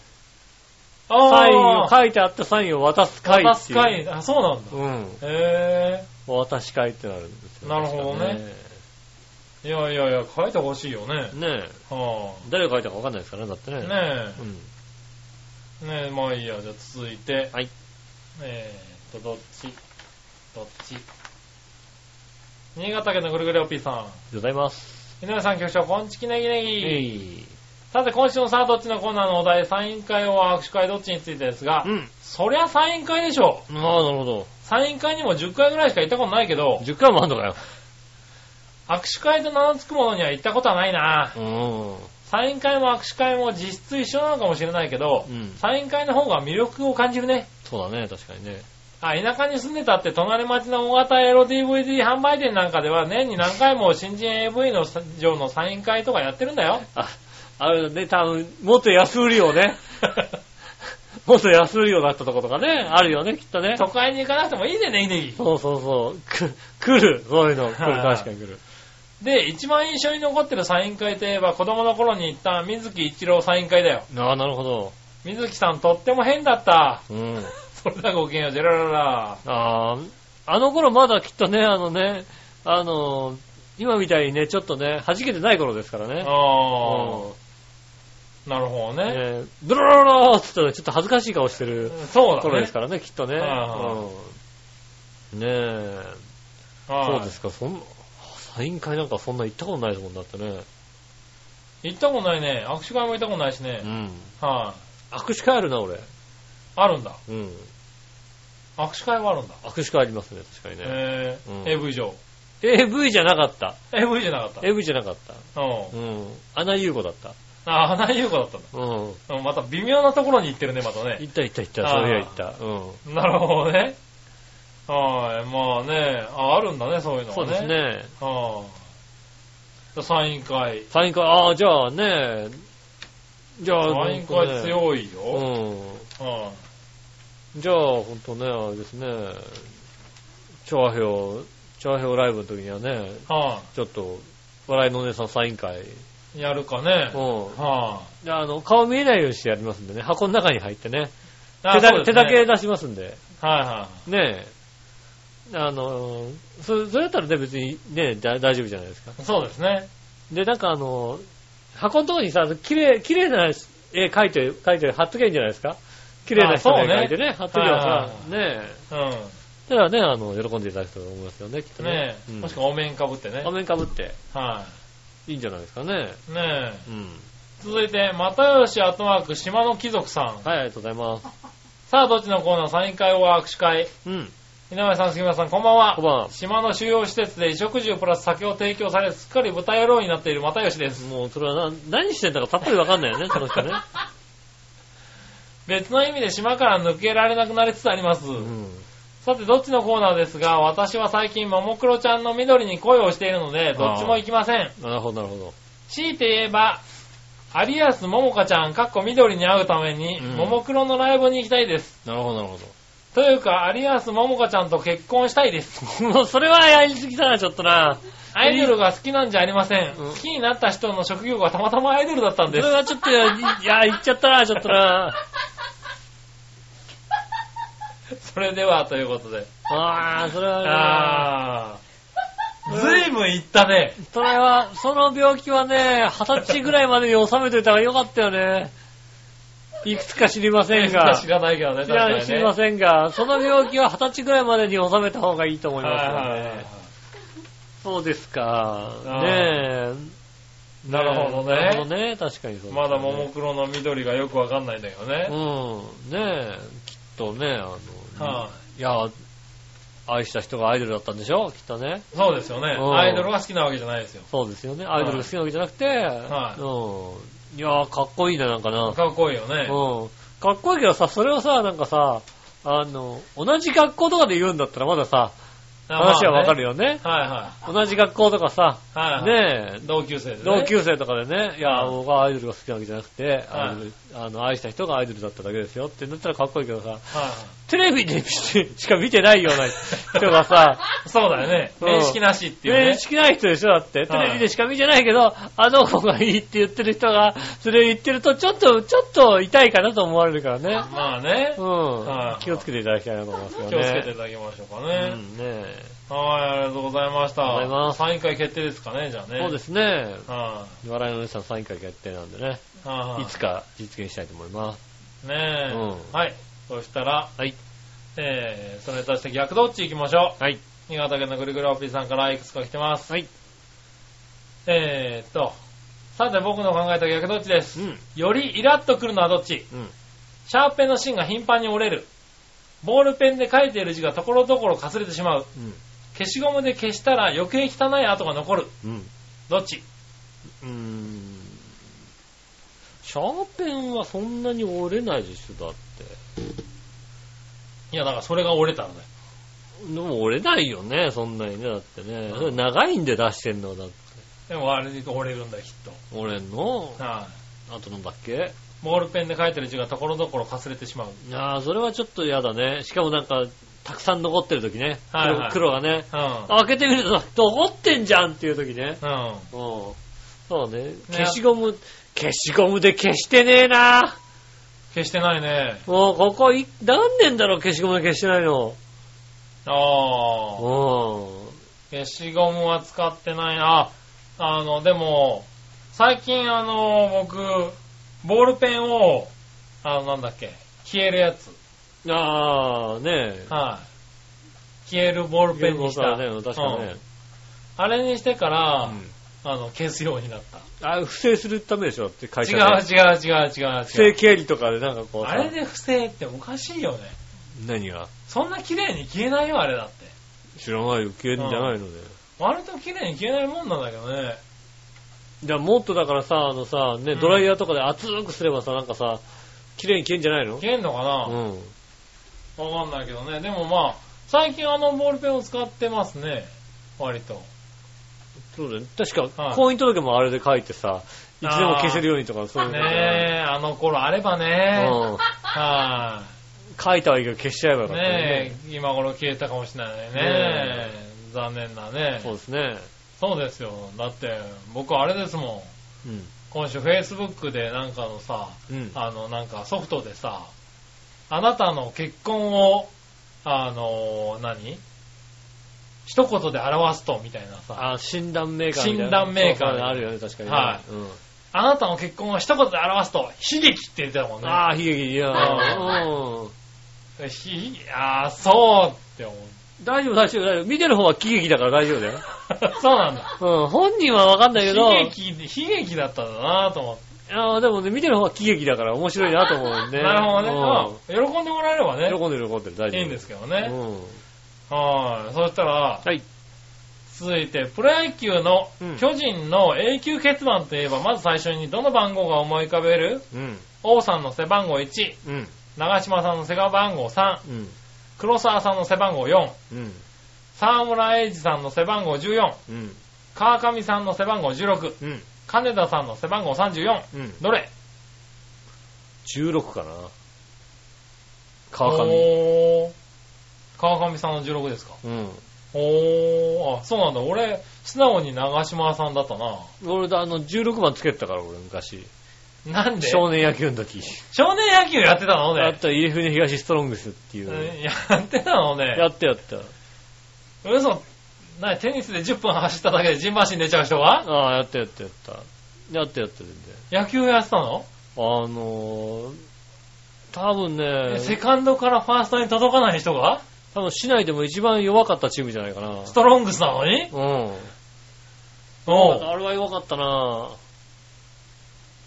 S3: あー
S2: サインを書いてあったサインを渡す会
S3: 渡
S2: って
S3: す
S2: いう。
S3: 会、あ、そうなんだ。
S2: うん。
S3: へ
S2: お渡し会ってなるんですよ。
S3: なるほどねえ。いやいやいや、書いてほしいよね
S2: 確か。ね。ねえ。
S3: は
S2: 誰が書いたかわかんないですからね、だってね。
S3: あ、ね
S2: うん。
S3: え。ねえ、まあいいや。じゃあ続いて。
S2: はい。
S3: えーっと、どっちどっち新潟県のぐるぐるおっぴーさ
S2: ございます。
S3: ん。井上さん、局長、こんちきねぎねぎ。
S2: えい。
S3: さて、今週のさあ、どっちのコーナーのお題、サイン会は握手会どっちについてですが、
S2: うん。
S3: そりゃサイン会でしょ。
S2: ああ、なるほど。
S3: サイン会にも10回ぐらいしか行ったことないけど、
S2: 10回もあんのかよ。
S3: 握手会と名の付くものには行ったことはないな。
S2: う
S3: サイン会も握手会も実質一緒なのかもしれないけど、
S2: ん。うん。
S3: サイン会の方が魅力を感じるね。
S2: そうだね、確かにね。
S3: あ、田舎に住んでたって隣町の大型エロ DVD 販売店なんかでは年に何回も新人 AV のさ上のサイン会とかやってるんだよ。
S2: あ、あれね、多分、元安売りを ね。元安売りをだったとことかね、あるよね、きっとね。
S3: 都会に行かなくてもいいね、ネギネギ。
S2: そうそうそう。く、来る。そういうの。来る。
S3: はい
S2: 確かに来る。
S3: で、一番印象に残ってるサイン会といえば子供の頃に行った水木一郎サイン会だよ。
S2: ああ、なるほど。
S3: 水木さんとっても変だった。
S2: うん。
S3: それだごきげんよう、ジェラララ。
S2: ああ、あの頃まだきっとね、あのね、あの、今みたいにね、ちょっとね、弾けてない頃ですからね。う
S3: あ
S2: ん
S3: ー。なるほどね。
S2: えー、ドロロローっつってちょっと恥ずかしい顔してる
S3: そうだ
S2: 頃で
S3: ね
S2: す。からね、きっとね。
S3: は
S2: うんねえ、
S3: はい
S2: そうですか、そん、サイン会なんかそんな行ったことないですもんだってね。
S3: 行ったことないね。握手会も行ったことないしね
S2: う。ん。
S3: はい。
S2: 握手会あるな、俺。
S3: あるんだ。
S2: うん。
S3: 握手会はあるんだ。
S2: 握手会ありますね、確かにね。
S3: えー
S2: うん
S3: AV 上。
S2: AV じゃなかった。
S3: AV じゃなかった。
S2: AV じゃなかった。
S3: うん。
S2: うん。アナ優子だった。
S3: あ、花井優子だったん
S2: うん。
S3: だ。うんまた微妙なところに行ってるね、またね。
S2: 行った行った行った。
S3: あー
S2: そういや行った。うん。
S3: なるほどね。はい。まあね、ああるんだね、そういうの
S2: そ
S3: はね。
S2: うです。ね。
S3: はい。サイン会。
S2: サイン会、ああ、じゃあね、じゃあ、
S3: サイン会強いよ。
S2: うん。
S3: は
S2: じゃあ、ほんとね、あれですね、長平、長平ライブの時にはね、
S3: い。は
S2: ちょっと、笑いのお姉さんサイン会。
S3: い。やるかね。
S2: うん。
S3: は
S2: であの、顔見えないようにしてやりますんでね、箱の中に入ってね、
S3: い。あ
S2: 手だ
S3: そうです
S2: 手
S3: ね
S2: だけ出しますんで、
S3: はいは
S2: ねえ。あの、そそれだったらね、別にね、だ大丈夫じゃないですか。
S3: い。そうですね。
S2: で、なんかあの、箱のとこにさ、綺麗、綺麗な絵描いて、描いて貼っとけばいいんじゃないですか綺麗な人の絵
S3: あそうね
S2: 描いてね、貼っとけば
S3: はいは
S2: さ、
S3: い
S2: ねえ。
S3: う
S2: だからね、あの、喜んでいただくと思いますよね、きっと
S3: ん。
S2: ね
S3: ね。
S2: う
S3: え。
S2: ん
S3: もしくはお面かぶってね
S2: 画。面かぶって、
S3: はい
S2: いんじゃないですかね。
S3: い。ねえ。
S2: うん。
S3: 続いて、又吉後ワーク島の貴族さん。
S2: はい、ありがとうございます。
S3: さあ、どっちのコーナーサイン会は握手会
S2: うん。
S3: 井上さん、杉村さん、こんばんは。
S2: 小判。
S3: 島の収容施設で衣食住プラス酒を提供され、すっかり豚野郎になっている又吉です。
S2: もう、それはな、何してんだかたっぷりわかんないよね、その人ね。
S3: 別の意味で島から抜けられなくなりつつあります。
S2: うん。
S3: さて、どっちのコーナーですが、私は最近、ももクロちゃんの緑に恋をしているので、どっちも行きません。
S2: なるほど、なるほど。
S3: 強いて言えば、有安ももかちゃん、かっこ緑に会うために、
S2: うん
S3: ももクロのライブに行きたいです。
S2: なるほど、なるほど。
S3: というか、有安ももかちゃんと結婚したいです。
S2: もうそれはやりすぎだな、ちょっとな。
S3: アイドルが好きなんじゃありません。
S2: うん
S3: 好きになった人の職業がたまたまアイドルだったん
S2: そ
S3: で
S2: れ
S3: す。
S2: はちょっとや、いや、言っちゃったな、ちょっと な。
S3: それでは、ということで。
S2: ああ、それはね、
S3: あー。ずいぶんいったね。
S2: それは、その病気はね、二十歳ぐらいまでに収めといた方がよかったよね。いくつか知りませんが。
S3: 知らないけどね、
S2: い
S3: 確かに
S2: や、
S3: ね。
S2: 知りませんが、その病気は二十歳ぐらいまでに収めた方がいいと思い
S3: は
S2: ます
S3: い
S2: よ
S3: はいはいは
S2: ね。そうですか。
S3: あー
S2: ねえ。
S3: なるほどね
S2: なるほどね。確かにそう、
S3: い。まだももクロの緑がよくわかんないんだけどね。
S2: うん。ねえ、きっとね、あの、
S3: はい
S2: や、愛した人がアイドルだったんでしょきっとね。
S3: そうですよね。
S2: うん
S3: アイドルが好きなわけじゃないですよ。
S2: そうですよね。アイドルが好きなわけじゃなくて、
S3: はい
S2: うん。いやー、かっこいいな、なんかな。
S3: かっこいいよね。
S2: うん。かっこいいけどさ、それをさ、なんかさ、あの、同じ学校とかで言うんだったらまださ、
S3: あ
S2: 話はわかる
S3: よ。
S2: よね。
S3: はいは
S2: 同じ学校とかさ、
S3: い。はいはい。
S2: ねえ、
S3: 同級生でね。
S2: 同級生とかでね、いや、
S3: うん
S2: 僕はアイドルが好きなわけじゃなくて、アイドルあの、愛した人がアイドルだっただけですよってなったらかっこいいけどさ、
S3: はいは
S2: テレビでしか見てないような人が さ、
S3: い。そうだよね。
S2: うん
S3: 面識なしっていう
S2: 面
S3: ね。
S2: 識ない人でしょだって。テレビでしか見てないけど、あの子がいいって言ってる人が、それを言ってると、ちょっと、ちょっと痛いかなと思われるからね。
S3: まあね
S2: う。
S3: は
S2: ん。
S3: い
S2: 気をつけていただきたいなと思いますよね。
S3: 気をつけていただきましょうか
S2: う
S3: ね。
S2: ん、ねえ
S3: はい、ありがとうございました。
S2: ありがとうございます
S3: サイン会決定ですかね、じゃあね。。
S2: そうですすね。
S3: は
S2: 笑いのお姉さん3回決定なんでね。
S3: い。はい
S2: つか実現したいと思います。
S3: い。ねえ。
S2: うん
S3: はい。そしたら、
S2: はい。
S3: えー、それに対して逆どっち行きましょう。
S2: はい。
S3: 新潟県のぐるぐるおっぴーさんからいくつか来てます。
S2: はい。
S3: えーっと、さて僕の考えた逆どっちです。
S2: うん。
S3: よりイラッとくるのはどっち
S2: うん。
S3: シャーペンの芯が頻繁に折れる。ボールペンで書いている字がところどころかすれてしまう。消しゴムで消したら余計汚い跡が残る。
S2: うん。うん。
S3: どっち
S2: うーん。シャーペンはそんなに折れないでしょ、だって。
S3: いや、だからそれが折れたんだよ。
S2: でも折れないよね、そんなにね、だってね。それ長いんで出してんの、だって。
S3: でもあれで折れるんだよ、きっと。
S2: 折れんの
S3: はい、
S2: あとなんだっけ
S3: ボールペンで書いてる字がところどころかすれてしまう。
S2: ああ、それはちょっと嫌だね。しかもなんか、たくさん残ってる時ね。
S3: はいはい
S2: 黒黒がね。
S3: うん。
S2: 開けてみると、残ってんじゃんっていう時ね。
S3: うん。
S2: うん。そうね。消しゴム、消しゴムで消してねえな。
S3: 消してないね。
S2: もうここい、何年だろう、消しゴムで消してないの。
S3: ああ。
S2: う
S3: 消しゴムは使ってないな。あの、でも、最近あの、僕、ボールペンを、あの、なんだっけ、消えるやつ。
S2: ん。ああ、ねえ。
S3: はい。消えるボールペンにした。
S2: ね、確かね
S3: うん。あれにしてから、
S2: うん
S3: あの、消すようになった。
S2: あ不正するためでしょって会
S3: 違
S2: 社
S3: う
S2: で。
S3: 違う違う違う
S2: 不
S3: 違
S2: 正
S3: う。
S2: 経理とかでなんかこうさ
S3: あれで不正っておかしいよね。
S2: 何が
S3: そんな綺麗に消えないよ、あれだって。
S2: 知らないよ、経理じゃないので。
S3: 割と綺麗に消えないもんなんだけどね。
S2: じゃあもっとだからさ、あのさ、ね、
S3: うん
S2: ドライヤーとかで熱くすればさ、なんかさ、綺麗に消えんじゃないの
S3: 消えんのか
S2: う。
S3: なんわ、かんないけどね。でもまあ、最近あのボールペンを使ってますね。割と。
S2: そうだね。確
S3: は
S2: か、
S3: い
S2: 婚姻届もあれで書いてさ、いつでも消せるようにとか、そういうのじ
S3: ね
S2: ゃない
S3: え、あの頃あればね。
S2: うん。
S3: は
S2: 書いたはいいけど消しちゃえばよ
S3: い。
S2: かったよ
S3: ね
S2: ね。
S3: え、今頃消えたかもしれないね。
S2: ね
S3: 残念だね。
S2: そうですね。
S3: そうですよ。だって、僕あれですもん。今週 Facebook でなんかのさ、
S2: うん。うん。
S3: あの、なんかソフトでさ、あなたの結婚を、あの、何一言で表すと、みたいなさ、
S2: あ、診断メーカーみたいな。
S3: 診断メーカー
S2: そうあるよね、確かにね。
S3: は
S2: うん。
S3: あなたの結婚を一言で表すと、悲劇って言ってたもんね。
S2: ああ、悲劇、いや、 うん。
S3: ひひあーそうって思う。
S2: 大丈夫、大丈夫、大丈夫。見てる方は喜劇だから大丈夫だよ。
S3: そうなんだ。
S2: うん、本人はわかんないけど、
S3: 悲劇、悲劇だったんだなと思って。
S2: ああ、でもね、見てる方は喜劇だから面白いなと思うんで。
S3: なるほどね。うん喜んでもらえれば
S2: うん
S3: ね、
S2: 喜んでる、喜んでる、大丈夫。
S3: いいんですけど
S2: う
S3: ね。
S2: ん。
S3: はい。そしたら、
S2: はい。
S3: 続いて、プロ野球の
S2: うん
S3: 巨人の永久決断といえば、まず最初にどの番号が思い浮かべる
S2: うん。
S3: 王さんの背番号1、
S2: うん。
S3: 長嶋さんの背番号3、
S2: うん。
S3: 黒沢さんの背番号4、
S2: うん。
S3: 沢村英二さんの背番号14、
S2: うん。
S3: 川上さんの背番号16、
S2: うん。
S3: 金田さんの背番号34、
S2: うん。
S3: どれ
S2: 16かな。川上。
S3: 上。川上さんの16ですか。
S2: うん。
S3: おー、あ、そうなんだ。俺、素直に長嶋さんだったな。
S2: 俺、あの、16番つけてたから、俺、昔。
S3: なんで
S2: 少年野球の時。
S3: 少年野球やってたの
S2: あ
S3: ね
S2: っ。た、家船東ストロングスっていうの。
S3: うんやってたのね。
S2: やったやった。
S3: 嘘。なにテニスで10分走っただけでジンバシン出ちゃう人が
S2: ああ、やったやったやった。やったやった、全然。
S3: 野球やってたの、
S2: あのー、多分ね、
S3: セカンドからファーストに届かない人が
S2: 多分市内でも一番弱かったチームじゃないかな。
S3: ストロングスなのに
S2: うん。
S3: おう
S2: あれは弱かったな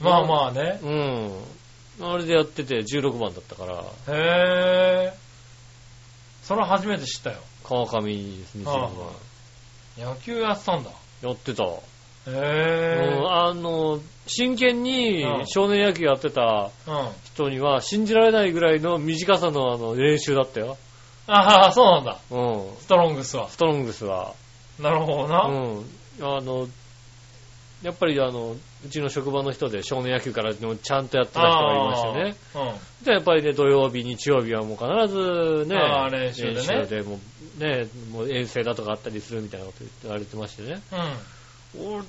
S3: まあまあね。
S2: うん。あれでやってて16番だったから。
S3: へそれは初めて知ったよ。
S2: 川上ですね、
S3: あ野球やってたんだ。
S2: やってた。
S3: へ
S2: うんあの、真剣に
S3: うん
S2: 少年野球やってた
S3: ぇー。うん。
S2: 人には信じられないぐらいの短さのあの練習だったよ。
S3: ああ、そうなんだ。
S2: うん。
S3: ストロングスは。
S2: ストロングスは。
S3: なるほど
S2: う
S3: な。
S2: ん。あの、やっぱりあの、うちの職場の人で少年野球からでもちゃんとやってた人がいましたね。
S3: あ
S2: で、やっぱりね、土曜日、日曜日はもう必ずね、
S3: あー練習でね
S2: でもうね、もう遠征だとかあったりするみたいなこと言われてましてね。
S3: ー。うん。
S2: 俺、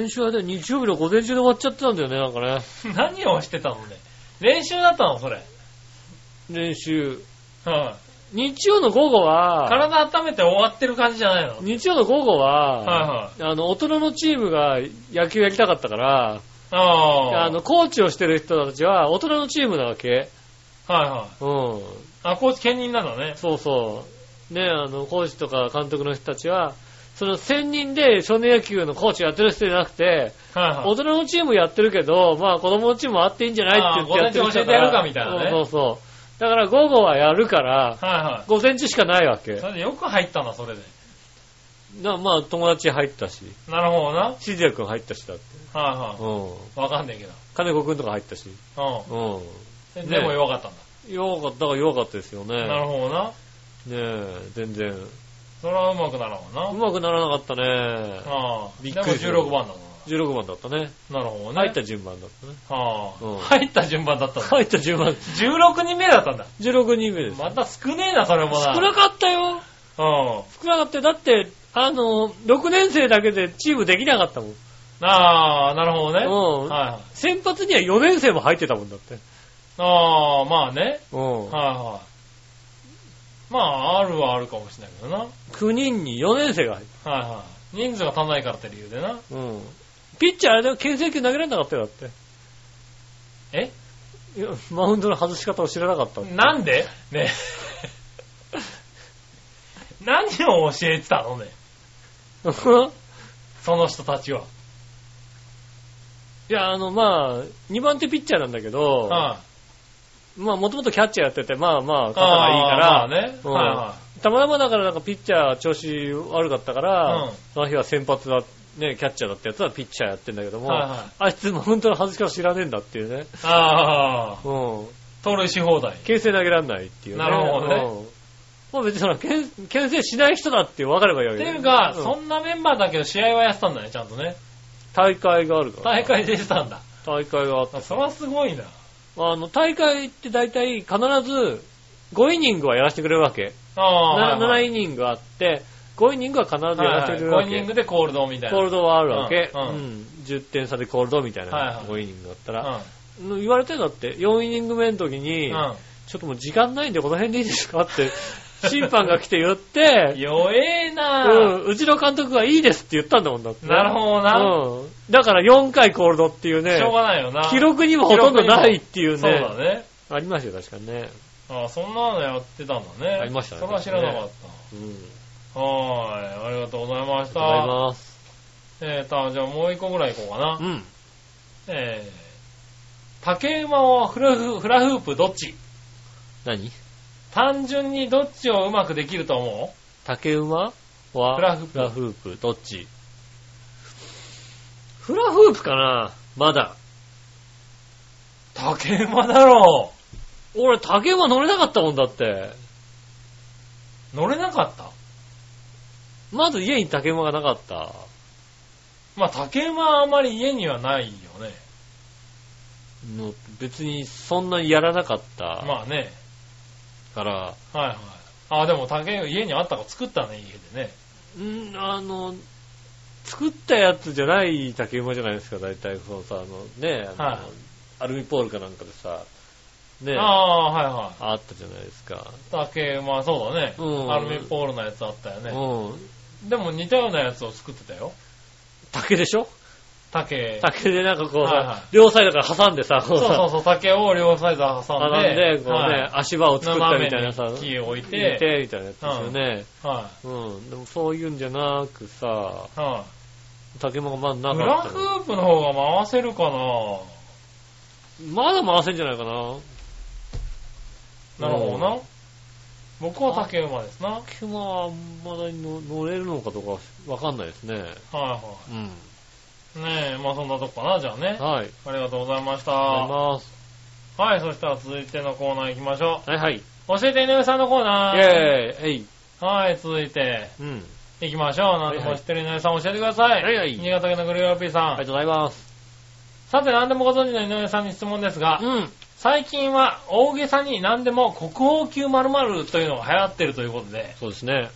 S2: 練習はね、日曜日の午前中で終わっちゃってたんだよね、なんかね。
S3: うん。 何をしてたのね。練習だったのそれ。
S2: 練習。
S3: は
S2: 日曜の午後
S3: い。
S2: は、
S3: 体温めて終わってる感じじゃないのはい
S2: 日曜の午後は、
S3: は
S2: あの、大人のチームが野球やりたかったから、
S3: い。ああ。
S2: あの、、コーチをしてる人たちは大人のチームなわけ。
S3: はいはい。
S2: うん。
S3: あ、コーチ兼任なんだね。
S2: そうそう。ね、あの、コーチとか監督の人たちは、その専任で少年野球のコーチやってる人じゃなくて、
S3: はいは
S2: 大人のチームやってるけど、まあ子供のチームもあっていいんじゃないって言ってやってる人だから
S3: あー午前中教えてやるかみたいなね
S2: そうそうそう。だから午後はやるから
S3: い。、はいは
S2: 午前中しかないわ
S3: い。
S2: け
S3: そ。れでよく入ったな、それで。
S2: なまあ友達入ったし、
S3: なるほどな。はい
S2: しずやくん入ったしだって。う
S3: は
S2: ん。
S3: い。わかんないけど。
S2: 金子くんとか入ったし。
S3: う
S2: うん。
S3: ん。でも弱かったん
S2: ね弱かった、だから弱かったですよね。
S3: だ。なるほどな。
S2: ねえ、全然。う
S3: それはうまくならんわな。
S2: まくならなかったね。
S3: ああ。
S2: び
S3: で
S2: っ
S3: も
S2: くりする
S3: 16番だもん
S2: 16番だったね。
S3: な。なるほどね。
S2: 入った順番だったね。
S3: はあ
S2: うん
S3: 入った順番だったんだ。
S2: 入った順番。
S3: 16人目だったんだ。
S2: 16人目です。
S3: また少ねえな、それもな。
S2: 少なかったよ。
S3: うん。
S2: 少なかったよ。だって、あの、6年生だけでチームできなかったもん。
S3: ああ、なるほどね。
S2: うん
S3: はいはい。
S2: 先発には4年生も入ってたもんだって。
S3: ああ、まあね。
S2: うん
S3: はいはい。まあ、あるはあるかもしれないけどな。はい
S2: 9人に4年生が入っ
S3: はい。人数が足んないからって理由でな。
S2: た。うん。ピッチャーあれだよ、牽制球投げられなかったよ、だって。
S3: え
S2: いやマウンドの外し方を知らなかった。
S3: なんでねえ何を教えてたのね。その人たちは。
S2: いや、あの、まあ、2番手ピッチャーなんだけど、
S3: は
S2: まあ、もともとキャッチャーやってて、まあまあ、
S3: い。
S2: 肩がいいから、
S3: あーまあね。
S2: うん
S3: はいは
S2: たまたまだからなんかピッチャー調子悪かったから、
S3: うん
S2: その日は先発だ、ね、キャッチャーだったやつはピッチャーやってんだけども、
S3: はいはい
S2: あいつマウンドの外し方知らねえんだっていうね。
S3: い。ああ、
S2: うん。
S3: 盗塁し放題。
S2: 牽制投げらんないっていうね。
S3: なるほどね
S2: うんまあ別にその、牽牽制しない人だって分かればいいわ
S3: っ
S2: け
S3: て
S2: だよね
S3: いうか、
S2: うん
S3: そんなメンバーだけど試合はやってたんだね、ちゃんとね。
S2: 大会があるから。
S3: 大。会出てたんだ。
S2: 大会があった。
S3: あそれはすごいな。
S2: あの、大会って大体必ず5イニングはやらせてくれるわけ。
S3: ああ。
S2: な
S3: はいは
S2: 7
S3: い
S2: イニングあって、5イニングは必ずやらせてくれるわ
S3: はいはい
S2: け。
S3: 5イニングでコールドみたいな。
S2: コールドはあるわけ。う
S3: うんん
S2: 10点差でコールドみたいな、
S3: はいはい
S2: 5イニングだった
S3: うん
S2: ら。言われてんだって、4イニング目の時に、
S3: う
S2: ちょっともう時間ないんでこの辺でいいですか って、審判が来て言って
S3: ん。、弱え
S2: う、
S3: なん
S2: うちの監督がいいですって言ったんだもんだって。
S3: なるほどな
S2: うん。だから4回コールドっていうね
S3: しょう、がないよな。
S2: 記録にもほとんどないっていうね。
S3: そうだね。
S2: ありましたよ、確かにね。
S3: ああ、そんなのやってたんだね。
S2: ありましたね
S3: ね。それは知らなかっ
S2: うん。
S3: た。はーい。ありがとうござ
S2: ありが
S3: いまし
S2: とうござい
S3: た。
S2: ます。
S3: えーと、じゃあもう一個ぐらいいこうかな
S2: う。ん。
S3: えー、竹馬をフラフフラフープどっち
S2: 何
S3: 単純にどっちをうまくできると思
S2: 竹馬は
S3: フラフープ
S2: フラフープ。どっちフラフープかなまだ。
S3: う竹馬だろ
S2: 俺、竹馬乗れなかったもんだって。
S3: う乗れなかった
S2: まず家に竹馬がなかった。
S3: まあ、竹馬はあまり家にはないよね。
S2: の別にそんなにやらなかった
S3: まあね。
S2: から、
S3: はいはい。ああ、でも竹、家にあったから作ったね、家でね。
S2: うん、あの、作ったやつじゃない竹馬じゃないですか、大体、そのさ、あのね、あの
S3: はい
S2: アルミポールかなんかでさ、ね、あ
S3: ああー、はいはい。
S2: ったじゃないですか。
S3: 竹、まあそうだね。
S2: うん
S3: アルミポールのやつあったよね。
S2: うん。
S3: でも似たようなやつを作ってたよ。
S2: 竹でしょ
S3: 竹。
S2: 竹でなんかこうさ、
S3: はいはい
S2: 両サイドから挟んでさ、こ
S3: そううそう
S2: さ、
S3: そう、竹を両サイド挟ん
S2: 挟ん
S3: で。
S2: で、こうね、
S3: はい
S2: 足場を作ったみたいなさ
S3: 斜、めに木を置いて
S2: 入れてみたいなやつですよね。
S3: は
S2: うん。でもそういうんじゃなくさ、
S3: い。は
S2: 竹馬がまだ
S3: い。
S2: な
S3: フ
S2: か
S3: ラ
S2: った
S3: フ
S2: の。
S3: ープの方が回せるかな
S2: まだ回せんじゃないかな。
S3: なるほどな。僕は竹馬ですな。はい
S2: 熊はまだに乗乗れるのかとかわかんないですね。
S3: は
S2: うん。
S3: い。ねえ、まあそんなとこかな、じゃあね。
S2: はい。
S3: ありがとうございました。
S2: ありがとうございます。
S3: はい、そしたら続いてのコーナー行きましょ
S2: はいはい。イ
S3: う。教えて井上さんのコーナー。
S2: ェーイえい。
S3: はい、続いて
S2: うん。
S3: 行きましょう。なんでも知ってる井上さん教えてください。
S2: はいはい
S3: 新潟県のグリーンピーさん。
S2: ありがとうございます。
S3: さて、何でもご存知の井上さんに質問ですが、
S2: うん。
S3: 最近は大げさに何でも国宝級〇〇というのが流行ってるということで、
S2: そうですね。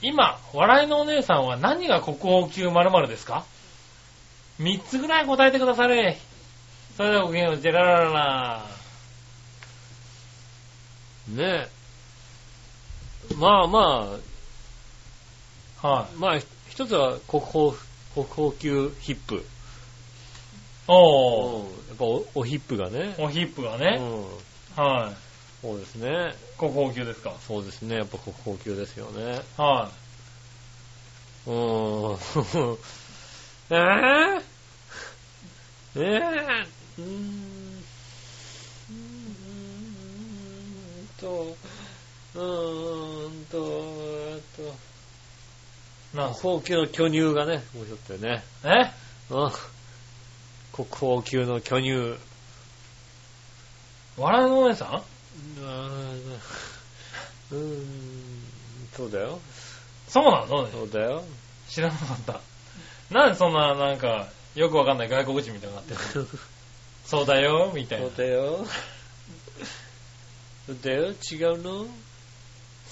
S3: 今、笑いのお姉さんは何が国宝級〇〇ですか ?3 つぐらい答えてくだされ。それではごきげんよう、ジェララララ。
S2: ねえ。まあま
S3: は
S2: あ、まあ、一つは国宝、国宝級ヒップ。
S3: い。おー。
S2: うんやっぱおおヒップがね。
S3: おヒップが
S2: う
S3: ね。
S2: ん。
S3: はい。
S2: そうですね。
S3: 国宝級ですか。
S2: そうですね。やっぱ国宝級ですよね。
S3: は
S2: うーん。えぇ、えぇ、うーんうーんうーんと、うーんと、えっと、
S3: い。なん
S2: 国宝級の巨乳がね、もうちょっとね。
S3: え
S2: うん。国宝級の巨乳。う
S3: 笑いのお姉さん
S2: ーん、そうだよ。
S3: そうなの
S2: そうだよ。
S3: 知らなかった。なんでそんな、なんか、よくわかんない外国人みたいになってる
S2: そう
S3: そうだよ、みたいな。
S2: だよ。そうだよ、違うの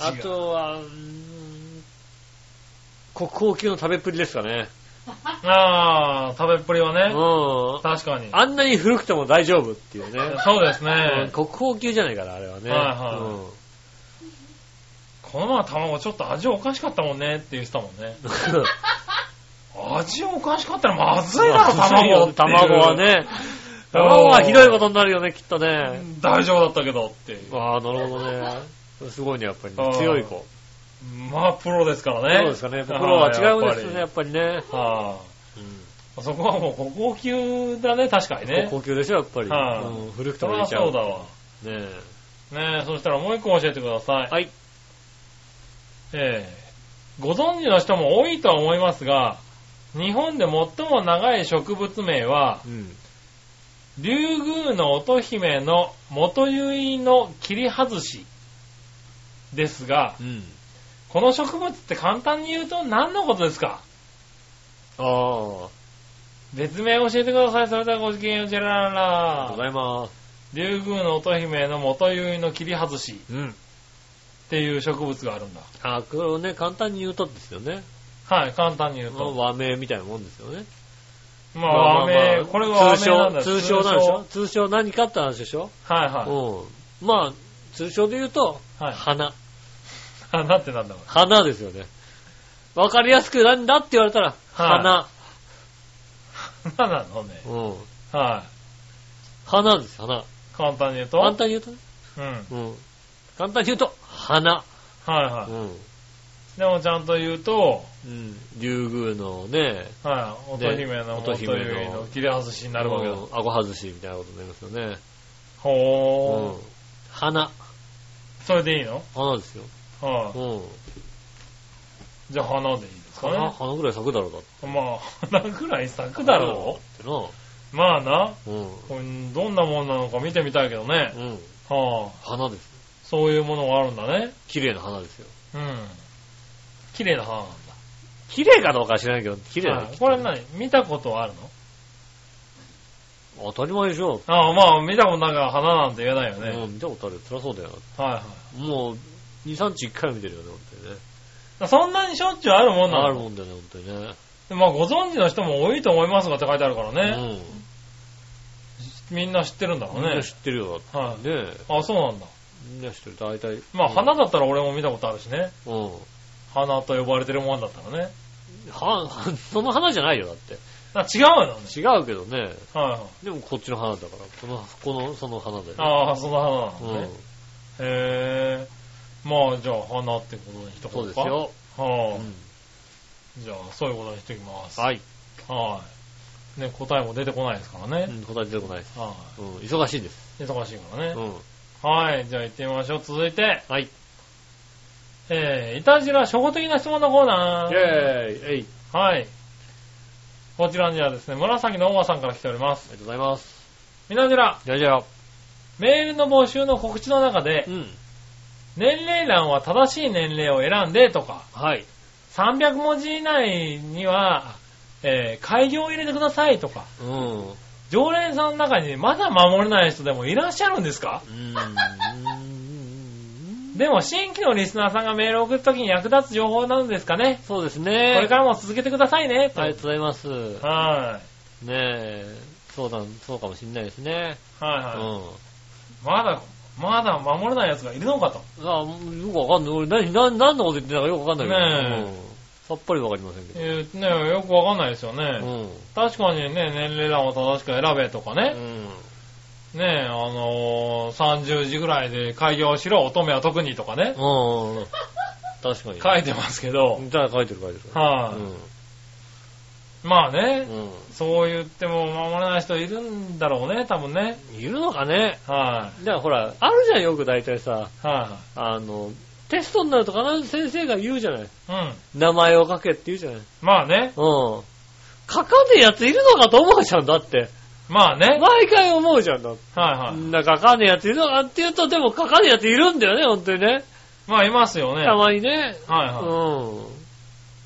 S2: あとは、うーん国宝級の食べっぷりですかね。
S3: ああ、食べっぷりは
S2: う
S3: ね。
S2: ん。
S3: 確かに。
S2: あんなに古くても大丈夫っていうね。
S3: そうです
S2: うん
S3: ね。
S2: 国宝級じゃないから、あれはね。
S3: はいはこの前の卵ちょっと味おかしかったもんねって言ってたもんね。
S2: うん
S3: 味おかしかったらまずいだ ろ、卵っていう
S2: 卵は。ね。卵はひどいことになるよね、きっとね。
S3: 大丈夫だったけどっていう。
S2: ああ、なるほどね。すごいね、やっぱり、
S3: う
S2: ね
S3: ん。
S2: 強い子。
S3: まあ、プロですからね。
S2: そうですかね。プロは違うんですよね、や
S3: は
S2: っぱりね。
S3: い。はあそこはもう国宝級だね、確かに
S2: 国
S3: ね。
S2: 宝級でしょ、やっぱり。
S3: はい
S2: うん古くて
S3: そ
S2: も
S3: り
S2: い
S3: ゃ
S2: いちゃう。
S3: そうだわ。
S2: ね
S3: ねえ、そしたらもう一個教えてください。
S2: はい。
S3: ええご存知の人も多いとは思いますが、日本で最も長い植物名は、
S2: え。うん。
S3: 竜宮の乙姫の元結の切り外しですが、
S2: うん。
S3: この植物って簡単に言うと何のことですか
S2: あ
S3: 別名教えてください。それではごきげんよう、ジェララ
S2: あ、ありがとうご
S3: ラ。
S2: ざいます。
S3: 竜宮の乙姫の元結の切り外し
S2: うん。
S3: っていう植物があるんだ。
S2: あーこれをね、簡単に言うとですよね。
S3: はい、簡単に言う
S2: まあ
S3: と。
S2: 和名みたいなもんですよね。
S3: まあ、
S2: まあ
S3: 和
S2: まあ
S3: 名、これは和名なんだ
S2: 通称、通称なんでしょ通称何かって話でしょ
S3: はいは
S2: うん。まあ、通称で言うと、
S3: い。はい。
S2: 花。
S3: あ、なってなんだろう。
S2: 花ですよね。わかりやすくなんだって言われたら、花。
S3: 花なのね。
S2: うん。
S3: は
S2: 花です、花。
S3: い。簡単に言うと。
S2: 簡単に言うとね、
S3: うん。はい
S2: うん。簡単に言うと、花。
S3: は
S2: うん。
S3: い。でもちゃんと言うと、
S2: うん。竜宮のね、
S3: はい。
S2: で
S3: 乙姫の元
S2: 乙
S3: 結
S2: 姫の
S3: の切れ外しになるわけだ
S2: う。ん顎外しみたいなことになりますよね。
S3: ほ
S2: う
S3: ー。
S2: ん。花。
S3: それでいいの
S2: 花ですよ。
S3: は
S2: うん。
S3: い。じゃあ花でいいですか
S2: 花、
S3: ね。
S2: 花ぐらい咲くだろうだって。
S3: まあ、花ぐらい咲くだろ
S2: ってな。
S3: う。まあな。
S2: うん。
S3: うんどんなもんなのか見てみたいけどね。
S2: うん。
S3: はあ。
S2: 花です。
S3: そういうものがあるんだね。
S2: 綺麗な花ですよ。
S3: うん。綺麗な花なんだ。
S2: 綺麗かどうかは知らないけど、綺麗だよ
S3: はいこれ何見たことあるの
S2: 当たり前でしょ。
S3: ああ、まあ、見たことないから花なんて言えないよね。
S2: もう見たことあるよ。辛そうだよ。
S3: はいはい。
S2: もう、2、3日1回は見てるよね、本当にね。
S3: そんなにしょっちゅうあるもんなの
S2: あるもんだよね、本当にね。
S3: まあご存知の人も多いと思いますがって書いてあるからね。みんな知ってるんだろ
S2: うん。
S3: う
S2: みん
S3: ね
S2: な。知ってるよ、だ
S3: は
S2: って
S3: い。
S2: ね
S3: あ、そうなんだ。
S2: みんな知ってる。大体。
S3: まあ
S2: うん
S3: 花だったら俺も見たことあるしね。
S2: うん。
S3: 花と呼ばれてるもんだったらね。
S2: は、 はその花じゃないよ、だって。
S3: あ違うのね。
S2: 違うけどね。
S3: はいはい。
S2: でもこっちの花だから。この、この、その花だよ、ね。
S3: ああ、その花なの
S2: うん。。
S3: ねへえ。まあじゃあ花ってことにしとこ
S2: そう
S3: う
S2: で
S3: か。
S2: す。よ。
S3: は
S2: うん
S3: あ。じゃあそういうことにしておきます。
S2: はい。
S3: はい。ね、答えも出てこないですから
S2: う
S3: ね。
S2: ん答え出てこないです。
S3: は
S2: うん。忙しいです。
S3: い。忙しいから
S2: う
S3: ね。
S2: ん。
S3: はい。じゃあ行ってみましょう。続いて。
S2: はい。
S3: えー、いたじら初歩的な質問のコーナ
S2: イェーイ、
S3: ー。
S2: えい。あり
S3: はい。こちらにはですね、紫のおまさんから来ております。
S2: がとうございます。
S3: みなじら、
S2: じゃあじゃあ。
S3: メールの募集の告知の中で
S2: う、ん。
S3: 年齢欄は正しい年齢を選んでとか、
S2: はい。
S3: 300文字以内には、えー、開業を入れてくださいとか、
S2: うん。う
S3: 常連さんの中にまだ守れない人でもいらっしゃるんですか
S2: ーん。
S3: でも新規のリスナーさんがメールを送るときに役立つ情報なんですかね
S2: そうです
S3: こ
S2: ね。
S3: れからも続けてくださいね。
S2: ありがとうございます。ね
S3: は
S2: え、そうだ、そうかもしんないですね。
S3: い。はいうはい。
S2: ん。
S3: まだ、まだ守れない奴がいるのかと。
S2: あよくわかんない。俺、何、何何のこと言ってんだかよくわかんないけど。
S3: ねえ
S2: うんさっぱりわかりませんけど。
S3: えー、ねよくわかんないですよね。
S2: うん。
S3: 確かにね、年齢欄を正しく選べとか
S2: う
S3: ね。
S2: ん。
S3: ねあのー、30時ぐらいで開業しろ、乙女は特にとかね。
S2: うん。確かに。
S3: 書いてますけど。
S2: じゃあ書いてる書いてる。
S3: はい、まあね、
S2: うん。
S3: そう言っても守らない人いるんだろうね、多分ね。
S2: うん。いるのかね
S3: は
S2: じゃあほら、あるじゃんよく大体さ、
S3: い、は
S2: あの、テストになると必ず先生が言うじゃない。
S3: い、うん。
S2: 名前を書けって言うじゃない。うん。
S3: まあね、
S2: 書かねえやついるのかと思うじゃんだって。
S3: まあね。
S2: 毎回思うじゃんだって。
S3: はいはい。
S2: んな書かねえやついるのかって言うと、でも書かねえやついるんだよね、本当にね。
S3: まあいますよね。
S2: た
S3: はい
S2: まにね。うん。
S3: はい。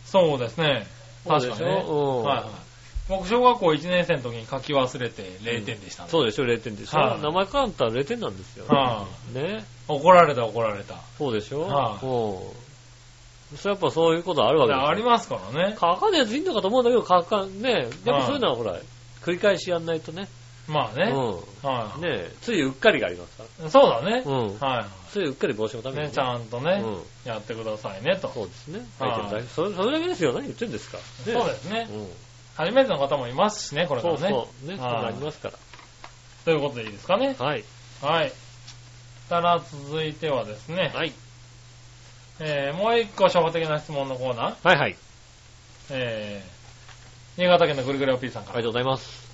S3: そうですね。
S2: そう
S3: 確
S2: で
S3: か
S2: し
S3: に
S2: ょ
S3: ね。
S2: うん
S3: はいはい。僕、小学校1年生の時に書き忘れて0点でしたね。
S2: そうでしょ、0点でしょ。
S3: はい
S2: 名前書かんたら0点なんですよ。
S3: は
S2: ね。
S3: 怒られた怒られた。
S2: そうでしょ
S3: はい
S2: うん。そうやっぱそういうことあるわけですよ
S3: ありますからね。
S2: 書かないやついいのかと思うんだけど、書かん、ねでもそういうのはほら、繰り返しやんないとね。
S3: まあ
S2: う
S3: ね。は
S2: ん。
S3: い、
S2: ねえついうっかりがありますか
S3: そうだね。
S2: ら。うん。
S3: は
S2: ついうっかり防止のた
S3: い。
S2: めに
S3: ね、
S2: ね。
S3: ちゃんとね、
S2: うん。
S3: やってくださいねと。
S2: そうですね。
S3: はい
S2: 書いてるだけそれそれだけですよ。何言ってんですか。ね
S3: そうですね。
S2: うん。
S3: 初めての方もいますしね、これか
S2: そ
S3: ら
S2: う
S3: ね。
S2: そう。ね、そう
S3: はい
S2: なりますか
S3: ということでいいですかね。
S2: ら。はい。
S3: はい。たら続いてはですね、
S2: はい。
S3: えー、もう一個初歩的な質問のコーナー、
S2: はいはい。
S3: えー、新潟県のぐるぐるおぴーさん
S2: あ
S3: か
S2: り
S3: ら。
S2: がとうございます。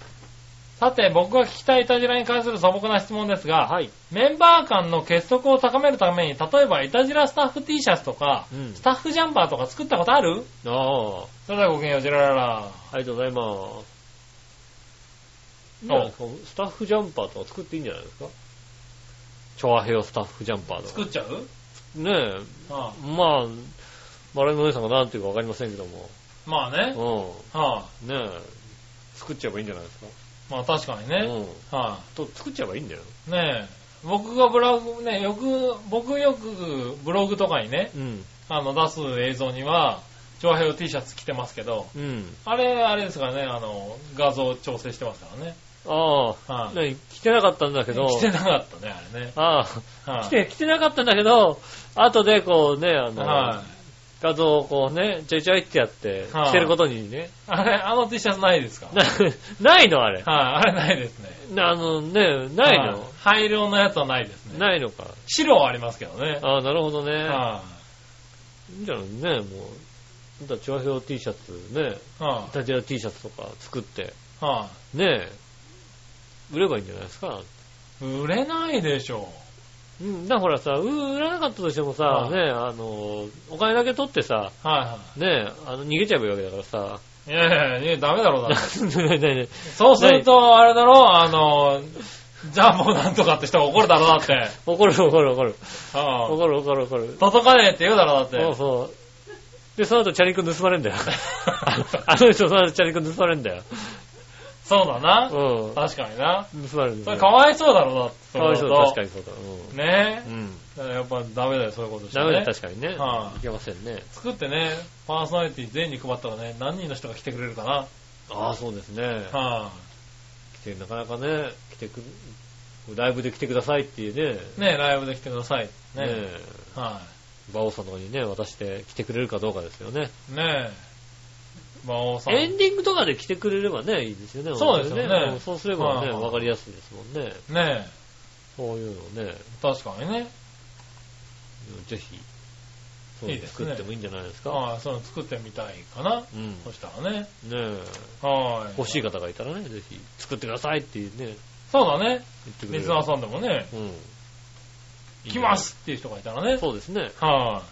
S3: さて、僕が聞きたいイタジラに関する素朴な質問ですが、
S2: はい。
S3: メンバー間の結束を高めるために、例えばイタジラスタッフ T シャツとか、
S2: うん
S3: スタッフジャンパーとか作ったことある
S2: ああ、
S3: それではごきげんよう、ジラララ。
S2: ありがとうございます。
S3: あ
S2: なんかスタッフジャンパーとか作っていいんじゃないですかチョアヘヨスタッフジャンパーとか。
S3: 作っちゃう
S2: ねえ、
S3: あ
S2: まあ、丸井のお姉さんが何ていうか分かりませんけど
S3: あまあね。
S2: も、
S3: はあ、
S2: うん、ねえ、作っちゃえばいいんじゃないですか。
S3: まあ確かにね。
S2: う
S3: はい、
S2: ん、と作っちゃえばいいんだよ。
S3: ねえ、僕がブログ、ね、よく、僕よくブログとかにね、
S2: うん、
S3: あの、出す映像には、長平を T シャツ着てますけど、
S2: うん。
S3: あれ、あれですからね、あの、画像調整してますからね。
S2: ああ、
S3: はい、
S2: ねえ、来てなかったんだけど、
S3: 着てなかったね、あれね。
S2: ああ、
S3: は
S2: 来
S3: い、
S2: て、来てなかったんだけど、後でこうね、あの、
S3: はい、
S2: 画像をこうね、ちょいちょいってやって、
S3: はい
S2: 着てることにね、
S3: あれ、あの T シャツないですかはい、
S2: なないのあれ。
S3: あれないですね。
S2: なあのね、ないの、
S3: は灰色のやつはないですね。
S2: ないのか。
S3: 白はありますけどね。
S2: ああ、なるほどね。
S3: はい
S2: いんじゃないね、もう。だ調和表 T シャツね、
S3: い、は
S2: イタジラ T シャツとか作って、
S3: い、はい、
S2: ねえ、売ればいいんじゃないですか。
S3: 売れないでしょ
S2: うん、だからほらさ、売らなかったとしてもさ、
S3: はい
S2: ねえ、あの、お金だけ取ってさ、
S3: う。は
S2: ねえ、あの、逃げちゃえばいいわけだからさ、
S3: い、はい。いやいやいや、ダメだろう、だって。
S2: ねえねえねえ
S3: そうすると、あれだろ、あの、ジャンボなんとかって人が怒るだろ、だって。
S2: 怒る怒る怒る。
S3: うん
S2: 怒る怒る怒る。
S3: 届かねえって言うだろ、だっ
S2: そう
S3: て。
S2: そう。で、その後チャリンコ盗まれんだ よ。あの人その後チャリンコ盗まれんだよ。
S3: そうだな。
S2: う
S3: 確かにな。
S2: ん。盗まれるん
S3: そ
S2: だ
S3: れ
S2: よ。
S3: かわいそうだろ、だって。
S2: かわいそうだ。確かにそうだ。
S3: に。ね
S2: うん。うん。
S3: え。だからやっぱダメだよ、そういうことして
S2: ダメだ、
S3: ね。
S2: 確かにね。
S3: はい
S2: いけませんね。
S3: 作ってね、パーソナリティ全員に配ったらね、何人の人が来てくれるかな。
S2: ああ、そうですね。
S3: は
S2: 来て、なかなかね、来てく、ライブで来てくださいっていうね、
S3: い。ねえ、ライブで来てくださ
S2: ね
S3: い。ね
S2: え、
S3: は
S2: 馬王さんとかにね、渡して来てくれるかどうかですよね。
S3: い。ねえ。馬王さん。
S2: エンディングとかで来てくれればね、いいですよね。
S3: そうですよ
S2: 本
S3: ね
S2: 当にうんそうすればね、
S3: はい
S2: わかりやすいですもんね。
S3: ねえ。
S2: そういうのをね、
S3: 確かにね。
S2: ぜひ、そう
S3: いいですね
S2: 作ってもいいんじゃないですか。
S3: はい、そういうの作ってみたいかな。
S2: うん。ね
S3: そしたらね。
S2: え、
S3: はい。
S2: 欲しい方がいたらね、ぜひ、作ってくださいっていうね、
S3: そうだね。
S2: 言ってくれ
S3: リ
S2: る
S3: スナーさんでもね、
S2: うん。
S3: 来ますっていう人がいたらね。
S2: そうですね。
S3: は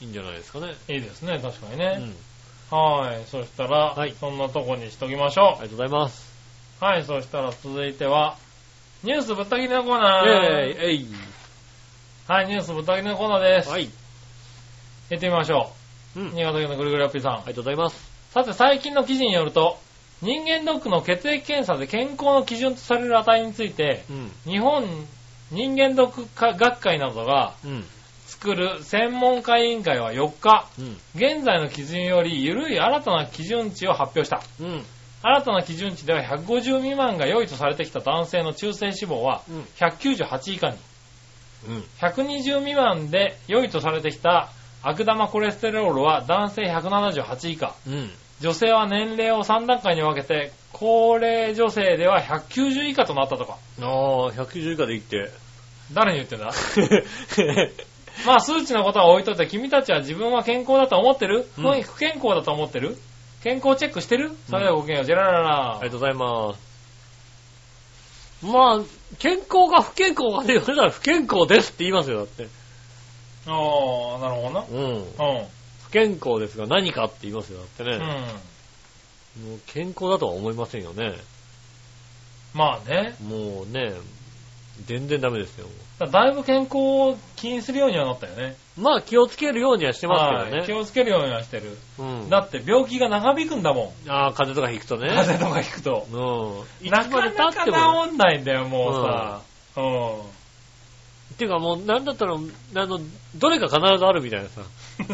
S2: いいんじゃないですかね。
S3: いいですね、確かに
S2: うん。あ
S3: ね。はい。そしたら、
S2: はい
S3: そんなとこにしときましょ
S2: りがとうございます。
S3: う。はい。そしたら続いては、ニュースぶった切りのコーナー。
S2: えい、えい。
S3: はい、ニュースぶった切りのコーナーです。
S2: はい。
S3: 行ってみましょ
S2: うん。あ
S3: う。
S2: り
S3: 新潟県のぐるぐるアッピーさん。
S2: がとうございます。
S3: さて、最近の記事によると、人間ドックの血液検査で健康の基準とされる値について、
S2: うん。
S3: 日本人間ドック学会などが
S2: うん。
S3: 作る専門家委員会は4日、
S2: うん。
S3: 現在の基準より緩い新たな基準値を発表した。
S2: うん。
S3: 新たな基準値では150未満が良いとされてきた男性の中性脂肪は
S2: うん
S3: 198以下に、
S2: うん。
S3: 120未満で良いとされてきた悪玉コレステロールは男性178以下、
S2: うん。
S3: 女性は年齢を3段階に分けて、高齢女性では190以下となったとか。
S2: ああ、190以下で生き て。
S3: 誰に言ってんだまあ数値のことは置いといて、君たちは自分は健康だと思ってる、
S2: うん
S3: 不健不健康だと思ってる健康チェックしてるそれではごきげんよう、ジェララ
S2: あ
S3: ラ
S2: りがとうございます。まあ、健康が不健康がね、言われたら不健康ですって言いますよ、だって。
S3: ああ、なるほどな。
S2: うん。
S3: うん。
S2: 不健康ですが何かって言いますよ、だって
S3: う
S2: ね。
S3: ん。
S2: もう健康だとは思いませんよね。
S3: まあね。
S2: もうね、全然ダメですよ。
S3: だだいぶ健康を気にするようにはなったよね。
S2: まあ気をつけるようにはしてますけ
S3: はい気
S2: どね。
S3: をつけるようにはしてる。
S2: うん。
S3: だって病気が長引くんだもん。
S2: ああ、風邪とかひくとね。
S3: 風邪とか引くと。
S2: うん。 いつま
S3: な
S2: で
S3: かな
S2: 経っ
S3: か
S2: てもね。
S3: 治んないんだよ、もうさ。うん。
S2: っていうかもう、なんだったら、あの、どれか必ずあるみたいなさ。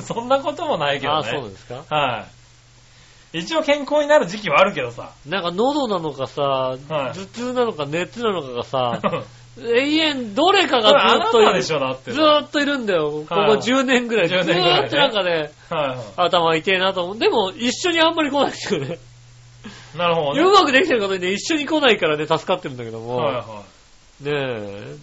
S3: そんな こともないけ
S2: ああ、
S3: どね。
S2: そうですか
S3: はい。一応健康になる時期はあるけどさ。
S2: なんか喉なのかさ、頭
S3: い
S2: 痛なのか熱なのかが さ、
S3: これ
S2: 永遠どれか
S3: あ
S2: がず
S3: な
S2: っとい
S3: た
S2: る。
S3: で
S2: ず
S3: しょ、だって。はい
S2: ーっといるんだよ。ここ
S3: はい
S2: 10年ぐらい。ず
S3: 10年ぐらい
S2: ー
S3: ね
S2: っとなんかね、
S3: は
S2: 頭痛いなと思う。でも一緒にあんまり来ないですよね。
S3: い。なるほどね。
S2: うまくできてることにね、一緒に来ないからね、助かってるんだけども。
S3: はいは
S2: ねえ。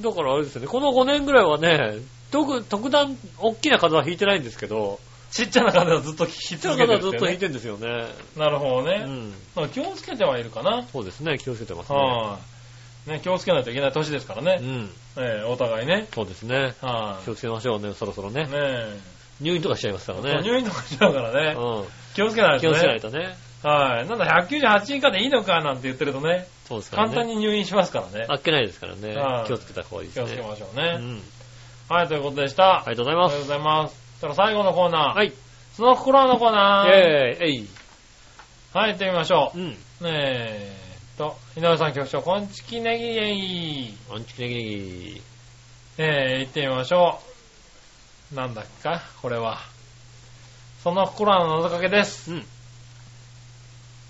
S2: だからあれですよね、この5年ぐらいはね、特、特段、大きな風邪は引いてないんですけど、
S3: い。ちっちゃな風邪をずっと引き
S2: ちっちゃ
S3: 続
S2: な
S3: け
S2: 風
S3: てる
S2: 邪
S3: っ
S2: は
S3: て
S2: ず
S3: い
S2: っ
S3: う
S2: と
S3: ね
S2: 引いてるんですよね。
S3: なるほど
S2: う
S3: ね。
S2: ん。
S3: まあ気をつけてはいるかな。
S2: そうですね、気をつけてますね。
S3: はい。ね、気をつけないといけない年ですから
S2: う
S3: ね。
S2: ん。
S3: ええお互いね。
S2: そうですね。
S3: は
S2: 気
S3: い。
S2: をつけましょうね、そろそろね。
S3: ねえ。
S2: 入院とかしちゃいますからね。
S3: 入院とかしちゃうからね。
S2: うん。
S3: 気をつけない
S2: 気
S3: と
S2: をつけない
S3: ね。
S2: とね。
S3: はい。なんだ、198以下でいいのかなんて言ってるとね、
S2: そうですから
S3: 簡
S2: ね。
S3: 単に入院しますからね。
S2: あっけないですからね
S3: は。い
S2: 気をつけた方がいいで
S3: 気
S2: す
S3: をつけ
S2: ね。
S3: ましょう
S2: う
S3: ね。
S2: ん。
S3: はい、ということでし
S2: あ
S3: た。
S2: りがとうござい
S3: あ
S2: ま
S3: りがとう
S2: す。
S3: ございます。そしたら最後のコーナー。
S2: はい。イ
S3: その心のコーナー。
S2: ェーイ、えい。
S3: はい、行ってみましょ
S2: うん。
S3: う。ねえーっと、井上さん局長、こんちきねぎえい。
S2: アンチキネギネギ。
S3: えー、行ってみましょう。なんだっけか、これは。その心の謎かけです。
S2: うん。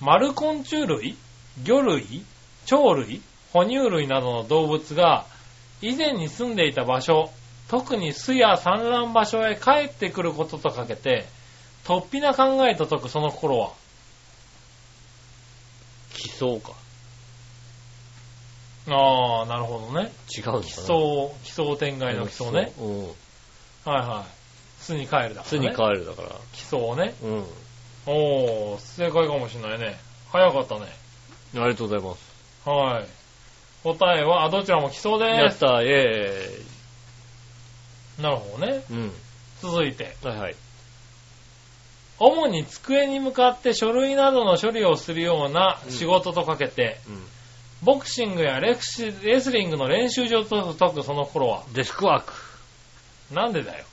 S3: 丸昆虫類、魚類、鳥類、哺乳類などの動物が、以前に住んでいた場所、特に巣や産卵場所へ帰ってくることとかけて、突飛な考えと解くその心は、
S2: 奇想か。
S3: ああ、なるほどね。
S2: 違うのかな
S3: 奇想、奇想天外の奇想ね。
S2: うん。
S3: はいはい。巣に帰るだから、ね。
S2: 巣に帰るだから。
S3: 奇想ね。
S2: うん。
S3: おー、正解かもしれないね。早かったね。
S2: ありがとうございます。
S3: はい。答えは、あどちらも奇想
S2: や
S3: で
S2: っ
S3: す。
S2: たー、イェ
S3: なるほどね。
S2: ーイ。うん。
S3: 続いて。
S2: はいはい。
S3: 主に机に向かって書類などの処理をするような仕事とかけて、
S2: う
S3: ボクシングやレクシレスリングの練習場と解くその頃は、
S2: ん。デスクワーク。
S3: なんでだよ。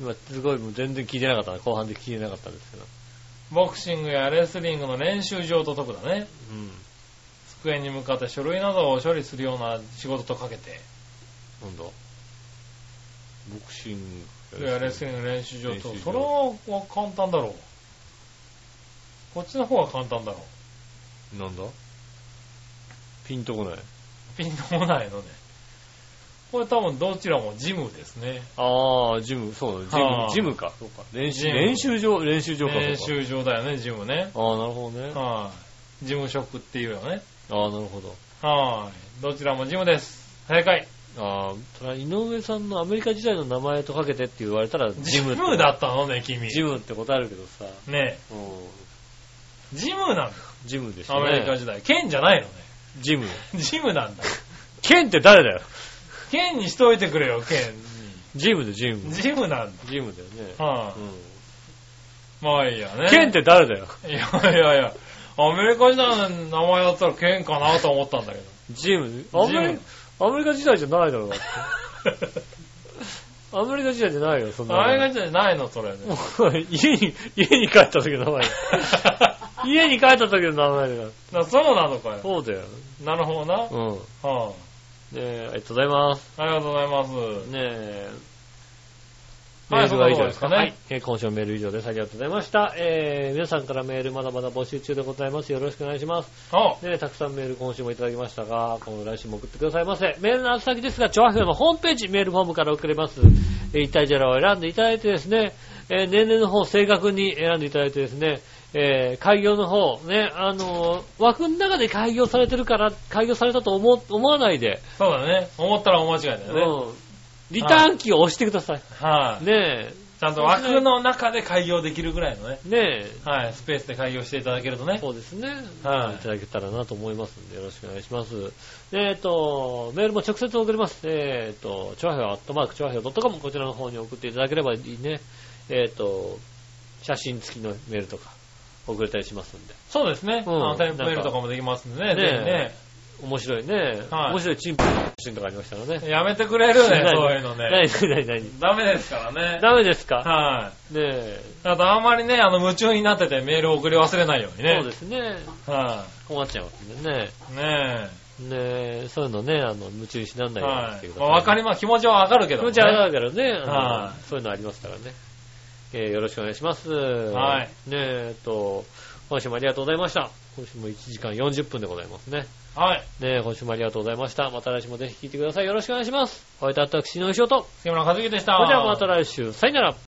S2: 今すごい、もう全然聞いてなかったな。後半で聞いてなかったんですけど。
S3: ボクシングやレスリングの練習場と解くだね。
S2: うん。
S3: 机に向かって書類などを処理するような仕事とかけて、
S2: なんだボクシング
S3: レスリングの練習場
S2: 練習
S3: と、
S2: 場
S3: それは簡単だろう。こっちの方が簡単だろう。
S2: なんだピンとこない。
S3: ピンともないのね。これ多分どちらもジムですね。
S2: あー、ジム、そう
S3: は
S2: だ、
S3: あ
S2: ジム、ジムか。そうか。練習、
S3: ジム
S2: 練習場、練習場か。そうか
S3: 練習場だよね、ジムね。
S2: あー、なるほどね。あ
S3: はい。事務職っていうよね。
S2: ー、なるほど。
S3: はい。どちらもジムです。正解。
S2: あー、それは井上さんのアメリカ時代の名前とかけてって言われたら、ジ
S3: ジ
S2: ム
S3: ム
S2: って。
S3: だったのね、君。
S2: ジムって答えるけどさ。
S3: ね
S2: うん
S3: えジムなんだ。
S2: ジムでした
S3: アメリカ
S2: ね。
S3: 時代。剣じゃないのね。
S2: ジム。
S3: ジムなんだ。
S2: ケンって誰だよ
S3: 剣にしといてくれよ、剣に。
S2: ジムでジム。
S3: ジムなん
S2: ジムだよね。
S3: だ。は
S2: う
S3: い、
S2: ん。
S3: まあいいやね。
S2: ケンって誰だよ。
S3: いやいやいや、アメリカ時代の名前だったらケンかなと思ったんだけ
S2: ジム。
S3: ど。
S2: ア
S3: ジ
S2: メリ
S3: ム。
S2: カ、アメリカ時代じゃないだろうな。アメリカ時代じゃないよ、そんな。
S3: アメリカ時代ないのそれね。
S2: もう 家に、家に帰った時の名前。 家に帰った時の名前だから。
S3: だそうなのかよ。
S2: そうだよ。
S3: なるほどな。は
S2: うん。
S3: あ、
S2: ねえ、ありがとうございます。
S3: ありがとうございます。
S2: ねえ。
S3: は
S2: メ
S3: い
S2: ールは以上
S3: そんなとこですかね
S2: はい。えー今週のメール以上です。ありがとうございました。えー、皆さんからメールまだまだ募集中でございます。よろしくお願いします。
S3: あ、
S2: ね、たくさんメール今週もいただきましたが、この来週も送ってくださいませ。メールの宛先ですが、調和表のホームページ、メールフォームから送れます。えー、イタジェラを選んでいただいてですね、えー年齢の方を正確に選んでいただいてですね、えー開業の方、ね、あのー枠の中で開業されてるから、開業されたと思、思わないで、
S3: そうだね。思ったら大間違いだよね。
S2: うん。リターンキーを押してください。
S3: はい、
S2: ね
S3: ちゃんと枠の中で開業できるぐらいのね。
S2: え、ね
S3: はい、スペースで開業していただけると
S2: え、
S3: ね。
S2: そうですね。
S3: はい
S2: いただけたらなと思いますんで、よろしくお願いします。えっ、と、メールも直接送ります。えっ、と、チョアヘアアットマークチョアヘア .com こちらの方に送っていただければいいね。えっ、と、写真付きのメールとか送れたりしますんで。
S3: そうですね。
S2: うん
S3: あの、テンプレールとかもできますんでね。
S2: ね
S3: ね
S2: 面白いね。
S3: はい
S2: 面白いチンプの写真とかありましたらね。
S3: ね。やめてくれるね、
S2: 何
S3: そういう のね。
S2: 何何何
S3: ダメですからね。
S2: ダメですか
S3: はい、
S2: ねえ。
S3: あとあんまりね、あの、夢中になっててメールを送り忘れないようにね。
S2: そうですね。
S3: は
S2: 困っちゃいますんでね。
S3: い、ね
S2: ねえ、そういうのね、あの、夢中にしなんな
S3: え。
S2: いように
S3: は
S2: して
S3: い
S2: くだ。さ
S3: まあわかります。気持ちはわかるけ
S2: 気
S3: ど、
S2: 持
S3: ね。
S2: ちはあるからね、あ
S3: は
S2: のそういうのありますからね。えーよろしくお願いします。。
S3: はい
S2: ねえ、えっと、今週もありがとうございました。今週も1時間40分でございますね。
S3: はい。
S2: ねえ、今週もありがとうございました。また来週もぜひ聞いてください。よろしくお願いします。お会いいたい私、井上翔と。
S3: 杉村和樹でした。
S2: それではまた来週、さよなら。